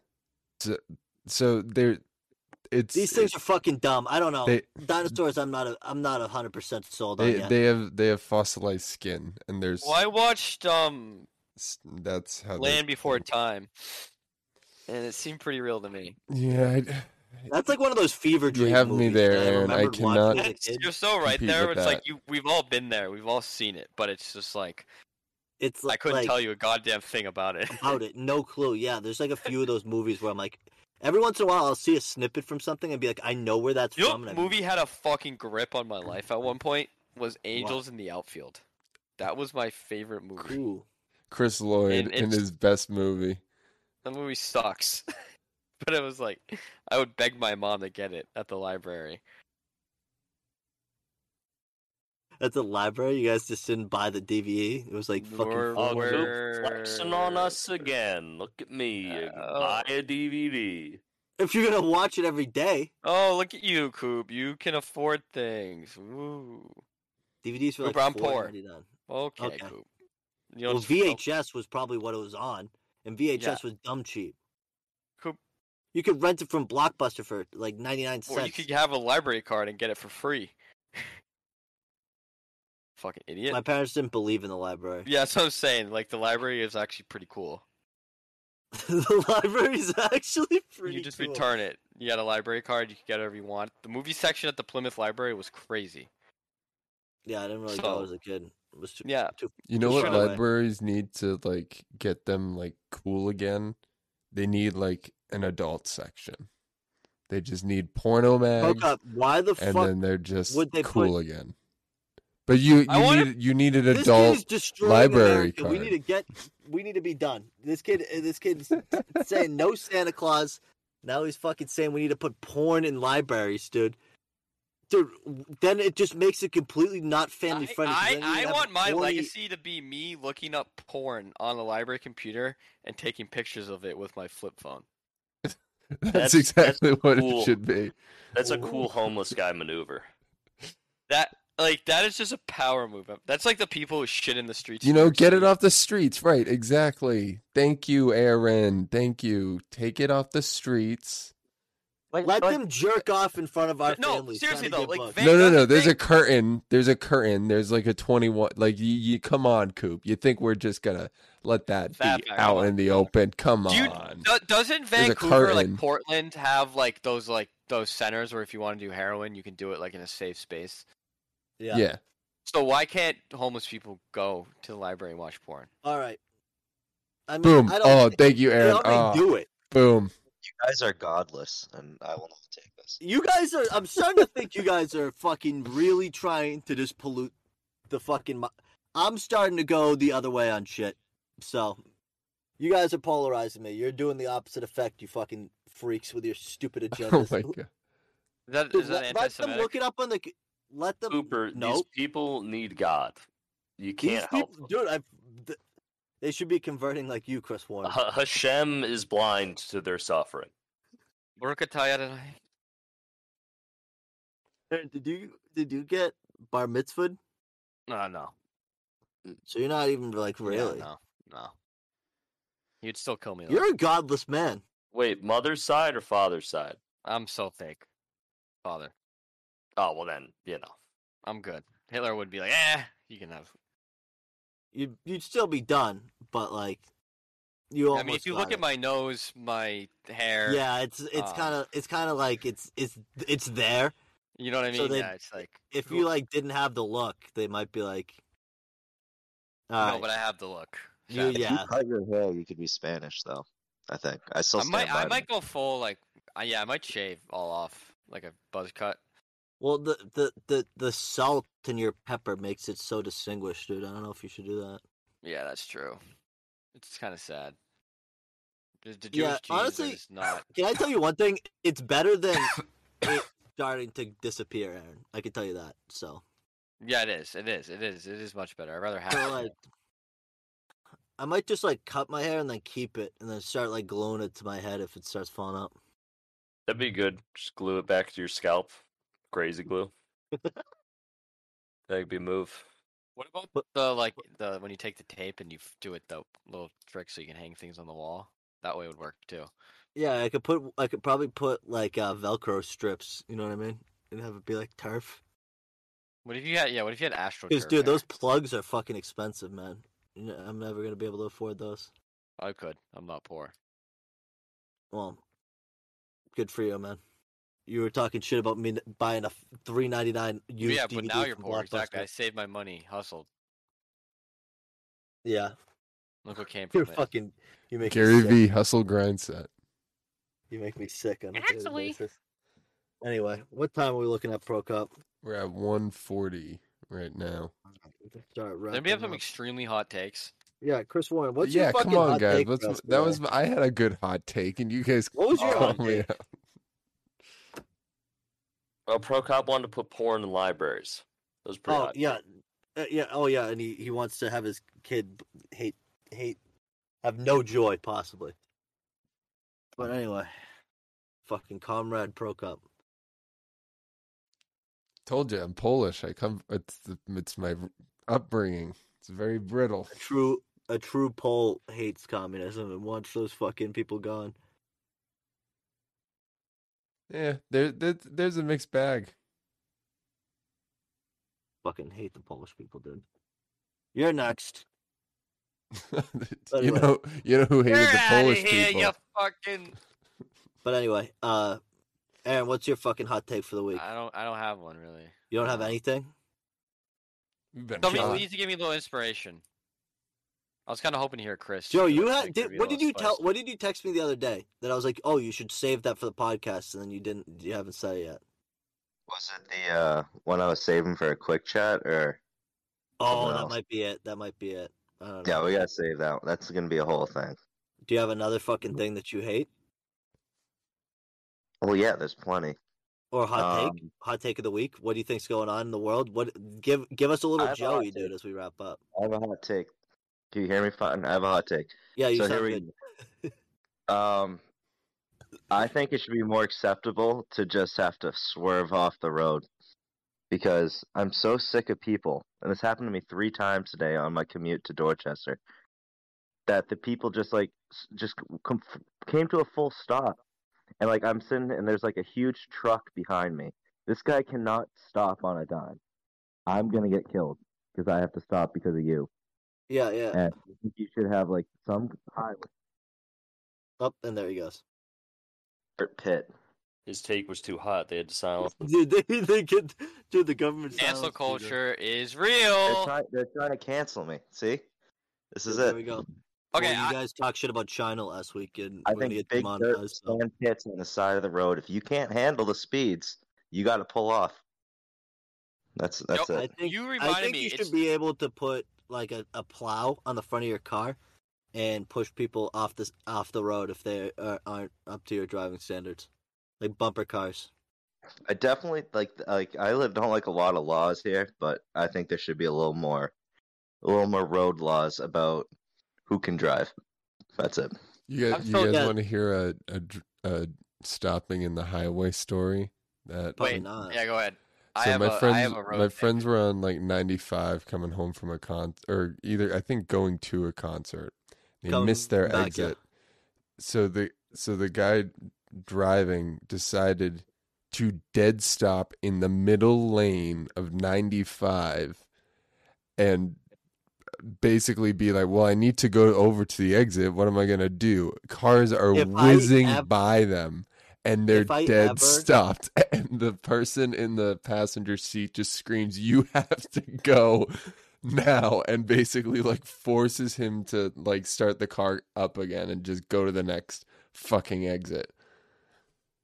A: so so there, it's
B: These things are fucking dumb. I don't know.
A: They-
B: Dinosaurs, I'm not. A, I'm not hundred percent sold on
A: they
B: yet.
A: they have they have fossilized skin, and there's
D: Well, I watched um
A: s- that's how they
D: Land Before
A: think.
D: Time, and it seemed pretty real to me.
A: Yeah, I,
B: That's like one of those fever dreams.
A: have me there, Aaron. I cannot-
D: You're so right
A: Compete
D: there.
A: with
D: It's like
A: that.
D: you, we've all been there. We've all seen it, but it's just like
B: It's
D: I
B: like,
D: couldn't
B: like,
D: tell you a goddamn thing about it. *laughs*
B: about it. No clue. Yeah, there's like a few of those movies where I'm like, every once in a while I'll see a snippet from something and be like, I know where that's
D: You know
B: from.
D: what
B: and I-
D: movie had a fucking grip on my life at one point? Was Angels in the Outfield. That was my favorite movie.
B: Ooh.
A: Chris Lloyd
D: And
A: in
D: it's-
A: his best movie.
D: That movie sucks. *laughs* but it was like I would beg my mom to get it at the library.
B: At the library, you guys just didn't buy the DVE. It was like
D: Nor
B: fucking.
C: Oh,
B: full of it.
D: were-
C: Coop flexing on us again. Look at me.
D: Oh.
C: Buy a DVD.
B: *laughs* If you're gonna watch it every day,
D: Oh, look at you, Coop. You can afford things. Ooh.
B: DVDs were like
D: Cooper, I'm poor.
B: $4.99.
D: Okay,
B: Okay.
D: Coop. You know
B: Well,
D: what's- oh,
B: VHS was probably what it was on, and VHS was dumb cheap.
D: Coop.
B: You could rent it from Blockbuster for like 99 cents.
D: Or you could have a library card and get it for free. *laughs* Fucking idiot.
B: My parents didn't believe in the library.
D: Yeah, that's what I'm saying. Like the library is actually pretty cool.
B: *laughs* the library's actually pretty
D: you just
B: cool.
D: return it. You got a library card. You can get whatever you want. The movie section at the Plymouth Library was crazy.
B: Yeah, I didn't really
D: So-
B: go as a kid. It was too,
D: Yeah.
B: too-
A: You know
D: You
A: what
D: should've,
B: like-
A: libraries need to like get them like cool again? They need like an adult section. They just need porno mags,
B: Coca, why the
A: and
B: fuck
A: then they're just
B: would they put-
A: cool again. But you you
D: I wanna-
A: need you need an
B: this kid
A: adult.
B: is destroying
A: library
B: America. We
A: card.
B: need to get. We need to be done. This kid. uh, This kid's saying no Santa Claus. Now he's fucking saying we need to put porn in libraries, dude. Dude, then it just makes it completely not family friendly. 'cause
D: I,
B: then you
D: I, I
B: have
D: want my
B: horny-
D: legacy to be me looking up porn on the library computer and taking pictures of it with my flip phone.
A: *laughs* That's,
C: that's-
A: exactly what
C: cool.
A: it should be.
C: That's a cool homeless guy maneuver.
D: That like that is just a power move. That's like the people who shit in the streets.
A: You
D: in
A: know,
D: New York
A: get it
D: City.
A: off the streets, right? Exactly. Thank you, Aaron. Thank you. Take it off the streets.
B: Let them jerk off in front of our
D: No,
B: families. trying
D: seriously
B: to
D: though,
B: get bucks.
D: like, Van-
A: no, no, no.
D: that's the
A: There's a
D: thing.
A: curtain. There's a curtain. There's like a 21. Like, you, you come on, Coop. You think we're just going to let that
D: Fat
A: be
D: back
A: out
D: up.
A: in the open? Come
D: Dude,
A: on.
D: Do- doesn't
A: There's a
D: Vancouver
A: curtain.
D: like Portland have like those like those centers where if you want to do heroin, you can do it like in a safe space?
A: yeah.
D: So why can't homeless people go to the library and watch porn?
B: All right. I mean,
A: Boom.
B: I don't
A: Oh,
B: think
A: thank you,
B: they
A: Aaron.
B: already
A: Oh,
B: do it. *laughs*
A: boom.
E: You guys are godless, and I will not take this.
B: You guys are. I'm starting to think you guys are fucking really trying to just pollute the fucking. mi- I'm starting to go the other way on shit. So, you guys are polarizing me. You're doing the opposite effect. You fucking freaks with your stupid
A: *laughs* Oh,
B: agendas.
A: my God.
D: Is that,
B: Dude,
D: is that
B: let, let them
D: anti-Semitic?
B: look it up on the. c- Let them.
C: Cooper, these
B: Nope.
C: people need God. You
B: These
C: can't help
B: people-
C: them.
B: dude. I. th- They should be converting like you, Chris Warren.
C: Ha- Hashem is blind to their suffering.
D: Work a tie at night.
B: Aaron, Did you did you get bar mitzvah?
D: No, no.
B: So you're not even like
D: Yeah,
B: really.
D: no, no. You'd still kill me. though.
B: You're a godless man.
C: Wait, mother's side or father's side?
D: I'm so fake, father.
C: Oh well, then you know.
D: I'm good. Hitler would be like, eh, you can have.
B: You'd you'd still be done, but like you
D: I
B: almost.
D: mean, if you
B: got
D: look at
B: it.
D: my nose, my hair,
B: yeah, it's it's
D: um,
B: kind of it's kind of like it's it's it's there.
D: you know what I mean.
B: so then
D: yeah, it's like
B: If
D: who-
B: you like didn't have the look, they might be like,
D: no,
B: all right,
D: but I have the look.
B: uh, you-
D: sadly.
E: If
B: yeah.
E: you cut your hair, you could be Spanish though. I think I still
D: I
E: stand
D: might,
E: by
D: I
E: that.
D: might go full like, uh, yeah, I might shave all off like a buzz cut.
B: Well, the, the the the salt in your pepper makes it so distinguished, dude. I don't know if you should do that.
D: Yeah, that's true. It's kind of sad. The, the Jewish
B: Yeah,
D: genes are
B: honestly-
D: just not.
B: Can I tell you one thing? It's better
D: *coughs*
B: than it starting to disappear, Aaron. I can tell you that. So,
D: Yeah, it is. It is. It is. It is much better. I'd rather have.
B: so
D: it.
B: like, I might just like cut my hair and then keep it, and then start like gluing it to my head if it starts falling out.
C: That'd be good. Just glue it back to your scalp.
B: *laughs*
C: Crazy glue. That'd be a move.
D: What about
B: But-
D: the like the when you take the tape and you f- do it the little trick so you can hang things on the wall? That way it would work too.
B: Yeah, I could put I could probably put like uh, Velcro strips. You know what I mean? And have it be like turf.
D: What if you had yeah? What if you had astral?
B: Because dude, those plugs are fucking expensive, man. You know, I'm never gonna be able to afford those.
D: I could. I'm not poor.
B: Well, good for you, man. You were talking shit about me n- buying a three ninety nine
D: But
B: used
D: yeah,
B: DVD
D: but now you're
B: from
D: poor. Exactly.
B: Blockbuster.
D: I saved my money, hustled.
B: Yeah,
D: Look what came
B: *laughs*
D: from
B: you're
D: it.
B: fucking. You make
A: Gary
B: me sick.
A: V. Hustle grind set.
B: You make me sick on a daily
D: Actually-
B: basis. Anyway, what time are we looking at Pro Cup?
A: We're at 140 right now.
B: We can Start
D: Then we
B: wrapping
D: have some
B: up.
D: extremely hot takes.
B: Yeah, Chris Warren. What's
A: yeah,
B: your fucking
A: come on,
B: hot
A: guys.
B: take
A: Let's,
B: for us
A: that
B: today?
A: was I had a good hot take, and you guys.
B: What was your
A: called
B: hot
A: me
B: take?
A: out.
C: Uh, Pro Cop wanted to put porn in libraries. That was pretty
B: Oh
C: hot.
B: yeah, Uh, yeah. Oh yeah, and he, he wants to have his kid b- hate hate have no joy possibly. But anyway, fucking comrade Pro Cup.
A: Told you, I'm Polish. I come. It's the, it's my upbringing. It's very brittle.
B: A true a true Pole hates communism and wants those fucking people gone.
A: Yeah, there, there there's a mixed bag.
B: Fucking hate the Polish people, dude. You're next.
A: you *laughs*
B: Anyway.
A: know, you know who hated the Polish people.
D: fucking.
B: But anyway, uh, Aaron, what's your fucking hot take for the
E: Uh,
B: week?
D: I don't. I don't have one really.
B: You don't have anything?
A: You've been
D: Somebody
A: shot.
D: needs to give me a little inspiration. I was kind of hoping to hear Chris.
B: Joe,
D: do
B: you
D: it,
B: had
D: like, give
B: did,
D: me a
B: what
D: little
B: did you
D: spice.
B: tell? What did you text me the other day that I was like, oh, you should save that for the podcast, and then you didn't. You haven't said it yet.
E: Was it the uh, one I was saving for a quick chat or?
B: Oh,
E: Something
B: that
E: else.
B: might be it. That might be it. I don't know.
E: Yeah, we gotta save that. one. That's gonna be a whole thing.
B: Do you have another fucking thing that you hate
E: Well, yeah, there's plenty.
B: or hot take?
E: Um,
B: Hot take of the week. What do you think's going on in the world? What give give us a
E: I
B: little
E: have a hot
B: Joey, dude,
E: take.
B: as we wrap up.
E: Um, I have a hot take. Do you hear me? Fine. I have a hot take.
B: Yeah, you
E: so
B: sound
E: here
B: good.
E: we
B: *laughs*
E: go. Um, I think it should be more acceptable to just have to swerve off the road because I'm so sick of people, and this happened to me three times today on my commute to Dorchester, that the people just like s- just com- came to a full stop, and like I'm sitting and there's like a huge truck behind me. This guy cannot stop on a dime. I'm gonna get killed because I have to stop because of you.
B: Yeah, yeah.
E: And I think you should have like some highway
B: Up Oh, and there he goes.
E: pit.
C: His take was too hot. They had to
E: Oh.
C: silence.
B: *laughs* Dude, they, they get dude the government. silenced
D: Cancel
B: you, dude.
D: culture is
E: They're,
D: real.
E: try- they're trying to cancel me. See, this is
B: Oh. There
E: it.
B: we go.
D: Okay,
B: well,
D: I-
B: you guys talk shit about China last week, and
E: I
B: we're gonna get
E: think big dirt
B: demonetized. So.
E: sand pits on the side of the road. If you can't handle the speeds, you got to pull off. That's that's
D: Yep.
B: I
E: it.
B: think
D: you
B: I
D: reminded
B: think
D: me.
B: you should
D: it's-
B: be able to put like a, a plow on the front of your car and push people off the off the road if they are, aren't up to your driving standards, like bumper cars.
E: I definitely like like I live don't like a lot of laws here, but I think there should be a little more, a little more road laws about who can drive. That's it.
A: You
D: I'm
A: guys, you
D: so
A: guys
B: dead.
A: want to hear a, a dr- a stopping in the highway story? That
B: Probably
D: Wait,
B: not.
D: Yeah, go ahead. I
A: So
D: have
A: my
D: a- I
A: friends,
D: have a road
A: my
D: pick.
A: friends were on like 95 coming home from a con, or either I think going to a concert. They
B: Going
A: missed their
B: back, yeah.
A: exit. So the so the guy driving decided to dead stop in the middle lane of 95 and basically be like, "Well, I need to go over to the exit. What am I going to do? Cars are
B: If I
A: whizzing
B: ev-
A: by them." and they're
B: If I
A: dead
B: ever-
A: stopped *laughs* and the person in the passenger seat just screams you *laughs* have to go now and basically like forces him to like start the car up again and just go to the next fucking exit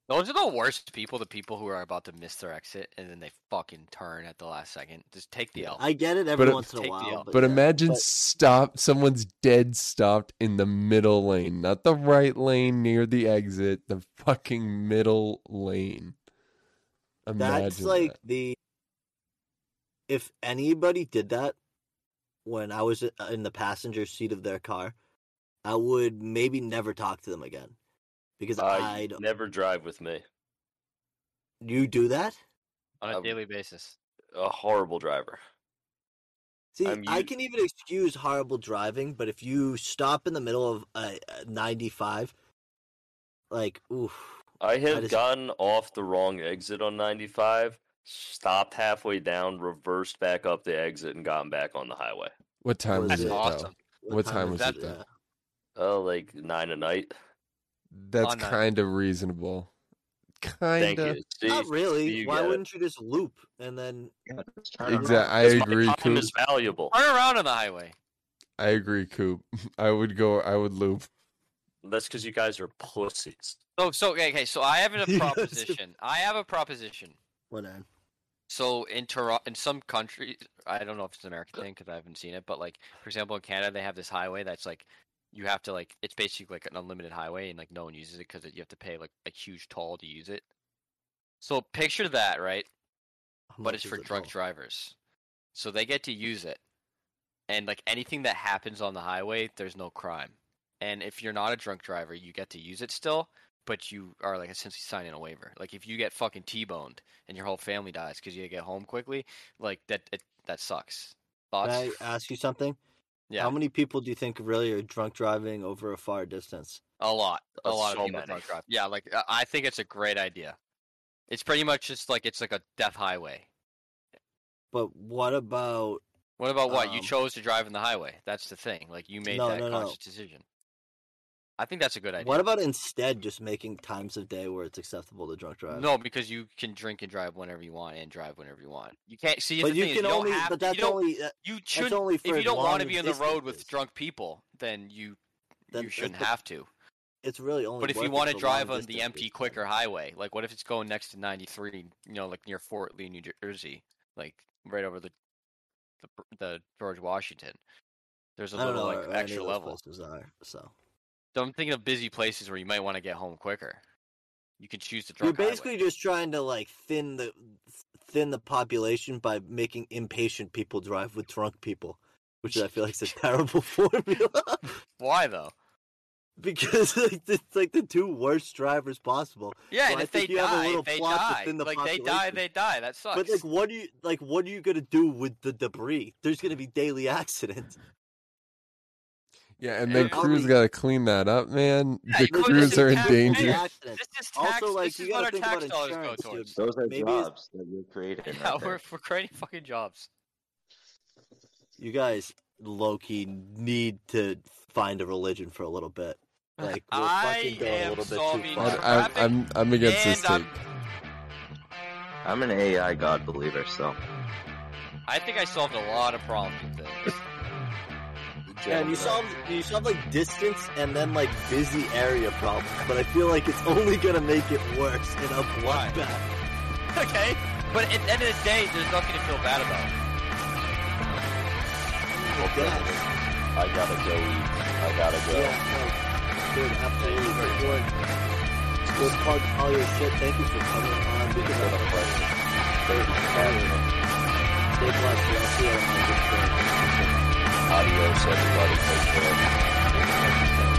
D: Those are the worst people. The people who are about to miss their exit and then they fucking turn at the last second. Just take the L.
B: I get it every
A: But-
B: once in a
D: Take the
B: while.
D: L.
A: but,
B: yeah,
A: imagine
B: but-
A: stop someone's dead stopped in the middle lane not the right lane near the exit the fucking middle lane imagine
B: That's like
A: that.
B: the. If anybody did that when I was i- in the passenger seat of their car, I would maybe never talk to them again. Because
A: Uh,
C: I
B: I'd.
C: never drive with me.
B: You do that?
D: on a
C: I'm-
D: daily basis.
C: A horrible driver.
B: See,
C: I'm
B: I
C: used-
B: can even excuse horrible driving, but if you stop in the middle of uh, uh, 95, like, oof.
C: I have
B: just-
C: gotten off the wrong exit on 95, stopped halfway down, reversed back up the exit, and gotten back on the highway.
A: what time
B: was
A: was
D: That's
A: it
B: though?
D: awesome.
A: What time was
D: it
B: it?
A: then?
C: Oh, like nine a night.
A: though that's
D: On that.
A: kind of reasonable kind
C: Thank
A: of
C: you. See,
B: Not really.
C: see, you
B: Why
C: get it.
B: wouldn't you just loop and then
A: Exactly. I
C: Because my
A: agree.
C: Time
A: Coop.
C: is valuable.
D: Turn around on the highway.
A: I agree, Coop. *laughs* I would go. I would loop.
C: That's because you guys are pussies.
D: So so okay, okay, so I have
B: *laughs* Yes.
D: a proposition. I have a proposition.
B: what on?
D: So in Toronto, in some countries, I don't know if it's an American thing because I haven't seen it, but like for example, in Canada, they have this highway that's like you have to like it's basically like an unlimited highway, and like no one uses it because you have to pay like a huge toll to use it. So picture that, right?
B: How
D: But
B: much
D: it's
B: is
D: for
B: it
D: drunk
B: all?
D: drivers, so they get to use it, and like anything that happens on the highway, there's no crime. And if you're not a drunk driver, you get to use it still, but you are like essentially signing a waiver. Like if you get fucking T-boned and your whole family dies because you get home quickly, like that it, that sucks.
B: Can
D: Thoughts?
B: I
C: uh,
B: ask you something?
D: yeah,
B: How many people do you think really are drunk driving over a far distance?
D: a lot, a
C: Uh,
D: lot
C: so
D: of people
C: many.
D: drunk drive. Yeah, like I- I think it's a great idea. It's pretty much just like it's like a death highway.
B: But what about
D: What about what you
B: Um,
D: chose to drive on the highway? That's the thing. Like you made
B: No,
D: that
B: no, no.
D: conscious decision. I think that's a good idea.
B: what about instead just making times of day where it's acceptable to drunk drive?
D: No, because you can drink and drive whenever you want and drive whenever you want. You can't see.
B: but
D: the
B: you
D: thing is,
B: can
D: you
B: only.
D: Don't have,
B: But
D: to- you
B: that's
D: don't-
B: only. uh, That,
D: You
B: that's
D: shouldn't.
B: only for
D: if you don't want to
B: long
D: be on the road with
B: distances.
D: drunk people, then you
B: Then-
D: you
B: that-
D: shouldn't
B: that-
D: have to.
B: It's really *laughs* only.
D: But if you
B: worth it
D: want to
B: for long
D: drive on the
B: distances,
D: empty,
B: then.
D: quicker highway, like what if it's going next to 93, you know, like near Fort Lee, New Jersey, like right over the the, br- the George Washington. There's a
B: I don't
D: little
B: know
D: like
B: where any
D: extra
B: of those
D: level.
B: places are. So
D: So I'm thinking of busy places where you might want to get home quicker. You can choose the
B: you're
D: drunk highway.
B: basically just trying to like thin the thin the population by making impatient people drive with drunk people, which I feel like
D: *laughs*
B: is a terrible *laughs* formula.
D: Why though?
B: because like, it's like the two worst drivers possible.
D: Yeah,
B: So
D: and
B: I
D: if they
B: think you have a
D: die,
B: little
D: they
B: plot
D: die.
B: within the
D: like they die,
B: population.
D: they die. That sucks.
B: But like, what do you like? What are you gonna do with the debris? There's gonna be daily *laughs* accidents.
A: Yeah, and then
D: Yeah.
A: crew's
B: Probably-
A: got to clean that up, man.
D: Yeah,
A: the
D: you could've
A: crews
D: just
A: are in
D: tapped
A: danger.
B: Daily
D: Yeah.
B: accidents.
D: This is tax.
B: Also, like
D: this
B: you
D: is what
B: gotta
D: our
B: think
D: tax
B: about
D: dollars go
B: insurance. dude.
D: towards.
E: Those are
B: Maybe it's-
E: jobs that
B: *laughs*
E: you're
A: *laughs*
E: creating.
D: *laughs* Yeah,
E: right there.
D: we're, we're creating fucking jobs.
B: You guys, low key, need to find a religion for a little bit. Like we're
D: I
B: fucking going a
D: am
B: little bit too
D: solving
A: But
B: far.
A: I'm, I'm, I'm against this
D: And
A: take.
E: I'm an AI god believer, so
D: I think I solved a lot of problems with
A: *laughs*
D: this. *laughs*
B: Yeah, and you solve you solve like distance and then like busy area problems, but I feel like it's *laughs* only gonna make it worse in a bloodbath.
D: okay, but at the end of the day, there's nothing to feel bad about.
B: Yeah.
C: I gotta go eat. I gotta go.
B: Yeah, no, dude, absolutely. We're doing we'll plug all your shit. Thank you for coming on. We can have a question. Stay blessed. and I'll see you on my good show.
C: Adios, everybody. Take care.